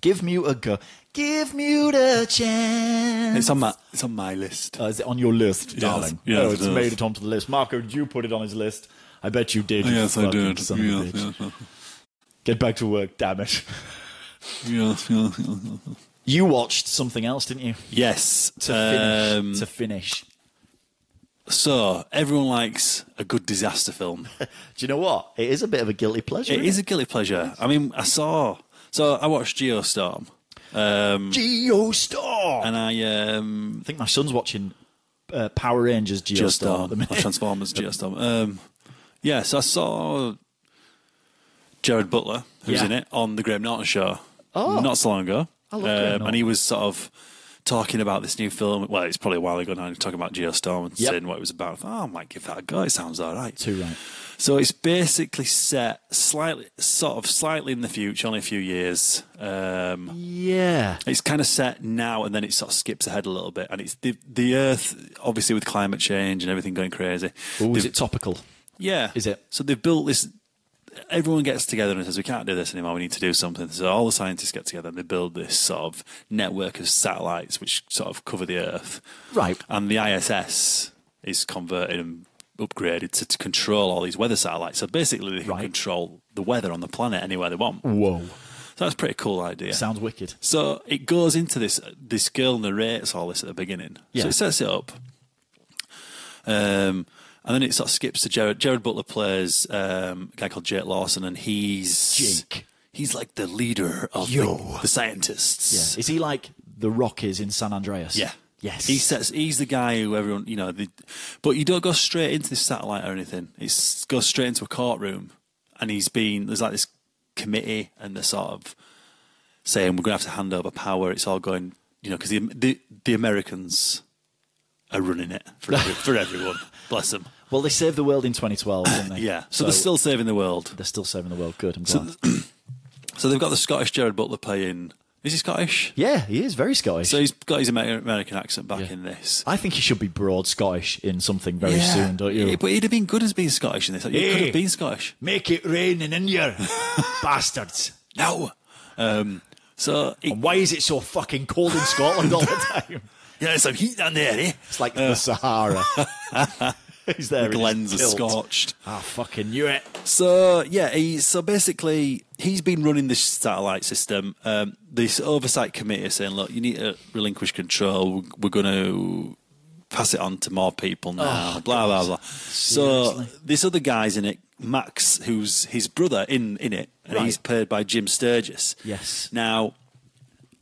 Give Mute a go. Give Mute a chance.
It's on my it's on my list.
Uh, is it on your list, darling?
yes,
oh,
it
it's
is.
made it onto the list. Marco, you put it on his list. I bet you did. you
Oh, yes, I
fucking
did.
son of a
Yes,
bitch.
yes, yes,
Get back to work, damn it.
yes, yes, yes.
You watched something else, didn't you?
Yes.
To finish.
um,
to finish.
so everyone likes a good disaster film.
Do you know what? It is a bit of a guilty pleasure.
it is a guilty pleasure. I mean, I saw. So I watched Geostorm, um,
Geostorm.
and I um,
I think my son's watching uh, Power Rangers Geostorm. at the
Geostorm,
minute.
or Transformers Geostorm. Um, yeah, so I saw Jared Butler, who's
Yeah. Oh.
in it, on the Graham Norton show not so long ago. Um,
I love Graham
and he was sort of talking about this new film. Well, it's probably a while ago now. He was talking about Geostorm and
Yep.
saying what it was about. I thought, oh, I might give that a go. It sounds all right.
Too right.
So it's basically set slightly, sort of slightly in the future, only a few years. Um,
Mm. Yeah.
it's kind of set now, and then it sort of skips ahead a little bit. And it's the the Earth, obviously, with climate change and everything going crazy.
Or is
they've-
it topical?
Yeah,
is it?
So they've built this. Everyone gets together and says, "We can't do this anymore. We need to do something." So all the scientists get together and they build this sort of network of satellites which sort of cover the Earth.
Right.
And the ISS is converted and upgraded to, to control all these weather satellites. So basically, they can
Right. Mm.
control the weather on the planet anywhere they want. So
Whoa.
that's a pretty cool idea.
Sounds wicked.
So it goes into this. This girl narrates all this at the beginning.
Yeah.
So it sets it up. Um, and then it sort of skips to Jared. Jared Butler plays um, a guy called Jake Lawson, and he's
Jake.
He's like the leader of
Yo.
The, the scientists.
Yeah. Is he like the Rock is in San Andreas?
Yeah.
Yes.
He sets. He's the guy who everyone you know. The, but you don't go straight into this satellite or anything. It goes straight into a courtroom, and he's been there's like this committee and they're sort of saying we're going to have to hand over power. It's all going, you know, because the, the the Americans are running it for every, for everyone. Bless them.
well, they saved the world in 2012, didn't they?
Yeah. So, they're still saving the world.
they're still saving the world. Good. I'm glad.
So they've got the Scottish Jared Butler playing. Is he Scottish?
yeah, he is very Scottish.
So he's got his Amer- American accent back
Yeah.
in this.
I think he should be broad Scottish in something very soon, don't you? Eh.
Yeah, but he'd have been good as being Scottish in this. Like, You could
Yeah.
have been Scottish.
Make it rain in India, bastards.
No. Um, so, it,
And why is it so fucking cold in Scotland all the time?
yeah, there's some heat down there, eh?
It's like the Sahara. He's there. in his
Glens are
kilt.
scorched.
I fucking knew it.
So, yeah, he, so basically, he's been running this satellite system. Um, this oversight committee is saying, look, you need to relinquish control. We're, we're going to pass it on to more people now. blah, blah, blah. So,
Oh, Seriously?
this other guy's in it, Max, who's his brother in, in it, and
Right.
he's played by Jim Sturgis.
Yes.
Now,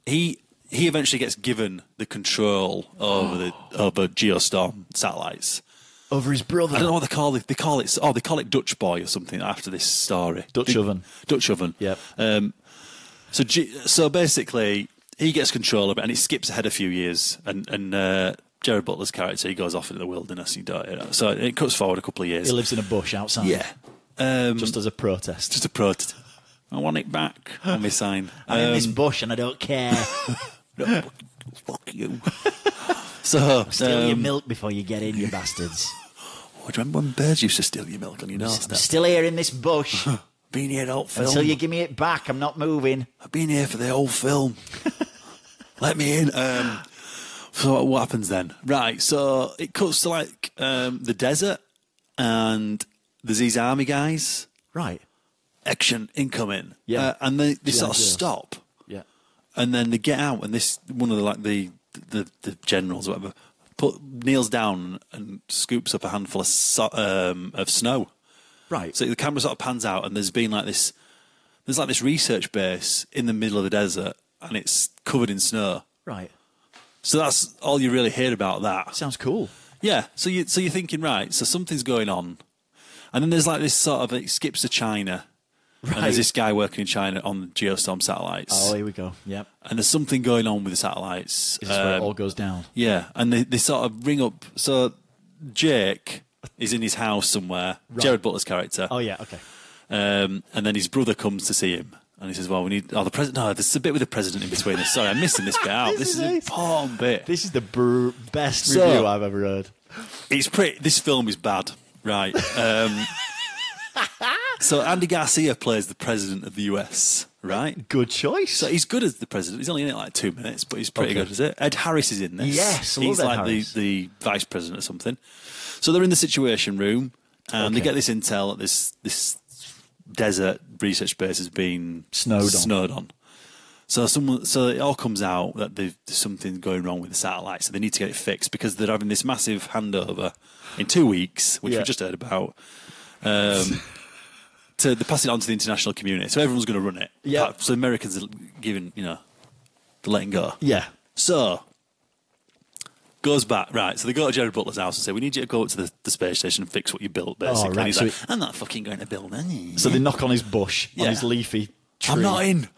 he he eventually gets given the control over the over geostorm satellites.
Over his brother.
I don't know what they call it. They call it oh they call it Dutch boy or something after this story.
Dutch
They-
oven.
Dutch oven.
Yep.
Um, so G- so basically he gets control of it and it skips ahead a few years and and. Uh, Jared Butler's character, he goes off into the wilderness. He died, you know. So it cuts forward a couple of years.
He lives in a bush outside.
yeah, um,
Just as a protest.
just a protest. I want it back on my sign.
I'm in
um,
this bush and I don't care.
Fuck you. so,
Steal your
um,
milk before you get in, you bastards.
oh, do you remember when birds used to steal your milk on your nose?
I'm still here in this bush
been here the whole film.
until you give me it back. I'm not moving.
I've been here for the whole film. Let me in. Um, so what happens then? Right. So it cuts to like um, the desert, and there's these army guys.
Right.
Action incoming.
Yeah.
Uh, and they,
Yeah,
they sort of
yes.
stop.
Yeah.
and then they get out, and this one of the like the the, the generals, or whatever, put kneels down and scoops up a handful of so, um, of snow.
Right.
So the camera sort of pans out, and there's been like this, there's like this research base in the middle of the desert, and it's covered in snow.
right.
So that's all you really hear about that.
Sounds cool.
Yeah. So you so you're thinking right. So something's going on, and then there's like this sort of it skips to China, and
Right.
there's this guy working in China on geostorm satellites,
Oh, here we go. Yep.
and there's something going on with the satellites.
This is where it
Um,
all goes down.
yeah, and they, they sort of ring up. So Jake is in his house somewhere. Jared Butler's character.
Oh yeah. Okay.
Um, and then his brother comes to see him. And he says, "Well, we need oh the president. No, there's a bit with the president in between us. Sorry, I'm missing this bit out.
This
this,
is
is an
ace.
important bit.
This is the br- best
So-
review I've ever heard.
It's pretty. This film is bad, right? Um, so Andy Garcia plays the president of the U.S., right?
Good choice.
So he's good as the president. He's only in it like two minutes, but he's pretty
Okay.
good, is it? Ed Harris is in this.
Yes, I love
he's
Ed
like
Harris.
the the vice president or something. So they're in the situation room, and they
Okay.
get this intel that this this desert research base has been
Snowed on.
Snowed on. So someone, so it all comes out that they've, there's something going wrong with the satellite, so they need to get it fixed because they're having this massive handover in two weeks, which
Yeah.
we just heard about. Um, to they pass it on to the international community, so everyone's going to run it.
Yeah.
Apart- So Americans are giving, you know, they're letting go.
yeah.
So goes back right. So they go to Jared Butler's house and say, "We need you to go up to the, the space station and fix what you built." Basically,
Oh, right,
and he's
so
like,
he-
"I'm not fucking going to build any."
So they knock on his bush, on
Yeah.
his leafy. Tree.
I'm not in.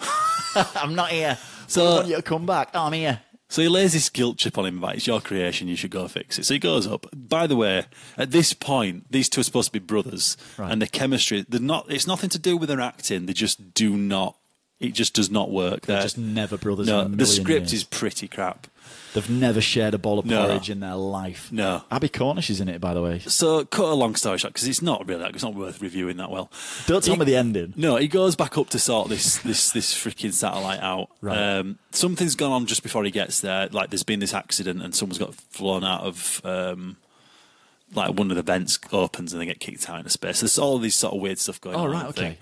I'm not here. So
So-
I want you to come back. Oh, I'm here.
So he lays this guilt chip on him about it's your creation, you should go fix it. So he goes up. By the way, at this point, these two are supposed to be brothers,
Right.
and the chemistry they're not. It's nothing to do with their acting. They just do not. It just does not work. They're,
just never brothers in
No,
a
the
million
script
years.
is pretty crap.
They've never shared a bowl of
No.
porridge in their life.
No.
Abby Cornish is in it, by the way.
So cut a long story short because it's not really it's not worth reviewing that well.
Don't tell
He-
me the ending.
No, he goes back up to sort this this this freaking satellite out.
Right.
Um, something's gone on just before he gets there. Like there's been this accident and someone's got flown out of um, like one of the vents opens and they get kicked out into space. There's all these sort of weird stuff going
Oh
on.
right,
I think.
okay.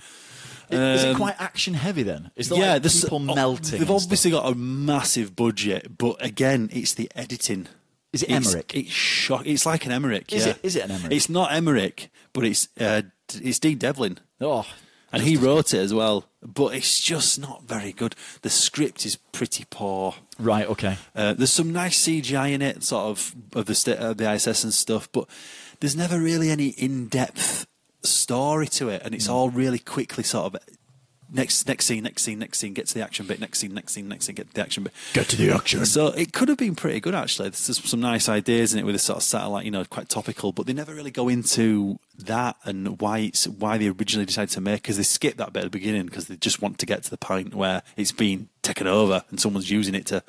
I-
Um,
is it quite action heavy then? Is there like
there's-
people
oh,
melting?
They've
and stuff?
obviously got a massive budget, but again, it's the editing.
Is it
It's-
Emmerich?
It's shock. It's like an Emmerich.
Is
yeah.
it- is it an Emmerich?
It's not Emmerich, but it's uh, d- it's Dean Devlin,
Oh,
and he wrote it as well. But it's just not very good. The script is pretty poor.
right, okay.
Uh, there's some nice CGI in it, sort of of the sta uh, the ISS and stuff, but there's never really any in depth story to it, and it's
Mm.
all really quickly sort of next next scene, next scene, next scene, get to the action bit, next scene, next scene, next scene, get to the action bit.
Get to the action.
So it could have been pretty good actually. There's just some nice ideas in it with a sort of satellite, you know, quite topical, but they never really go into that and why it's why they originally decided to make because they skip that bit at the beginning because they just want to get to the point where it's been taken over and someone's using it to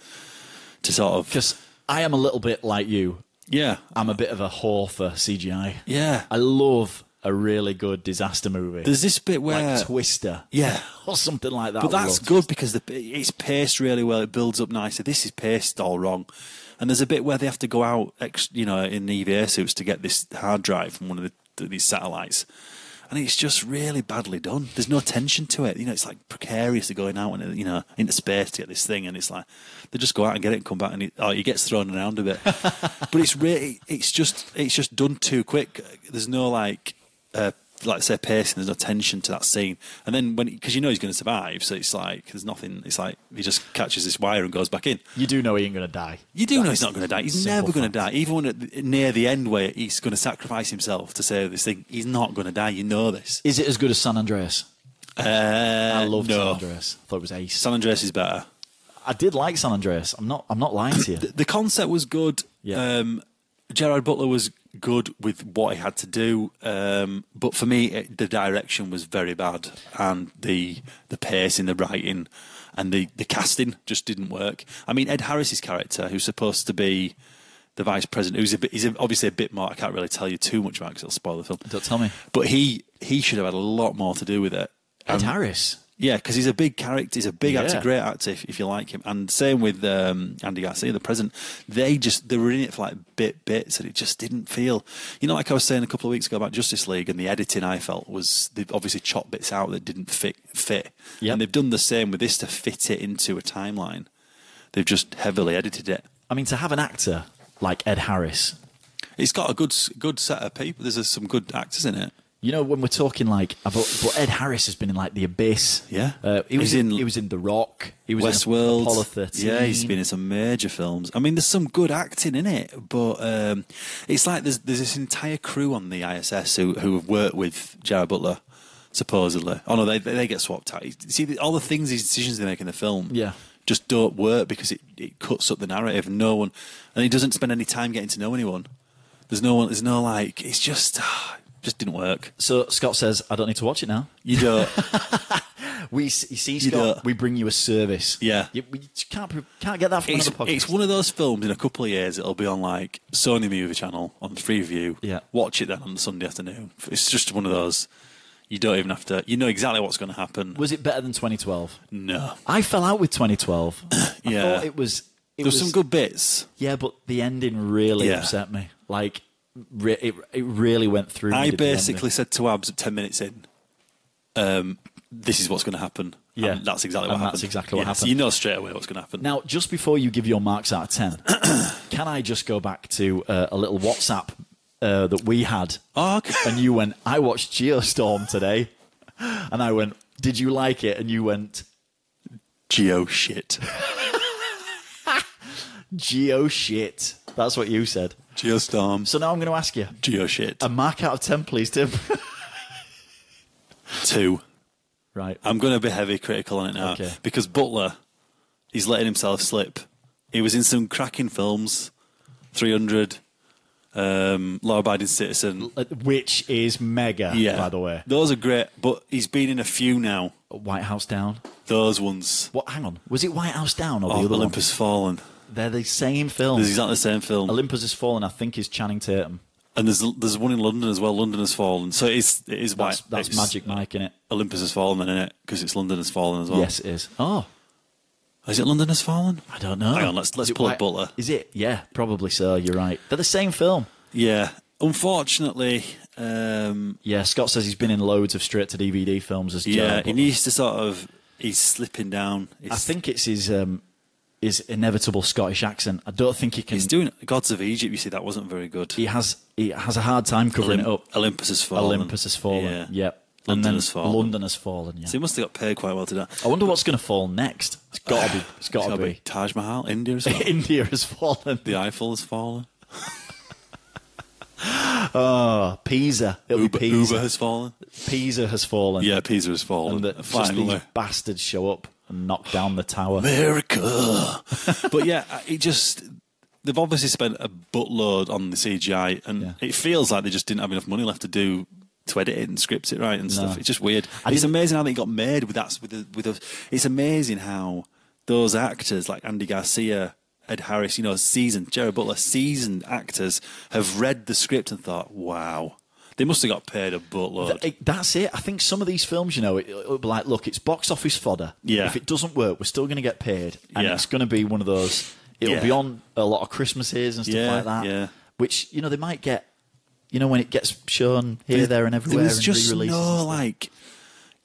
to sort of
Because I am a little bit like you.
yeah.
I'm a bit of a whore for CGI.
Yeah.
I love a really good disaster movie.
There's this bit where
like Twister.
Yeah.
Or something like that.
But that's
I love.
good because the, it's paced really well. It builds up nicely. This is paced all wrong. And there's a bit where they have to go out, ex, you know, in EVA suits to get this hard drive from one of the, th- these satellites. And it's just really badly done. There's no tension to it. You know, it's like precarious. They're going out and you know into space to get this thing, and it's like they just go out and get it and come back, and it, oh, it gets thrown around a bit. but it's really, it's just, it's just done too quick. There's no like uh, like I say, pacing. There's no tension to that scene, and then when because you know he's going to survive, so it's like there's nothing. It's like he just catches this wire and goes back in.
You do know he ain't going to die.
You do know he's not going to die. He's
simple
never going to die.
fact.
Even when at the, near the end where he's going to sacrifice himself to save this thing, he's not going to die. You know this.
Is it as good as San Andreas?
Uh,
I love San
no.
Andreas. I thought it was ace.
San Andreas is better.
I did like San Andreas. I'm not. I'm not lying to you.
The, the concept was good.
Yeah.
Um, Gerard Butler was good with what he had to do, um, but for me, it, the direction was very bad, and the the pace in the writing and the the casting just didn't work. I mean, Ed Harris's character, who's supposed to be the vice president, who's a bit, he's obviously a bit more. I can't really tell you too much about because it'll spoil the film.
Don't tell me.
But he he should have had a lot more to do with it.
Ed
Um,
Harris.
Yeah, because he's a big character. He's a big actor,
Yeah.
great actor if, if you like him. And same with um, Andy Garcia, the president. They just they were in it for like bit bits, and it just didn't feel. You know, like I was saying a couple of weeks ago about Justice League and the editing. I felt was they've obviously chopped bits out that didn't fit. Fit.
Yep.
And they've done the same with this to fit it into a timeline. They've just heavily edited it.
I mean, to have an actor like Ed Harris,
It's got a good s- good set of people. There's uh, some good actors in it.
you know, when we're talking like, about, but Ed Harris has been in like The Abyss.
Yeah.
uh, he was
He's
in,
in-
He was in The Rock. He was in
Westworld.
Apollo 13.
Yeah, he's been in some major films. I mean, there's some good acting in it, but um, it's like there's there's this entire crew on the ISS who who have worked with Jared Butler, supposedly. Oh no, they they they get swapped out. You See, the- all the things, these decisions they make in the film,
Yeah.
just don't work because it, it cuts up the narrative. No one, and he doesn't spend any time getting to know anyone. There's no one. There's no like. It's just ah, just didn't work.
So Scott says, I don't need to watch it now.
You don't.
We s- you see,
You
Scott,
don't.
we bring you a service.
Yeah.
You, we you can't, pro- can't get that from
It's,
another podcast.
it's one of those films in a couple of years it'll be on like Sony Movie Channel on Freeview.
Yeah.
Watch it then on Sunday afternoon. It's just one of those you don't even have to you know exactly what's gonna happen.
was it better than 2012?
No.
I fell out with 2012. I
Yeah.
thought it was. It
There's
was,
some good bits.
Yeah, but the ending really
Yeah.
upset me. Like, re- it, it really went through. me,
I
did the ending.
basically said to Abs at ten minutes in, um, this is what's gonna happen.
Yeah.
And that's exactly what
And that's
happened.
exactly what
Yeah, so
happened.
you know straight away what's gonna happen.
Now, just before you give your marks out of 10, can I just go back to uh, a little WhatsApp uh, that we had?
Oh, okay.
And you went, I watched Geostorm today. And I went, Did you like it? And you went, "Oh,
Geo shit.
Geo shit. That's what you said.
Geostorm.
So now I'm going to ask you
Geo shit.
a mark out of 10, please, Tim.
two.
right.
I'm going to be heavy critical on it now
Okay.
because Butler, he's letting himself slip. He was in some cracking films, 300, um, Law Abiding Citizen.
Uh, Which is mega,
Yeah,
by the way.
those are great, but he's been in a few now.
White House Down.
Those ones,
What? Hang on. Was it White House Down or the
oh,
other
Olympus Fallen.
one? They're the same film.
There's exactly the same film,
Olympus Has Fallen, I think, is Channing Tatum.
and there's there's one in London as well. London has fallen, so it's it is
That's,
white.
that's
it's-
Magic Mike, in it?
Olympus has fallen, then, innit? Because it's London has fallen as well.
Yes, it is. Oh,
is it London has fallen?
I don't know.
Hang on, let's- let's
Is it
pull up
White-
Butler.
Is it? Yeah, probably so. You're right. They're the same film.
Yeah, unfortunately. Um,
Yeah, Scott says he's been in loads of straight to DVD films as
Yeah,
Joe.
he needs to sort of. He's slipping down. He's,
I think it's his um, his inevitable Scottish accent. I don't think he can.
he's doing Gods of Egypt. You see, that wasn't very good.
he has he has a hard time covering
Olymp-
it up.
Olympus has fallen.
Olympus has fallen.
Yeah.
Yep.
London
and then
has fallen.
London has fallen. Yeah.
So he must have got paid quite well to that.
I wonder what's going to fall next. Oh, It's got to be. It's got to be.
Taj Mahal, India as well.
India has fallen.
the Eiffel has fallen.
Pisa. It'll
Uber,
be Pisa.
Uber has fallen.
Pisa has fallen.
Yeah, Pisa has fallen.
And that just
Finally.
these bastards show up and knock down the tower.
America. but yeah, uh, it just they've obviously spent a buttload on the CGI, and
Yeah.
it feels like they just didn't have enough money left to do to edit it and script it right and stuff.
No.
It's just weird.
I
it's
didn't-
amazing how they got made with that. With the, with the, it's amazing how those actors like Andy Garcia. Ed Harris, you know, seasoned Jerry Butler, seasoned actors have read the script and thought, "Wow, they must have got paid a buttload."
Th- it- That's it. I think some of these films, you know, it, it'll be like, look, it's box office fodder.
Yeah.
If it doesn't work, we're still going to get paid, and
Yeah.
it's going to be one of those. It'll
Yeah.
be on a lot of Christmases and stuff
Yeah,
like that.
yeah.
Which you know they might get, you know, when it gets shown here, there, and everywhere,
There was
and
just
re-releases. and
no
stuff.
like,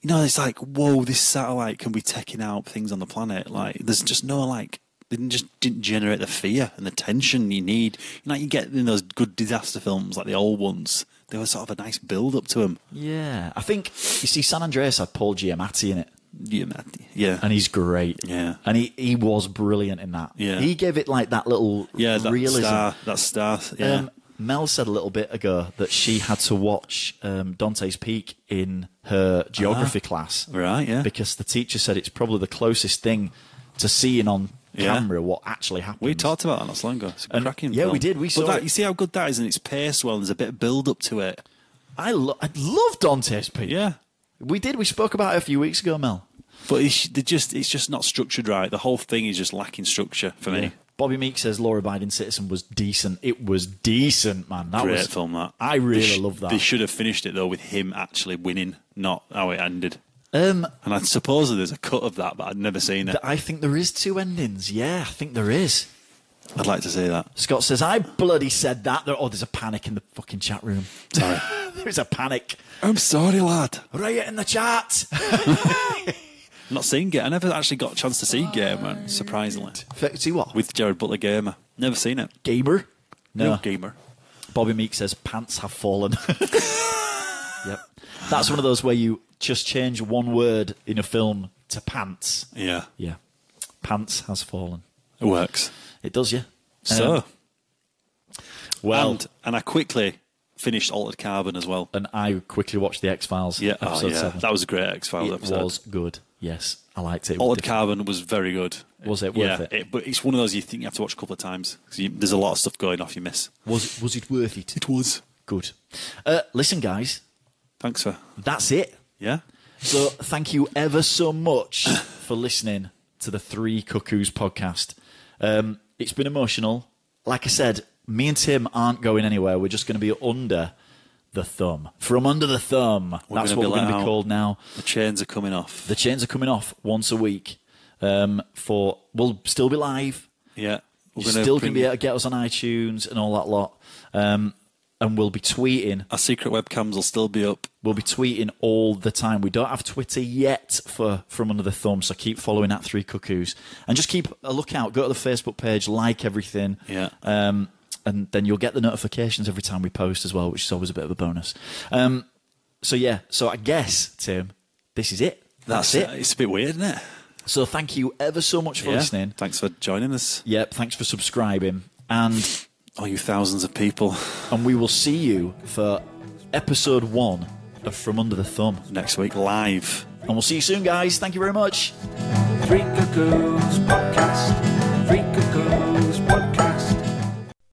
you know, it's like whoa, this satellite can be taking out things on the planet. Like, there's just no like, they didn't just didn't generate the fear and the tension you need. You know, you get in those good disaster films like the old ones. They were sort of a nice build up to them.
Yeah, I think you see San Andreas had Paul Giamatti in it,
Yeah, man. yeah,
and he's great.
Yeah.
and he, he was brilliant in that.
Yeah.
he gave it like that little
yeah. That
realism.
star, that star. Yeah,
Um, Mel said a little bit ago that she had to watch um, Dante's Peak in her geography class.
Ah, Right, yeah.
Because the teacher said it's probably the closest thing to seeing on
Yeah.
camera what actually happened.
we talked about that not so long ago. It's a
And-
cracking.
yeah, we
film.
did, we
But
saw
that-
it.
You see how good that is, and it's paced well. And there's a bit of build up to it.
I, lo- I love Dante's Peak.
Yeah,
We did. We spoke about it a few weeks ago, Mel.
but it's they just it's just not structured right. The whole thing is just lacking structure for me.
Bobby Meek says Laura Biden Citizen was decent. It was decent, man. That
Great
was
film that.
I
They
really
sh-
love that.
They should have finished it though with him actually winning, not how it ended.
Um,
And I suppose there's a cut of that, but I'd never seen it.
th- I think there is two endings. Yeah, I think there is.
I'd like to see that.
Scott says, I bloody said that. There- Oh, there's a panic in the fucking chat room.
Sorry.
there's a panic.
I'm sorry, lad.
Riot in the chat.
I'm not seeing it. I never actually got a chance to see Gamer, surprisingly.
See what?
With Jared Butler Gamer. Never seen it.
Gamer?
No Gamer.
Bobby Meek says pants have fallen. yep. That's one of those where you just change one word in a film to pants.
Yeah.
Yeah. Pants has fallen.
It works.
It does, yeah.
So,
Um, well,
and, and I quickly finished Altered Carbon as well.
and I quickly watched the X Files.
Yeah, oh,
episode
yeah.
seven.
that was a great X Files
it
episode.
was good. Yes, I liked it. It was
Altered
different.
Carbon was very good.
Was it
yeah,
worth it?
But it's one of those you think you have to watch a couple of times 'cause you, there's a lot of stuff going off you miss.
was was it worth it?
was.
Good. Uh, listen, guys,
Thanks for.
that's it.
Yeah.
So thank you ever so much for listening to the Three Cuckoos podcast. Um, it's been emotional. Like I said, me and Tim aren't going anywhere. We're just going to be under the thumb. From under the thumb.
We're
That's what
gonna be
we're going to
let
be
out.
called now.
The chains are coming off.
The chains are coming off once a week. Um, for we'll still be live.
yeah. We're
You're
gonna
still going
bring
to be able to get us on iTunes and all that lot. Um, and we'll be tweeting
Our secret webcams will still be up.
We'll be tweeting all the time. We don't have Twitter yet for From Under the Thumb, so keep following at Three Cuckoos and just keep a lookout. Go to the Facebook page, like everything,
Yeah.
um, and then you'll get the notifications every time we post as well, which is always a bit of a bonus. Um, so yeah, so I guess Tim, this is it. That's, it.
It's a bit weird, isn't it?
So thank you ever so much for
Yeah.
listening.
Thanks for joining us.
Yep, thanks for subscribing, and
Oh, you thousands of people
and we will see you for episode one of From Under the Thumb,
next week live.
and we'll see you soon, guys. Thank you very much.
Three cuckoos.